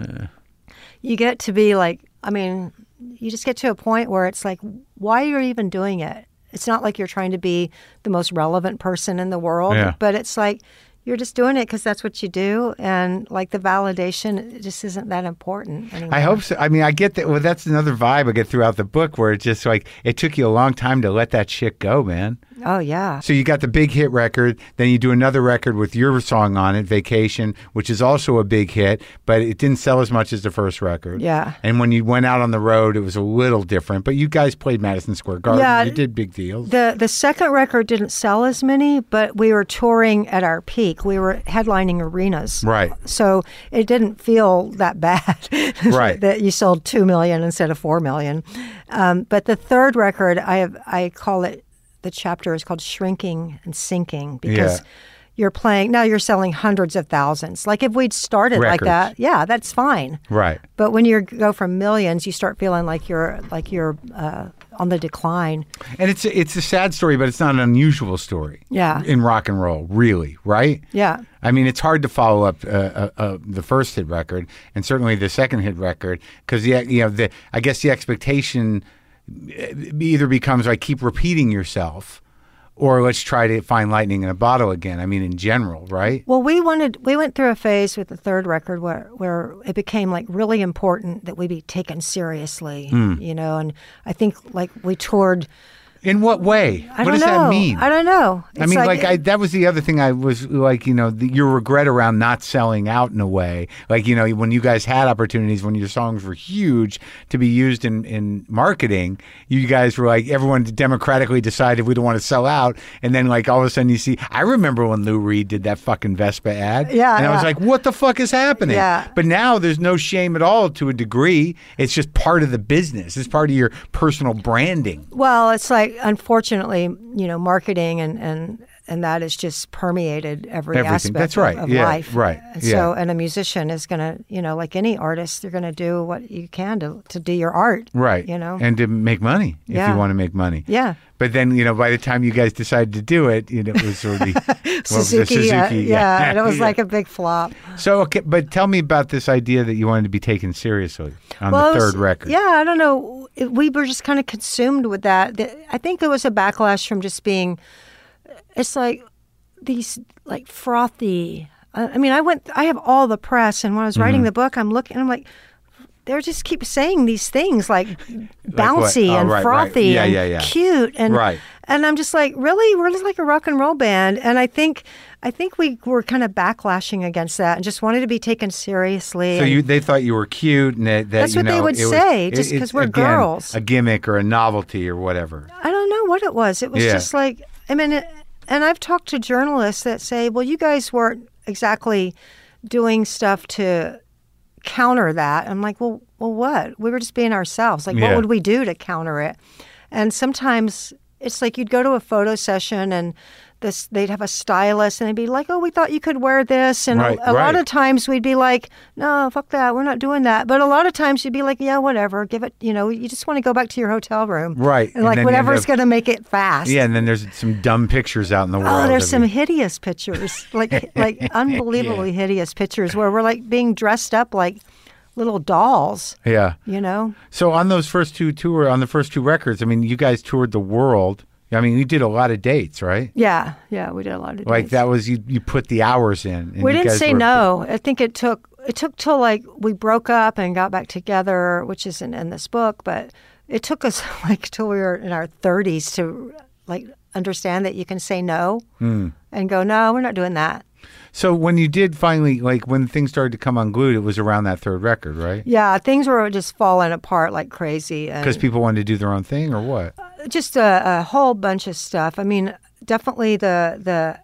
Speaker 3: you get to be like. I mean, you just get to a point where it's like, why you're even doing it? It's not like you're trying to be the most relevant person in the world,
Speaker 1: Yeah.
Speaker 3: but it's like you're just doing it because that's what you do, and like the validation it just isn't that important anymore.
Speaker 1: I hope so. I mean, I get that. Well, that's another vibe I get throughout the book where it's just like it took you a long time to let that shit go, man.
Speaker 3: Oh yeah.
Speaker 1: So you got the big hit record, then you do another record with your song on it, Vacation, which is also a big hit, but it didn't sell as much as the first record.
Speaker 3: Yeah.
Speaker 1: And when you went out on the road, it was a little different, but you guys played Madison Square Garden.
Speaker 3: Yeah.
Speaker 1: You did big deals.
Speaker 3: The the second record didn't sell as many, but we were touring at our peak. We were headlining arenas.
Speaker 1: Right.
Speaker 3: So it didn't feel that bad.
Speaker 1: Right.
Speaker 3: that you sold two million instead of four million. Um, but the third record, I have I call it the chapter is called shrinking and sinking because.
Speaker 1: Yeah.
Speaker 3: You're playing now. You're selling hundreds of thousands. Like if we'd started like
Speaker 1: Records.
Speaker 3: that, yeah, that's fine.
Speaker 1: Right.
Speaker 3: But when you go from millions, you start feeling like you're like you're uh, on the decline.
Speaker 1: And it's a, it's a sad story, but it's not an unusual story.
Speaker 3: Yeah.
Speaker 1: In rock and roll, really, right?
Speaker 3: Yeah.
Speaker 1: I mean, it's hard to follow up uh, uh, uh, the first hit record and certainly the second hit record because the you know the I guess the expectation uh, either becomes like keep repeating yourself or let's try to find lightning in a bottle again. I mean, in general, right?
Speaker 3: Well, we wanted we went through a phase with the third record where where it became like really important that we be taken seriously,
Speaker 1: Hmm.
Speaker 3: you know. And I think like we toured.
Speaker 1: In what way?
Speaker 3: I
Speaker 1: what
Speaker 3: don't
Speaker 1: does
Speaker 3: know.
Speaker 1: that mean?
Speaker 3: I don't know.
Speaker 1: I
Speaker 3: It's
Speaker 1: mean, like, I, that was the other thing I was like, you know, the, your regret around not selling out in a way. Like, you know, when you guys had opportunities, when your songs were huge to be used in, in marketing, you guys were like, everyone democratically decided we don't want to sell out. And then, like, all of a sudden you see, I remember when Lou Reed did that fucking Vespa ad.
Speaker 3: Yeah,
Speaker 1: And I was
Speaker 3: yeah.
Speaker 1: like, what the fuck is happening?
Speaker 3: Yeah.
Speaker 1: But now there's no shame at all to a degree. It's just part of the business, it's part of your personal branding.
Speaker 3: well, it's like unfortunately, you know, marketing and and and that is just permeated every
Speaker 1: Everything.
Speaker 3: aspect
Speaker 1: That's
Speaker 3: of-
Speaker 1: right.
Speaker 3: of,
Speaker 1: Yeah,
Speaker 3: life.
Speaker 1: right.
Speaker 3: And
Speaker 1: Yeah.
Speaker 3: So, and a musician is gonna, you know, like any artist, they're gonna do what you can to to do your art,
Speaker 1: Right.
Speaker 3: You know,
Speaker 1: And to make money if
Speaker 3: Yeah.
Speaker 1: you want to make money.
Speaker 3: Yeah.
Speaker 1: But then, you know, by the time you guys decided to do it, you know, it was already well, it was a
Speaker 3: Suzuki, uh,
Speaker 1: Suzuki,
Speaker 3: yeah, and it was
Speaker 1: Yeah.
Speaker 3: like a big flop.
Speaker 1: So okay, but tell me about this idea that you wanted to be taken seriously on
Speaker 3: Well, it
Speaker 1: the
Speaker 3: was-
Speaker 1: third record.
Speaker 3: Yeah, I don't know. It- We were just kind of consumed with that. The- I think it was a backlash from just being. It's like these like frothy. uh, I I mean, I went. I have all the press, and when I was
Speaker 1: Mm-hmm.
Speaker 3: writing the book, I'm looking. I'm like, they're just keep saying these things like bouncy
Speaker 1: Oh,
Speaker 3: and
Speaker 1: right, right.
Speaker 3: frothy
Speaker 1: Yeah,
Speaker 3: and
Speaker 1: yeah, yeah.
Speaker 3: cute and
Speaker 1: Right.
Speaker 3: and I'm just like, really, we're just like a rock and roll band, and I think. I think we were kind of backlashing against that and just wanted to be taken seriously.
Speaker 1: So
Speaker 3: and-
Speaker 1: you, they thought you were cute, and that, that
Speaker 3: That's
Speaker 1: you
Speaker 3: what they
Speaker 1: know,
Speaker 3: would
Speaker 1: it was-
Speaker 3: say,
Speaker 1: it-
Speaker 3: just
Speaker 1: it's,
Speaker 3: 'cause we're
Speaker 1: again,
Speaker 3: girls.
Speaker 1: a gimmick or a novelty or whatever.
Speaker 3: I don't know what it was. It was
Speaker 1: Yeah.
Speaker 3: just like I mean, it, and I've talked to journalists that say, "Well, you guys weren't exactly doing stuff to counter that." I'm like, "Well, well, what? We were just being ourselves. Like,
Speaker 1: Yeah.
Speaker 3: what would we do to counter it?" And sometimes it's like you'd go to a photo session and this they'd have a stylist and they'd be like, "Oh, we thought you could wear this," and a-
Speaker 1: Right,
Speaker 3: a, lot
Speaker 1: right.
Speaker 3: of times we'd be like, "No, fuck that. We're not doing that." But a lot of times you'd be like, "Yeah, whatever. Give it. You know, you just want to go back to your hotel room."
Speaker 1: Right,
Speaker 3: And
Speaker 1: and
Speaker 3: like
Speaker 1: then you end
Speaker 3: whatever's
Speaker 1: up-
Speaker 3: going to make it fast.
Speaker 1: Yeah, and then there's some dumb pictures out in the world.
Speaker 3: Oh, there's
Speaker 1: of
Speaker 3: some
Speaker 1: you.
Speaker 3: hideous pictures, like like unbelievably hideous pictures where we're like being dressed up like little dolls,
Speaker 1: Yeah.
Speaker 3: you know.
Speaker 1: So on those first two tour, on the first two records, I mean, you guys toured the world. I mean, you did a lot of dates, right?
Speaker 3: Yeah, yeah, we did a lot of
Speaker 1: Like
Speaker 3: dates.
Speaker 1: that was you. You put the hours in. and
Speaker 3: We
Speaker 1: you
Speaker 3: didn't
Speaker 1: guys
Speaker 3: say
Speaker 1: were-
Speaker 3: no. I think it took it took till like we broke up and got back together, which isn't in this book, but it took us like till we were in our 30s to like understand that you can say no
Speaker 1: Hmm.
Speaker 3: and go no, we're not doing that.
Speaker 1: So when you did finally, like when things started to come unglued, it was around that third record, right?
Speaker 3: Yeah, things were just falling apart like crazy. and-
Speaker 1: Because people wanted to do their own thing, or what?
Speaker 3: just a, a whole bunch of stuff. I mean, definitely the the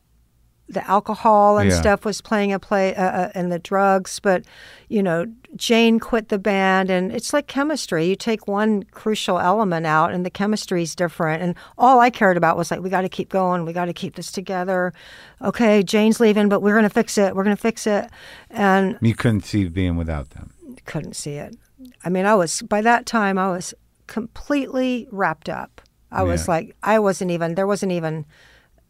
Speaker 3: the alcohol and
Speaker 1: Yeah.
Speaker 3: stuff was playing a play, uh, uh, and the drugs. But you know, Jane quit the band, and it's like chemistry. You take one crucial element out, and the chemistry's different. And all I cared about was like, we got to keep going. We got to keep this together. Okay, Jane's leaving, but we're gonna fix it. We're gonna fix it. And
Speaker 1: You couldn't see being without them.
Speaker 3: couldn't see it. I mean, I was by that time I was completely wrapped up. I was
Speaker 1: Yeah.
Speaker 3: like, I wasn't even there wasn't even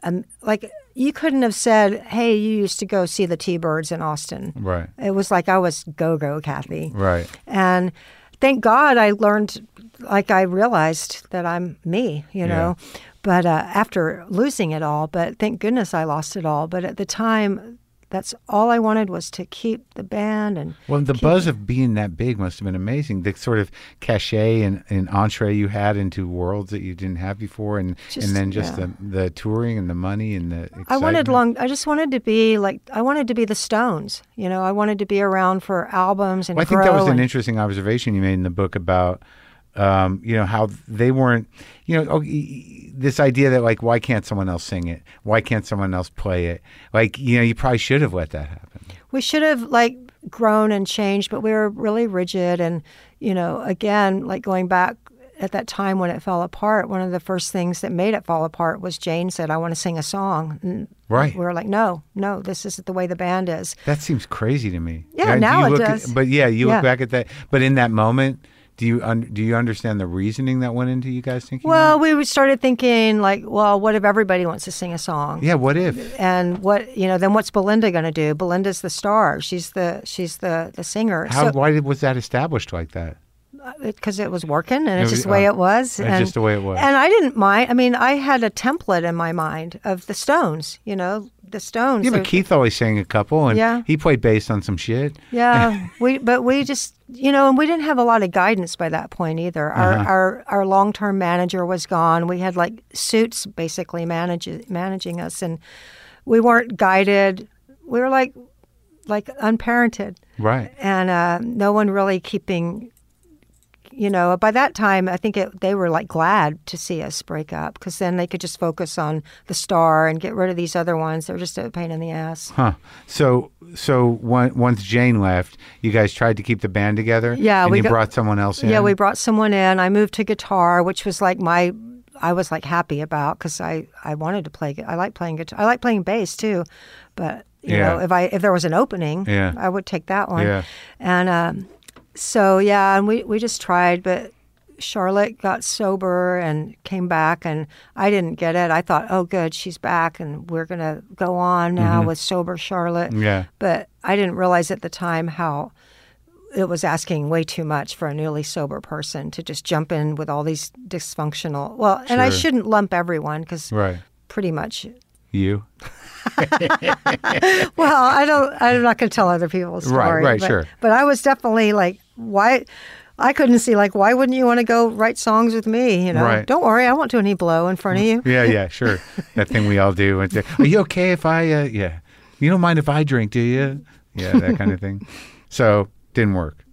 Speaker 3: um, like you couldn't have said, "Hey, you used to go see the T-Birds in Austin."
Speaker 1: Right.
Speaker 3: It was like I was go go Kathy.
Speaker 1: Right.
Speaker 3: And thank God I learned, like I realized that I'm me, you know. But uh, after losing it all, but thank goodness I lost it all. But at the time, that's all I wanted was to keep the band and
Speaker 1: Well, the buzz of being that big must have been amazing. The sort of cachet and, and entree you had into worlds that you didn't have before, and,
Speaker 3: Just-
Speaker 1: and then just
Speaker 3: yeah.
Speaker 1: the, the touring and the money and the. Excitement.
Speaker 3: I wanted long. I just wanted to be like I wanted to be the Stones. You know, I wanted to be around for albums and
Speaker 1: Well, I think
Speaker 3: grow
Speaker 1: that was an
Speaker 3: and-
Speaker 1: interesting observation you made in the book about, um, you know, how they weren't, you know, oh, y- y- this idea that like, why can't someone else sing it? Why can't someone else play it? Like, you know, you probably should have let that happen.
Speaker 3: we should have like grown and changed, but we were really rigid. And you know, again, like going back at that time when it fell apart, one of the first things that made it fall apart was Jane said, "I want to sing a song." And
Speaker 1: Right.
Speaker 3: We were like, "No, no, this isn't the way the band is."
Speaker 1: That seems crazy to me.
Speaker 3: Yeah,
Speaker 1: do
Speaker 3: now
Speaker 1: you
Speaker 3: it
Speaker 1: look at-
Speaker 3: does.
Speaker 1: but yeah, you
Speaker 3: Yeah.
Speaker 1: look back at that. But in that moment, do you un- do you understand the reasoning that went into you guys thinking?
Speaker 3: Well, we started thinking like, "Well, what if everybody wants to sing a song?"
Speaker 1: that? yeah. What if?
Speaker 3: and what you know then what's belinda going to do belinda's the star she's the she's the the singer
Speaker 1: How?
Speaker 3: so
Speaker 1: why did, was that established like that?
Speaker 3: because it was working and
Speaker 1: was-
Speaker 3: it's just the way
Speaker 1: uh,
Speaker 3: it was
Speaker 1: it's
Speaker 3: and
Speaker 1: just the way it was.
Speaker 3: and i didn't mind i mean i had a template in my mind of the stones you know the stones
Speaker 1: Yeah,
Speaker 3: They're-
Speaker 1: but Keith always sang a couple, and
Speaker 3: Yeah.
Speaker 1: he played bass on some shit.
Speaker 3: yeah we but we just you know and we didn't have a lot of guidance by that point either our
Speaker 1: Uh-huh.
Speaker 3: our, our long-term manager was gone we had like suits basically manage, managing us and we weren't guided we were like like unparented
Speaker 1: Right.
Speaker 3: and uh, no one really keeping you know by that time i think it, they were like glad to see us break up because then they could just focus on the star and get rid of these other ones they're just a pain in the ass
Speaker 1: Huh. So so one, once Jane left, you guys tried to keep the band together.
Speaker 3: Yeah,
Speaker 1: and
Speaker 3: we
Speaker 1: you
Speaker 3: got-
Speaker 1: brought someone else in.
Speaker 3: yeah we brought someone in i moved to guitar which was like my i was like happy about because i i wanted to play gu- i like playing guitar i like playing bass too but you
Speaker 1: Yeah.
Speaker 3: know if i if there was an opening
Speaker 1: Yeah.
Speaker 3: i would take that one
Speaker 1: Yeah.
Speaker 3: and um so yeah and we we just tried but charlotte got sober and came back and i didn't get it i thought oh good she's back and we're gonna go on now
Speaker 1: Mm-hmm.
Speaker 3: with sober charlotte
Speaker 1: Yeah.
Speaker 3: but I didn't realize at the time how it was asking way too much for a newly sober person to just jump in with all these dysfunctional. Well, and I
Speaker 1: Sure.
Speaker 3: shouldn't lump everyone because
Speaker 1: Right.
Speaker 3: pretty much.
Speaker 1: You.
Speaker 3: Well, I don't. I'm not going to tell other people's
Speaker 1: Right,
Speaker 3: story.
Speaker 1: right,
Speaker 3: but,
Speaker 1: sure.
Speaker 3: But I was definitely like, why? I couldn't see like why wouldn't you want to go write songs with me? You know,
Speaker 1: Right. Mm,
Speaker 3: don't worry, I won't do any blow in front of you.
Speaker 1: Yeah, yeah, sure. that thing we all do. It's, uh, Are you okay if I? Uh, yeah. You don't mind if I drink, do you? Yeah, that kind of thing. So didn't work.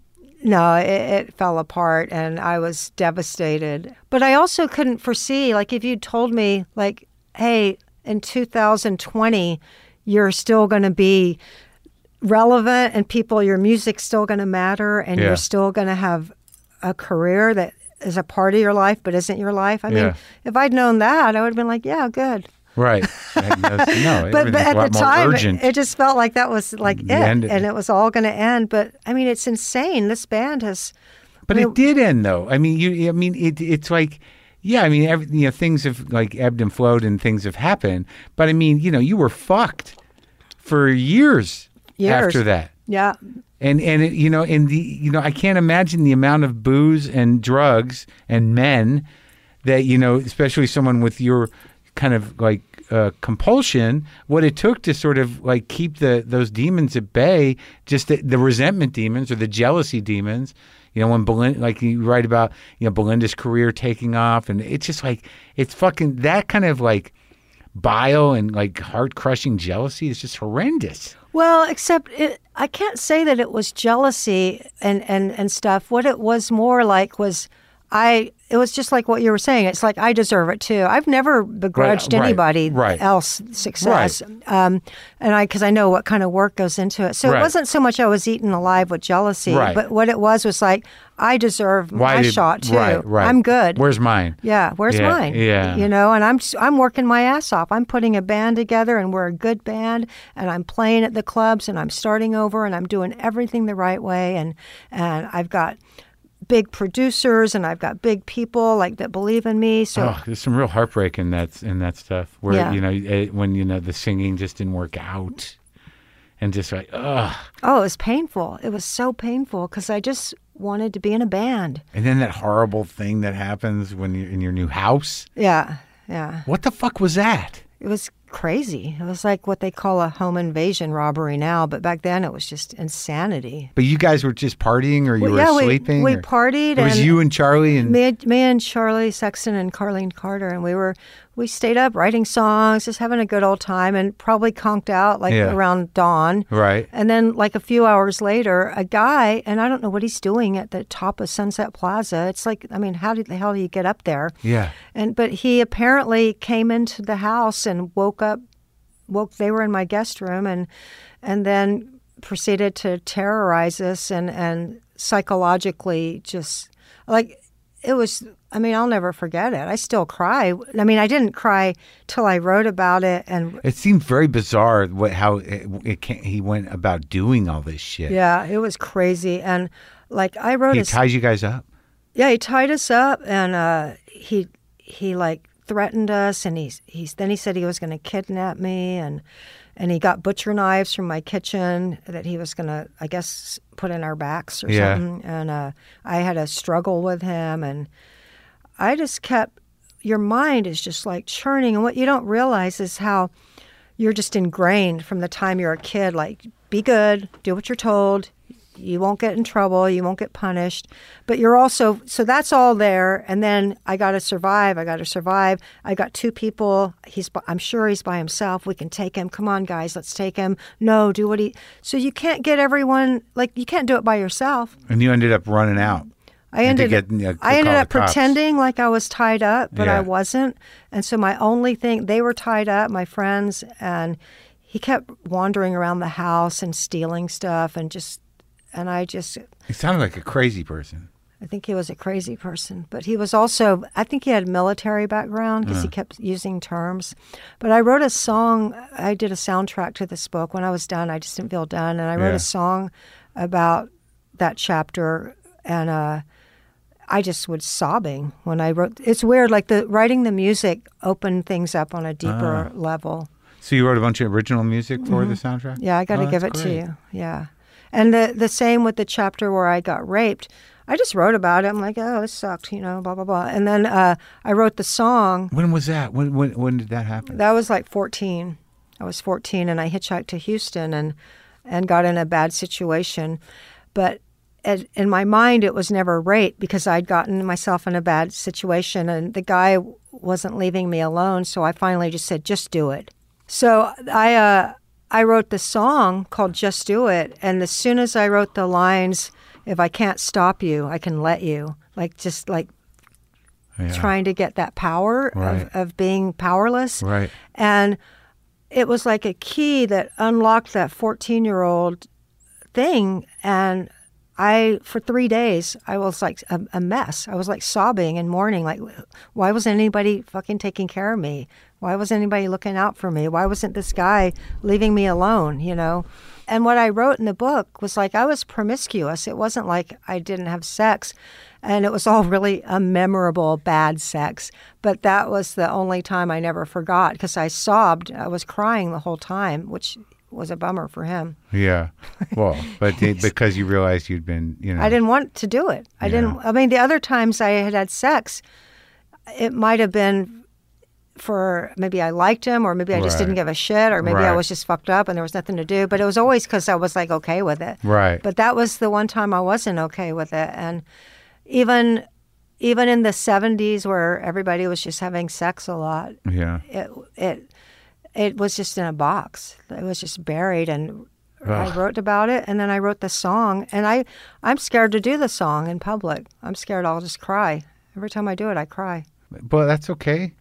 Speaker 3: No, it, it fell apart and I was devastated. But I also couldn't foresee, like, if you told me, like, hey, in 2020, you're still going to be relevant and people, your music's still going to matter and
Speaker 1: Yeah.
Speaker 3: you're still going to have a career that is a part of your life but isn't your life. I
Speaker 1: Yeah.
Speaker 3: mean, if I'd known that, I would have been like, yeah, good.
Speaker 1: Right. That- that's- no.
Speaker 3: But, but
Speaker 1: everything's a
Speaker 3: at
Speaker 1: lot
Speaker 3: the
Speaker 1: more
Speaker 3: time,
Speaker 1: urgent.
Speaker 3: it, it just felt like that was like it,
Speaker 1: The end-
Speaker 3: and it was all going to end. But I mean, it's insane. This band has
Speaker 1: But it did end though. I mean, you. I mean, it, it's like, yeah. I mean, every, you know, things have like ebbed and flowed, and things have happened. But I mean, you know, you were fucked for years,
Speaker 3: Years.
Speaker 1: after that.
Speaker 3: Yeah.
Speaker 1: And and it, you know, and the you know, I can't imagine the amount of booze and drugs and men that you know, especially someone with your kind of like uh, compulsion, what it took to sort of like keep the those demons at bay, just the, the resentment demons or the jealousy demons. You know, when Belinda, like you write about, you know, Belinda's career taking off, and it's just like it's fucking that kind of like bile and like heart crushing jealousy is just horrendous.
Speaker 3: Well, except it, I can't say that it was jealousy and, and, and stuff. What it was more like was I. It was just like what you were saying. It's like I deserve it too. I've never begrudged
Speaker 1: Right, right,
Speaker 3: anybody
Speaker 1: right.
Speaker 3: else success, um, and I because I know what kind of work goes into it. So
Speaker 1: Right.
Speaker 3: it wasn't so much I was eaten alive with jealousy,
Speaker 1: Right.
Speaker 3: but what it was was like I deserve my
Speaker 1: did-
Speaker 3: shot too.
Speaker 1: Right, right.
Speaker 3: I'm good.
Speaker 1: Where's mine?
Speaker 3: Yeah, where's
Speaker 1: Yeah,
Speaker 3: mine?
Speaker 1: yeah.
Speaker 3: you know, and I'm I'm working my ass off. I'm putting a band together, and we're a good band, and I'm playing at the clubs, and I'm starting over, and I'm doing everything the right way, and and I've got big producers, and I've got big people like that believe in me. So
Speaker 1: Oh, there's some real heartbreak in that in that stuff where
Speaker 3: Yeah.
Speaker 1: you know it, when you know the singing just didn't work out, and just like ugh,
Speaker 3: oh, it was painful. It was so painful because I just wanted to be in a band.
Speaker 1: and then that horrible thing that happens when you're in your new house.
Speaker 3: Yeah, yeah.
Speaker 1: What the fuck was that?
Speaker 3: It was crazy. It was like what they call a home invasion robbery now, but back then it was just insanity.
Speaker 1: But you guys were just partying, or you
Speaker 3: Well,
Speaker 1: were
Speaker 3: yeah, we-
Speaker 1: sleeping.
Speaker 3: we
Speaker 1: or-
Speaker 3: partied
Speaker 1: It was
Speaker 3: and-
Speaker 1: you and Charlie and
Speaker 3: Me, and- me and Charlie Sexton and Carlene Carter, and we were we stayed up writing songs, just having a good old time, and probably conked out like
Speaker 1: Yeah.
Speaker 3: around dawn.
Speaker 1: right.
Speaker 3: And then, like a few hours later, a guy, and I don't know what he's doing at the top of Sunset Plaza. It's like, I mean, how did the hell do you get up there?
Speaker 1: Yeah.
Speaker 3: And but he apparently came into the house and woke up. Woke. They were in my guest room, and and then proceeded to terrorize us and and psychologically just like it was. I mean, I'll never forget it. I still cry. I mean, I didn't cry till I wrote about it and
Speaker 1: It seemed very bizarre what how it, it can, he went about doing all this shit.
Speaker 3: Yeah, it was crazy. And like I wrote
Speaker 1: He
Speaker 3: a
Speaker 1: ties you guys up.
Speaker 3: yeah, he tied us up and uh, he he like threatened us and he's he's then he said he was going to kidnap me and and he got butcher knives from my kitchen that he was going to I guess put in our backs or
Speaker 1: Yeah.
Speaker 3: something. And uh, I had a struggle with him and I just kept your mind is just like churning and what you don't realize is how you're just ingrained from the time you're a kid like be good do what you're told you won't get in trouble you won't get punished but you're also so that's all there and then i gotta survive i gotta survive i got two people he's b- i'm sure he's by himself we can take him come on guys let's take him no do what he so you can't get everyone like you can't do it by yourself
Speaker 1: And you ended up running out.
Speaker 3: I
Speaker 1: And to
Speaker 3: ended,
Speaker 1: get, you know,
Speaker 3: I
Speaker 1: to
Speaker 3: ended
Speaker 1: call
Speaker 3: up
Speaker 1: the cops.
Speaker 3: pretending like I was tied up, but
Speaker 1: Yeah.
Speaker 3: I wasn't. And so my only thing, they were tied up, my friends, and he kept wandering around the house and stealing stuff and just, and I just,
Speaker 1: He sounded like a crazy person.
Speaker 3: I think he was a crazy person, but he was also, I think he had military background because he kept using terms. But I wrote a song, I did a soundtrack to this book. When I was done, I just didn't feel done. And I wrote
Speaker 1: Yeah.
Speaker 3: a song about that chapter. And uh, I just was sobbing when I wrote. It's weird, like the writing the music opened things up on a deeper level.
Speaker 1: So you wrote a bunch of original music for the soundtrack.
Speaker 3: Mm-hmm. Yeah, I got to
Speaker 1: Oh,
Speaker 3: give it
Speaker 1: that's
Speaker 3: to
Speaker 1: great.
Speaker 3: you. Yeah. And the the same with the chapter where I got raped. I just wrote about it. I'm like, oh, this sucked, you know, blah blah blah. And then uh, I wrote the song.
Speaker 1: When was that? When when when did that happen?
Speaker 3: That was like 14. I was 14, and I hitchhiked to Houston and and got in a bad situation. But at, in my mind, it was never rape because I'd gotten myself in a bad situation, and the guy wasn't leaving me alone. So I finally just said, "Just do it." So I uh, I wrote the song called "Just Do It," and as soon as I wrote the lines, "If I can't stop you, I can let you," like just like
Speaker 1: Yeah.
Speaker 3: trying to get that power
Speaker 1: Right.
Speaker 3: of, of being powerless.
Speaker 1: Right.
Speaker 3: And it was like a key that unlocked that 14 year old thing. And I, for three days, I was like a, a mess. I was like sobbing and mourning, like, why wasn't anybody fucking taking care of me? Why wasn't anybody looking out for me? Why wasn't this guy leaving me alone, you know? And what I wrote in the book was like I was promiscuous. It wasn't like I didn't have sex. And it was all really a memorable bad sex. But that was the only time I never forgot because I sobbed. I was crying the whole time, which was a bummer for him.
Speaker 1: Yeah. Well, but they- because you realized you'd been, you know,
Speaker 3: I didn't want to do it. I didn't. I mean, the other times I had had sex, it might have been for maybe I liked him, or maybe I just
Speaker 1: Right.
Speaker 3: didn't give a shit, or maybe
Speaker 1: Right.
Speaker 3: I was just fucked up and there was nothing to do. But it was always because I was like okay with it.
Speaker 1: Right.
Speaker 3: But that was the one time I wasn't okay with it, and even even in the '70s where everybody was just having sex a lot,
Speaker 1: yeah.
Speaker 3: it it it was just in a box. It was just buried, and I
Speaker 1: Ugh.
Speaker 3: wrote about it, and then I wrote the song. And I I'm scared to do the song in public. I'm scared I'll just cry every time I do it. I cry.
Speaker 1: But that's okay.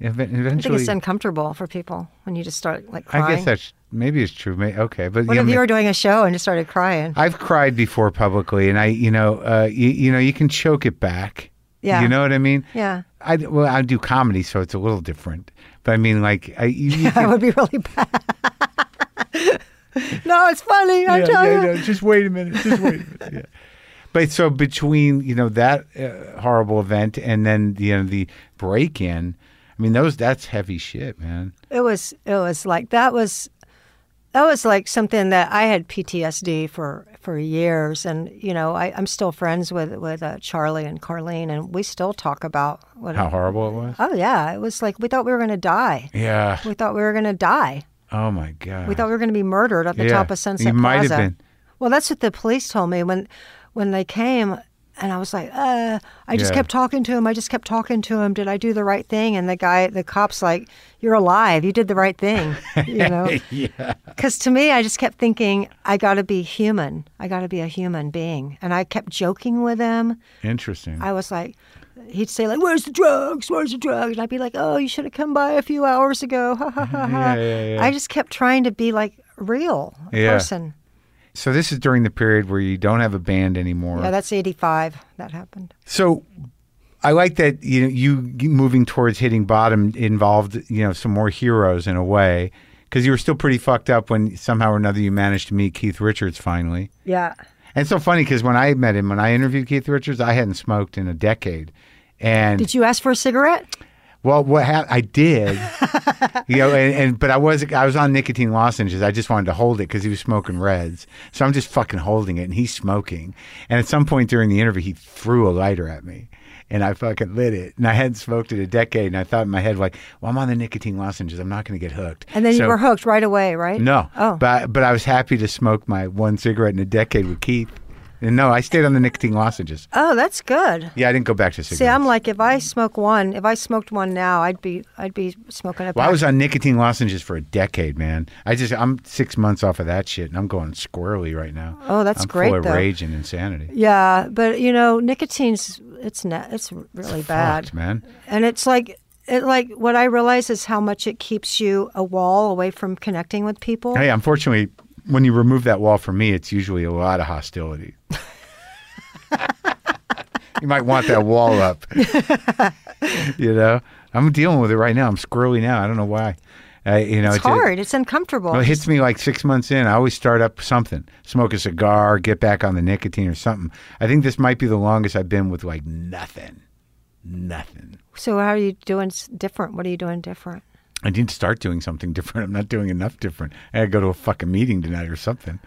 Speaker 1: Ev-
Speaker 3: I think
Speaker 1: Eventually,
Speaker 3: it's uncomfortable for people when you just start like crying.
Speaker 1: I guess that's maybe it's true. May okay, but
Speaker 3: what
Speaker 1: you
Speaker 3: if
Speaker 1: know,
Speaker 3: you were doing a show and just started crying?
Speaker 1: I've cried before publicly, and I, you know, uh, you, you know, you can choke it back.
Speaker 3: Yeah.
Speaker 1: You know what I mean?
Speaker 3: Yeah.
Speaker 1: I well, I do comedy, so it's a little different. But I mean, like, I, you, you
Speaker 3: That
Speaker 1: can-
Speaker 3: would be really bad. no, it's funny. I'm
Speaker 1: yeah,
Speaker 3: telling
Speaker 1: yeah,
Speaker 3: you.
Speaker 1: no, just wait a minute. Just wait a minute. Yeah. But so between you know that uh, horrible event and then the you know, the break in, I mean, those that's heavy shit, man.
Speaker 3: It was it was like that was that was like something that I had PTSD for for years, and you know I, I'm still friends with with uh, Charlie and Carlene, and we still talk about what.
Speaker 1: How horrible it was.
Speaker 3: Oh yeah, it was like we thought we were going to die.
Speaker 1: Yeah.
Speaker 3: We thought we were going to die.
Speaker 1: Oh my God.
Speaker 3: We thought we were going to be murdered at the
Speaker 1: Yeah.
Speaker 3: top of Sunset
Speaker 1: You might have
Speaker 3: Plaza.
Speaker 1: been.
Speaker 3: Well, that's what the police told me when when they came, and I was like, uh, I just
Speaker 1: Yeah.
Speaker 3: kept talking to him. I just kept talking to him. Did I do the right thing? And the guy, the cops, like, you're alive. You did the right thing. You know.
Speaker 1: yeah.
Speaker 3: Because to me, I just kept thinking, I got to be human. I got to be a human being. And I kept joking with him.
Speaker 1: Interesting.
Speaker 3: I was like, he'd say like, "Where's the drugs? Where's the drugs?" And I'd be like, "Oh, you should have come by a few hours ago." Ha ha ha ha.
Speaker 1: Yeah, yeah, yeah.
Speaker 3: I just kept trying to be like real a
Speaker 1: Yeah.
Speaker 3: person.
Speaker 1: so this is during the period where you don't have a band anymore.
Speaker 3: Yeah, that's '85. That happened.
Speaker 1: So I like that you know, you you moving towards hitting bottom involved you know some more heroes in a way because you were still pretty fucked up when somehow or another you managed to meet Keith Richards finally.
Speaker 3: Yeah.
Speaker 1: And it's so funny because when I met him, when I interviewed Keith Richards, I hadn't smoked in a decade. And
Speaker 3: Did you ask for a cigarette?
Speaker 1: well, what hap I did, you know, and, and but I was I was on nicotine lozenges. I just wanted to hold it because he was smoking reds. So I'm just fucking holding it, and he's smoking. And at some point during the interview, he threw a lighter at me, and I fucking lit it. And I hadn't smoked in a decade, and I thought in my head like, well, I'm on the nicotine lozenges. I'm not going to get hooked.
Speaker 3: And then
Speaker 1: So-
Speaker 3: you were hooked right away, right?
Speaker 1: no.
Speaker 3: Oh.
Speaker 1: But but I was happy to smoke my one cigarette in a decade with Keith. And no, I stayed on the nicotine lozenges.
Speaker 3: oh, that's good.
Speaker 1: Yeah, I didn't go back to cigarettes.
Speaker 3: See, I'm like, if I smoke one, if I smoked one now, I'd be, I'd be smoking a.
Speaker 1: Well, I
Speaker 3: pack.
Speaker 1: was on nicotine lozenges for a decade, man. I just I'm six months off of that shit, and I'm going squirrely right now.
Speaker 3: Oh, that's
Speaker 1: I'm
Speaker 3: great,
Speaker 1: Full of
Speaker 3: though.
Speaker 1: rage and insanity.
Speaker 3: Yeah, but you know, nicotine's it's ne- it's really bad.
Speaker 1: Fucked, man.
Speaker 3: And it's like it like what I realize is how much it keeps you a wall away from connecting with people.
Speaker 1: Hey, unfortunately, when you remove that wall from me, it's usually a lot of hostility. you might want that wall up. you know, I'm dealing with it right now. I'm squirrely now. I don't know why. Uh, you know,
Speaker 3: it's,
Speaker 1: a-
Speaker 3: hard. it's uncomfortable.
Speaker 1: Well, it hits me like six months in. I always start up something, smoke a cigar, get back on the nicotine or something. I think this might be the longest I've been with like nothing, nothing.
Speaker 3: so how are you doing s- different? What are you doing different?
Speaker 1: I need to start doing something different. I'm not doing enough different. I gotta go to a fucking meeting tonight or something.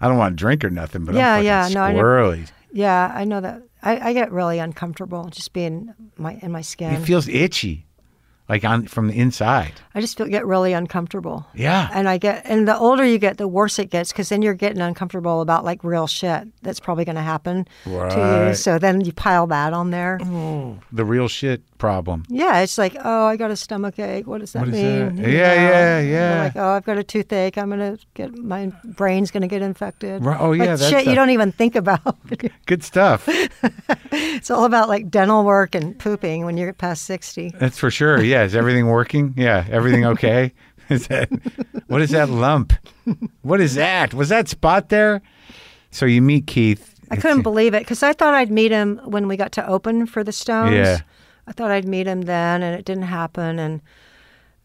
Speaker 1: I don't want to drink or nothing, but
Speaker 3: Yeah,
Speaker 1: I'm
Speaker 3: yeah,
Speaker 1: fucking
Speaker 3: no, I know.
Speaker 1: squirrely.
Speaker 3: Yeah, I know that. I, I get really uncomfortable just being my in my skin.
Speaker 1: It feels itchy, like on from the inside.
Speaker 3: I just feel, get really uncomfortable.
Speaker 1: Yeah.
Speaker 3: And I get, and the older you get, the worse it gets because then you're getting uncomfortable about like real shit that's probably going to happen to you.
Speaker 1: Right. Mm-hmm.
Speaker 3: So then you pile that on there.
Speaker 1: the real shit problem.
Speaker 3: Yeah, it's like, oh, I got a stomach ache. What does that
Speaker 1: What is
Speaker 3: mean?
Speaker 1: that? Yeah, yeah, yeah.
Speaker 3: Or Like, oh, I've got a toothache. I'm gonna get my brain's gonna get infected.
Speaker 1: Right. Oh, yeah,
Speaker 3: like,
Speaker 1: that's
Speaker 3: shit
Speaker 1: a-
Speaker 3: you don't even think about.
Speaker 1: Good stuff.
Speaker 3: it's all about like dental work and pooping when you're past sixty.
Speaker 1: That's for sure. Yeah. Is everything working? Yeah. Everything okay? Is that what is that lump? What is that? Was that spot there? So you meet Keith.
Speaker 3: I couldn't believe it because I thought I'd meet him when we got to open for the Stones.
Speaker 1: Yeah.
Speaker 3: I thought I'd meet him then, and it didn't happen. And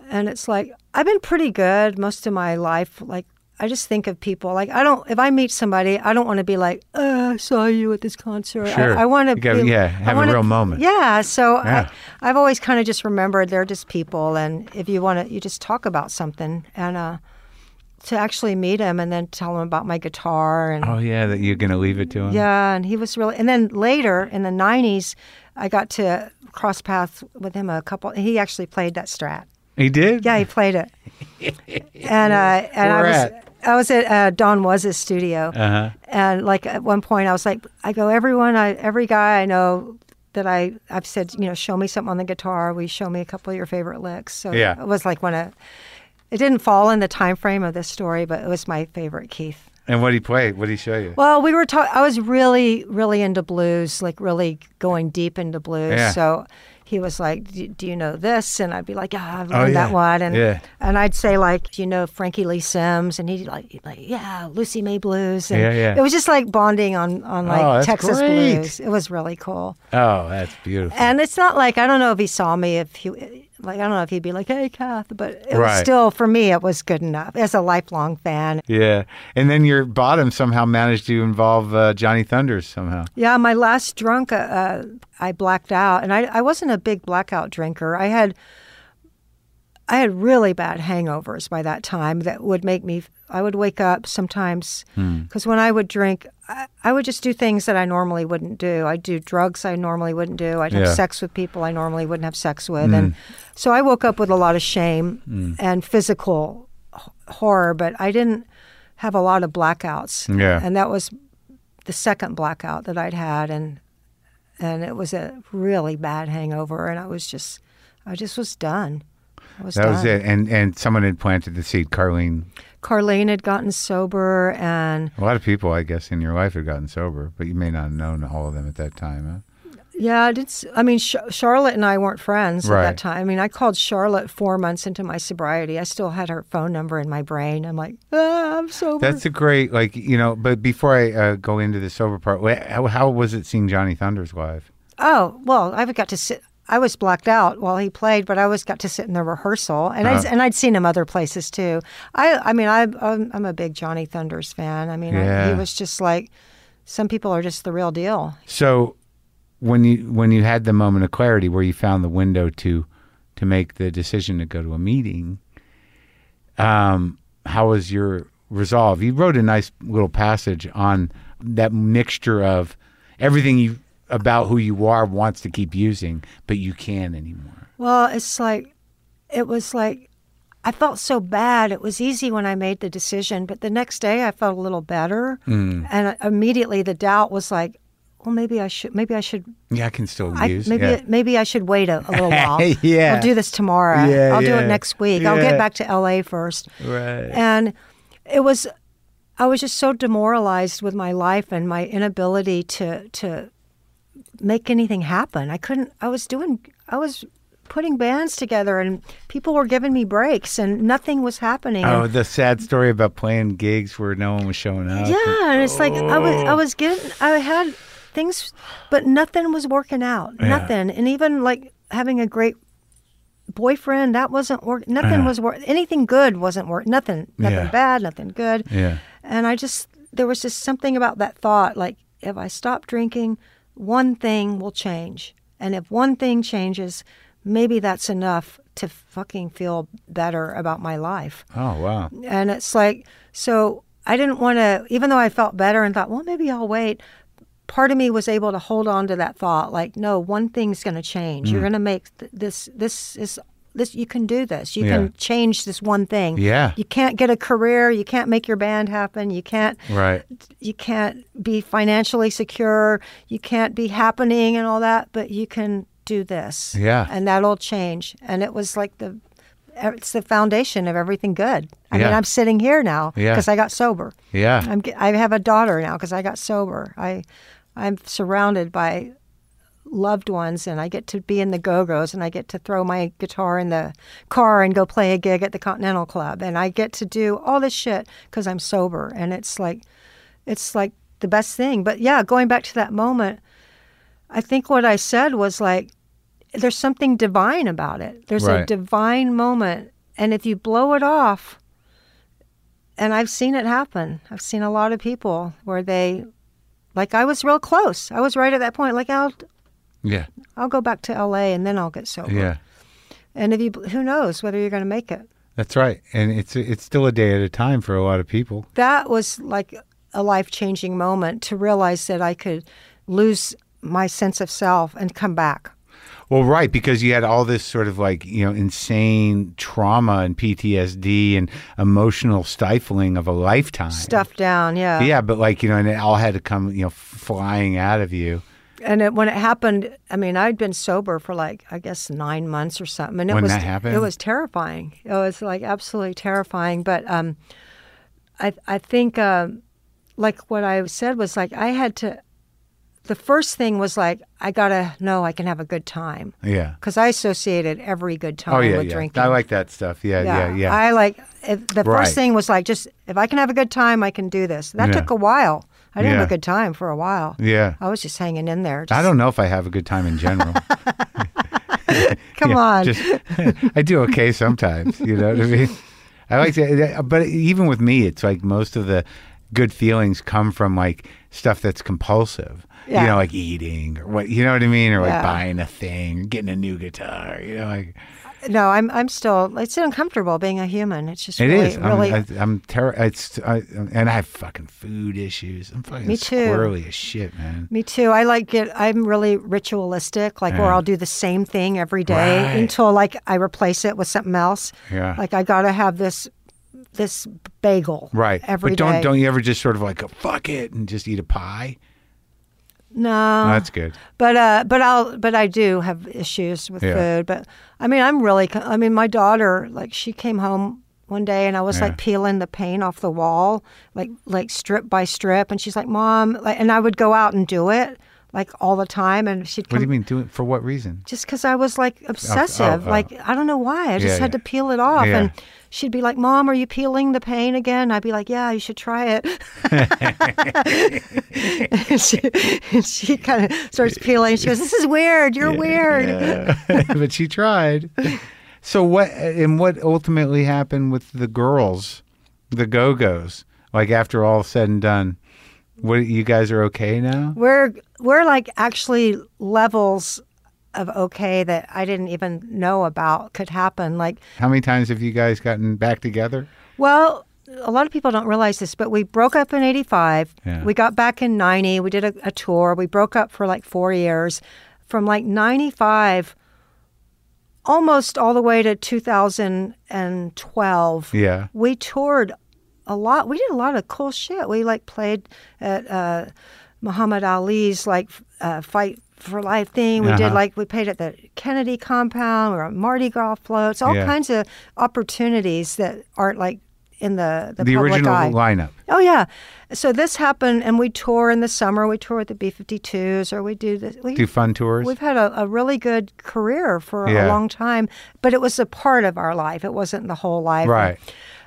Speaker 3: and it's like I've been pretty good most of my life. Like I just think of people. Like I don't. If I meet somebody, I don't want to be like, "Oh, I saw you at this concert."
Speaker 1: Sure.
Speaker 3: I, I want to.
Speaker 1: You gotta-
Speaker 3: be,
Speaker 1: yeah,
Speaker 3: I
Speaker 1: have a
Speaker 3: wanna-
Speaker 1: real moment.
Speaker 3: Yeah. So
Speaker 1: Yeah.
Speaker 3: I, I've always kind of just remembered they're just people, and if you want to, you just talk about something and. uh to actually meet him and then tell him about my guitar and
Speaker 1: Oh yeah, that you're gonna leave it to him.
Speaker 3: yeah, and he was really. And then later in the '90s, I got to cross paths with him a couple. He actually played that Strat.
Speaker 1: He did.
Speaker 3: Yeah, he played it. and uh, and I
Speaker 1: Where
Speaker 3: was
Speaker 1: at?
Speaker 3: I was at uh, Don Was's studio,
Speaker 1: Uh-huh.
Speaker 3: and like at one point I was like, I go everyone, I every guy I know that I I've said you know show me something on the guitar. Will you show me a couple of your favorite licks? So
Speaker 1: Yeah.
Speaker 3: it was like one of. It didn't fall in the time frame of this story, but it was my favorite Keith.
Speaker 1: And what did he play? What did he show you?
Speaker 3: Well, we were talking. I was really, really into blues, like really going deep into blues.
Speaker 1: Yeah.
Speaker 3: So he was like, "Do do you know this?" And I'd be like, "Yeah, I've
Speaker 1: Oh,
Speaker 3: learned
Speaker 1: yeah.
Speaker 3: that one." And
Speaker 1: Yeah.
Speaker 3: and I'd say like, "Do you know Frankie Lee Sims?" And he'd like, he'd like "Yeah, Lucy May blues." And
Speaker 1: Yeah, yeah.
Speaker 3: It was just like bonding on on like
Speaker 1: Oh, that's
Speaker 3: Texas
Speaker 1: great.
Speaker 3: blues. It was really cool.
Speaker 1: oh, that's beautiful.
Speaker 3: And it's not like I don't know if he saw me if he like I don't know if he'd be like, "Hey, Kath," but it was
Speaker 1: Right.
Speaker 3: still for me it was good enough as a lifelong fan.
Speaker 1: yeah. And then your bottom somehow managed to involve uh, Johnny Thunders somehow.
Speaker 3: Yeah, my last drunk, uh, uh, I blacked out, and I, I wasn't a big blackout drinker. I had I had really bad hangovers by that time that would make me, I would wake up sometimes because when I would drink, I, I would just do things that I normally wouldn't do. I'd do drugs I normally wouldn't do. I'd
Speaker 1: Yeah.
Speaker 3: have sex with people I normally wouldn't have sex with. And so I woke up with a lot of shame and physical h- horror, but I didn't have a lot of blackouts.
Speaker 1: Yeah.
Speaker 3: And that was the second blackout that I'd had. And, and it was a really bad hangover. And I was just, I just was done. I was
Speaker 1: That was
Speaker 3: done.
Speaker 1: it. And and someone had planted the seed. Carlene,
Speaker 3: Carlene had gotten sober, and
Speaker 1: a lot of people, I guess, in your life had gotten sober, but you may not have known all of them at that time.
Speaker 3: yeah, it's. I mean, Sh- Charlotte and I weren't friends at
Speaker 1: Right.
Speaker 3: that time. I mean, I called Charlotte four months into my sobriety. I still had her phone number in my brain. I'm like, ah, I'm sober.
Speaker 1: That's a great, like, you know, but before I uh, go into the sober part, wh- how, how was it seeing Johnny Thunders live?
Speaker 3: oh well, I got to sit. I was blacked out while he played, but I always got to sit in the rehearsal, and I and I'd seen him other places too. I I mean, I I'm, I'm a big Johnny Thunders fan. I mean, I,
Speaker 1: Yeah.
Speaker 3: he was just like, some people are just the real deal.
Speaker 1: So when you when you had the moment of clarity where you found the window to to make the decision to go to a meeting, um, how was your resolve? You wrote a nice little passage on that mixture of everything you about who you are wants to keep using, but you can anymore.
Speaker 3: Well, it's like, it was like, I felt so bad. It was easy when I made the decision, but the next day I felt a little better, and immediately the doubt was like, well, maybe I should, maybe I should,
Speaker 1: Yeah, I can still
Speaker 3: I,
Speaker 1: use.
Speaker 3: maybe,
Speaker 1: yeah.
Speaker 3: maybe I should wait a, a little while.
Speaker 1: Yeah.
Speaker 3: I'll do this tomorrow.
Speaker 1: Yeah,
Speaker 3: I'll do
Speaker 1: yeah.
Speaker 3: it next week. I'll
Speaker 1: Yeah.
Speaker 3: get back to LA first.
Speaker 1: Right.
Speaker 3: And it was, I was just so demoralized with my life and my inability to to make anything happen. I couldn't. I was doing. I was putting bands together, and people were giving me breaks, and nothing was happening.
Speaker 1: Oh, the sad story about playing gigs where no one was showing up.
Speaker 3: yeah, and it's like I was. I was getting. I had things, but nothing was working out. Nothing, and even like having a great boyfriend that wasn't work nothing was work anything good wasn't work nothing nothing
Speaker 1: Yeah.
Speaker 3: bad nothing good
Speaker 1: Yeah.
Speaker 3: and I just, there was just something about that thought like, if I stop drinking, one thing will change. And if one thing changes, maybe that's enough to fucking feel better about my life.
Speaker 1: Oh wow.
Speaker 3: And it's like, so I didn't want to, even though I felt better and thought, well, maybe I'll wait. Part of me was able to hold on to that thought, like, no, one thing's going to change.
Speaker 1: Mm.
Speaker 3: You're going to make th- this, this is, this, you can do this. You
Speaker 1: Yeah.
Speaker 3: can change this one thing.
Speaker 1: Yeah.
Speaker 3: You can't get a career. You can't make your band happen. You can't,
Speaker 1: Right.
Speaker 3: you can't be financially secure. You can't be happening and all that, but you can do this.
Speaker 1: Yeah.
Speaker 3: And that'll change. And it was like the, it's the foundation of everything good. I mean,
Speaker 1: Yeah.
Speaker 3: I'm sitting here now
Speaker 1: Yeah.
Speaker 3: because I got sober.
Speaker 1: Yeah.
Speaker 3: I'm, ge- I have a daughter now because I got sober. I, I'm surrounded by loved ones and I get to be in the go-go's and I get to throw my guitar in the car and go play a gig at the Continental Club and I get to do all this shit cuz I'm sober and it's like it's like the best thing but yeah going back to that moment I think what I said was like there's something divine about it there's a
Speaker 1: Right.
Speaker 3: divine moment and if you blow it off and I've seen it happen I've seen a lot of people where they like I was real close I was right at that point like I'll
Speaker 1: Yeah.
Speaker 3: I'll go back to LA and then I'll get sober.
Speaker 1: Yeah.
Speaker 3: And if you, who knows whether you're going to make it.
Speaker 1: That's right, and it's it's still a day at a time for a lot of people.
Speaker 3: That was like a life changing moment to realize that I could lose my sense of self and come back.
Speaker 1: Well, right, because you had all this sort of like you know insane trauma and PTSD and emotional stifling of a lifetime.
Speaker 3: Stuff down, yeah.
Speaker 1: Yeah, but like you know, and it all had to come you know f- flying out of you
Speaker 3: And it, when it happened, I mean, I'd been sober for like I guess nine months or something, and it
Speaker 1: When
Speaker 3: was
Speaker 1: that happened?
Speaker 3: it was terrifying. It was like absolutely terrifying. But um, I I think um like what I said was like I had to. The first thing was like I gotta know I can have a good time.
Speaker 1: Yeah.
Speaker 3: because I associated every good time
Speaker 1: Oh yeah,
Speaker 3: with
Speaker 1: yeah.
Speaker 3: drinking.
Speaker 1: I like that stuff. Yeah, yeah, yeah.
Speaker 3: I like if the
Speaker 1: Right.
Speaker 3: first thing was like just if I can have a good time, I can do this. That
Speaker 1: Yeah.
Speaker 3: took a while. I didn't
Speaker 1: Yeah.
Speaker 3: have a good time for a while.
Speaker 1: yeah.
Speaker 3: I was just hanging in there. Just,
Speaker 1: I don't know if I have a good time in general.
Speaker 3: come
Speaker 1: Yeah,
Speaker 3: on.
Speaker 1: just- I do okay sometimes. You know what I mean? I like to, but even with me, it's like most of the good feelings come from like stuff that's compulsive.
Speaker 3: Yeah.
Speaker 1: You know, like eating or what, you know what I mean? Or like
Speaker 3: Yeah.
Speaker 1: buying a thing, getting a new guitar, you know, like,
Speaker 3: no, I'm I'm still it's uncomfortable being a human. It's just
Speaker 1: It
Speaker 3: really,
Speaker 1: is.
Speaker 3: really
Speaker 1: I'm, I, I'm terri It's I, and I have fucking food issues. I'm fucking
Speaker 3: Me too.
Speaker 1: squirrely as shit, man.
Speaker 3: Me too. I like it. I'm really ritualistic, like where I'll do the same thing every day
Speaker 1: Right.
Speaker 3: until like I replace it with something else.
Speaker 1: Yeah.
Speaker 3: Like I gotta have this this bagel.
Speaker 1: Right.
Speaker 3: Every
Speaker 1: but don't
Speaker 3: day.
Speaker 1: don't you ever just sort of like go, fuck it and just eat a pie?
Speaker 3: No.
Speaker 1: Oh, that's good.
Speaker 3: but uh, but I'll but I do have issues with
Speaker 1: Yeah.
Speaker 3: food. But I mean, I'm really. co- I mean, my daughter, like she came home one day and I was
Speaker 1: Yeah.
Speaker 3: like peeling the paint off the wall, like like strip by strip, and she's like, "Mom," like, and I would go out and do it like all the time, and she'd
Speaker 1: What
Speaker 3: come
Speaker 1: do you mean? Do it for what reason?
Speaker 3: just because I was like obsessive.
Speaker 1: oh.
Speaker 3: Like, I don't know why. I just
Speaker 1: Yeah,
Speaker 3: had
Speaker 1: yeah.
Speaker 3: to peel it off.
Speaker 1: Yeah.
Speaker 3: And she'd be like, Mom, are you peeling the pain again? I'd be like, Yeah, you should try it. and she, and she kind of starts peeling. She goes, This is weird. You're weird.
Speaker 1: but she tried. So what? And what ultimately happened with the girls, the Go Go's? Like after all said and done, what you guys are okay now?
Speaker 3: We're, we're like actually levels of okay that I didn't even know about could happen. Like,
Speaker 1: How many times have you guys gotten back together?
Speaker 3: Well, a lot of people don't realize this, but we broke up in 85.
Speaker 1: Yeah.
Speaker 3: We got back in 90. We did a, a tour. We broke up for like four years. From like 95 almost all the way to 2012.
Speaker 1: Yeah.
Speaker 3: We toured a lot. We did a lot of cool shit. We like played at uh, Muhammad Ali's like f- uh, fight for life thing. We did
Speaker 1: Uh-huh.
Speaker 3: like we played at the Kennedy compound. We were on Mardi Gras floats. All
Speaker 1: Yeah.
Speaker 3: kinds of opportunities that aren't like in the the,
Speaker 1: The
Speaker 3: public
Speaker 1: original
Speaker 3: eye.
Speaker 1: lineup.
Speaker 3: Oh yeah. So this happened, and we tour in the summer. We tour with the B52s, or we do this. We,
Speaker 1: Do fun tours.
Speaker 3: We've had a, a really good career for
Speaker 1: Yeah.
Speaker 3: a long time, but it was a part of our life. It wasn't the whole life.
Speaker 1: Right.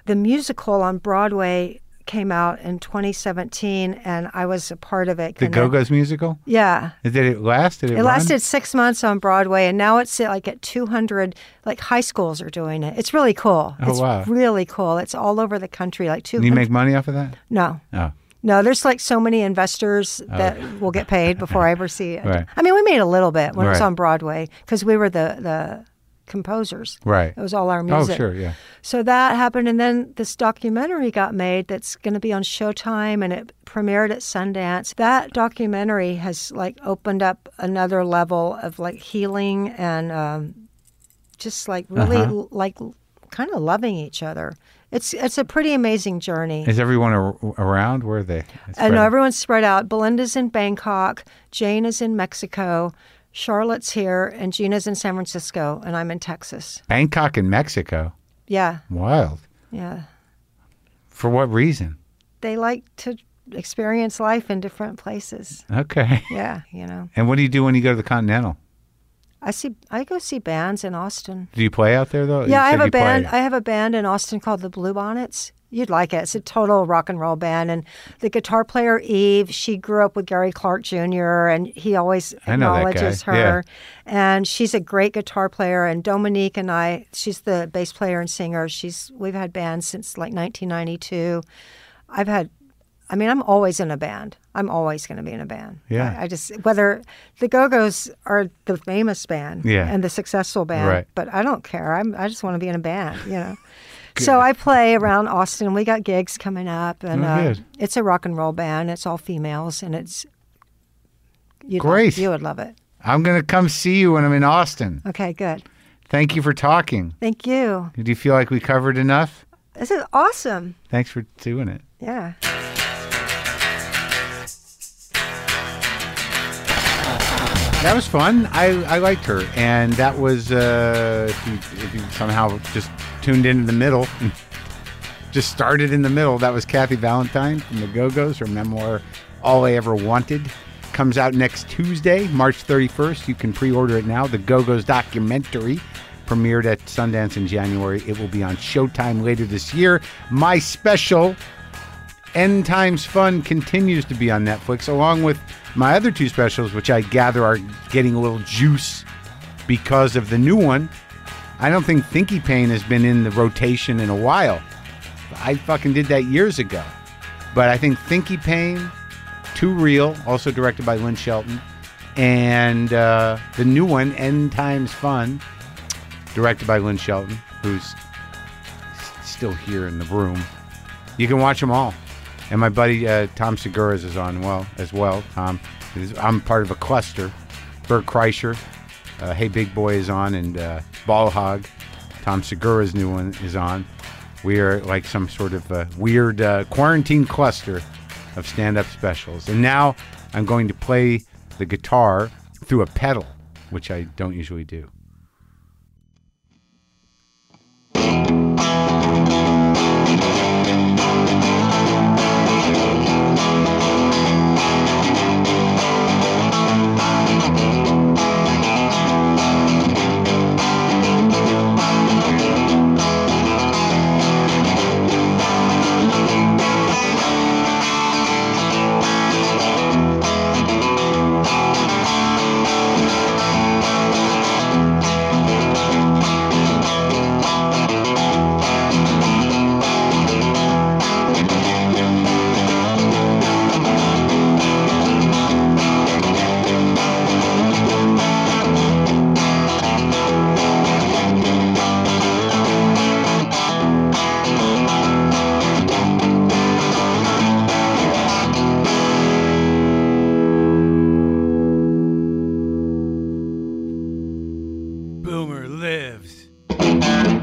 Speaker 3: The musical on Broadway came out in 2017, and I was a part of it.
Speaker 1: the
Speaker 3: Connect-
Speaker 1: Go Go's musical.
Speaker 3: Yeah.
Speaker 1: Did it last? Did it,
Speaker 3: It
Speaker 1: run?
Speaker 3: lasted six months on Broadway, and now it's at, like at 200. Like high schools are doing it. It's really cool.
Speaker 1: Oh,
Speaker 3: it's
Speaker 1: wow.
Speaker 3: really cool. It's all over the country. Like
Speaker 1: Did
Speaker 3: 200.
Speaker 1: you make money off of that?
Speaker 3: no.
Speaker 1: Oh,
Speaker 3: No, there's like so many investors that will get paid before I ever see it.
Speaker 1: Right.
Speaker 3: I mean, we made a little bit when it was
Speaker 1: Right.
Speaker 3: on Broadway because we were the the composers.
Speaker 1: right.
Speaker 3: It was all our
Speaker 1: Oh,
Speaker 3: music.
Speaker 1: sure, yeah.
Speaker 3: So that happened, and then this documentary got made that's going to be on Showtime, and it premiered at Sundance. That documentary has like opened up another level of like healing and um, just like really
Speaker 1: Uh-huh.
Speaker 3: like kind of loving each other. It's it's a pretty amazing journey.
Speaker 1: Is everyone ar- around? Where are they?
Speaker 3: I know everyone's spread out. Belinda's in Bangkok, Jane is in Mexico, Charlotte's here, and Gina's in San Francisco, and I'm in Texas.
Speaker 1: Bangkok in Mexico.
Speaker 3: Yeah,
Speaker 1: Wild.
Speaker 3: yeah.
Speaker 1: For what reason?
Speaker 3: They like to experience life in different places.
Speaker 1: Okay.
Speaker 3: Yeah, you know.
Speaker 1: And what do you do when you go to the Continental?
Speaker 3: I see. I go see bands in Austin.
Speaker 1: Do you play out there though? Oh, You
Speaker 3: Yeah,
Speaker 1: said
Speaker 3: I have a
Speaker 1: you play.
Speaker 3: band. I have a band in Austin called the Blue Bonnets. You'd like it. It's a total rock and roll band, and the guitar player Eve. She grew up with Gary Clark Jr., and he always
Speaker 1: I know that guy.
Speaker 3: acknowledges her. And she's a great guitar player. And Dominique and I. She's the bass player and singer. She's we've had bands since like 1992. I've had. I mean, I'm always in a band. I'm always going to be in a band.
Speaker 1: Yeah.
Speaker 3: I, I just whether the Go Go's are the famous band
Speaker 1: Yeah.
Speaker 3: and the successful band,
Speaker 1: Right.
Speaker 3: but I don't care. I'm, I just want to be in a band, you know. so I play around Austin. We got gigs coming up, and
Speaker 1: Oh,
Speaker 3: uh,
Speaker 1: good.
Speaker 3: it's a rock and roll band. It's all females, and it's you'd
Speaker 1: Great.
Speaker 3: Love, you would love it.
Speaker 1: I'm going to come see you when I'm in Austin.
Speaker 3: Okay, good.
Speaker 1: Thank you for talking.
Speaker 3: Thank you.
Speaker 1: Do you feel like we covered enough?
Speaker 3: This is awesome.
Speaker 1: Thanks for doing it.
Speaker 3: Yeah.
Speaker 1: That was fun. I, I liked her. And that was, uh, if, you, if you somehow just tuned into the middle, just started in the middle, that was Kathy Valentine from the Go Go's. Her memoir, All I Ever Wanted, comes out next Tuesday, March 31st. You can pre order it now. The Go Go's documentary premiered at Sundance in January. It will be on Showtime later this year. My special, End Times Fun continues to be on Netflix, along with my other two specials, which I gather are getting a little juice because of the new one. I don't think Thinky Pain has been in the rotation in a while. I fucking did that years ago. But I think Thinky Pain, Too Real, also directed by Lynn Shelton, and uh, the new one, End Times Fun, directed by Lynn Shelton, who's s- still here in the room. You can watch them all. And my buddy uh, Tom Segura's is on well as well. Tom, is, I'm part of a cluster. Bert Kreischer, uh, Hey Big Boy is on, and uh, Ball Hog, Tom Segura's new one is on. We are like some sort of uh, weird uh, quarantine cluster of stand-up specials. And now I'm going to play the guitar through a pedal, which I don't usually do. Boomer lives.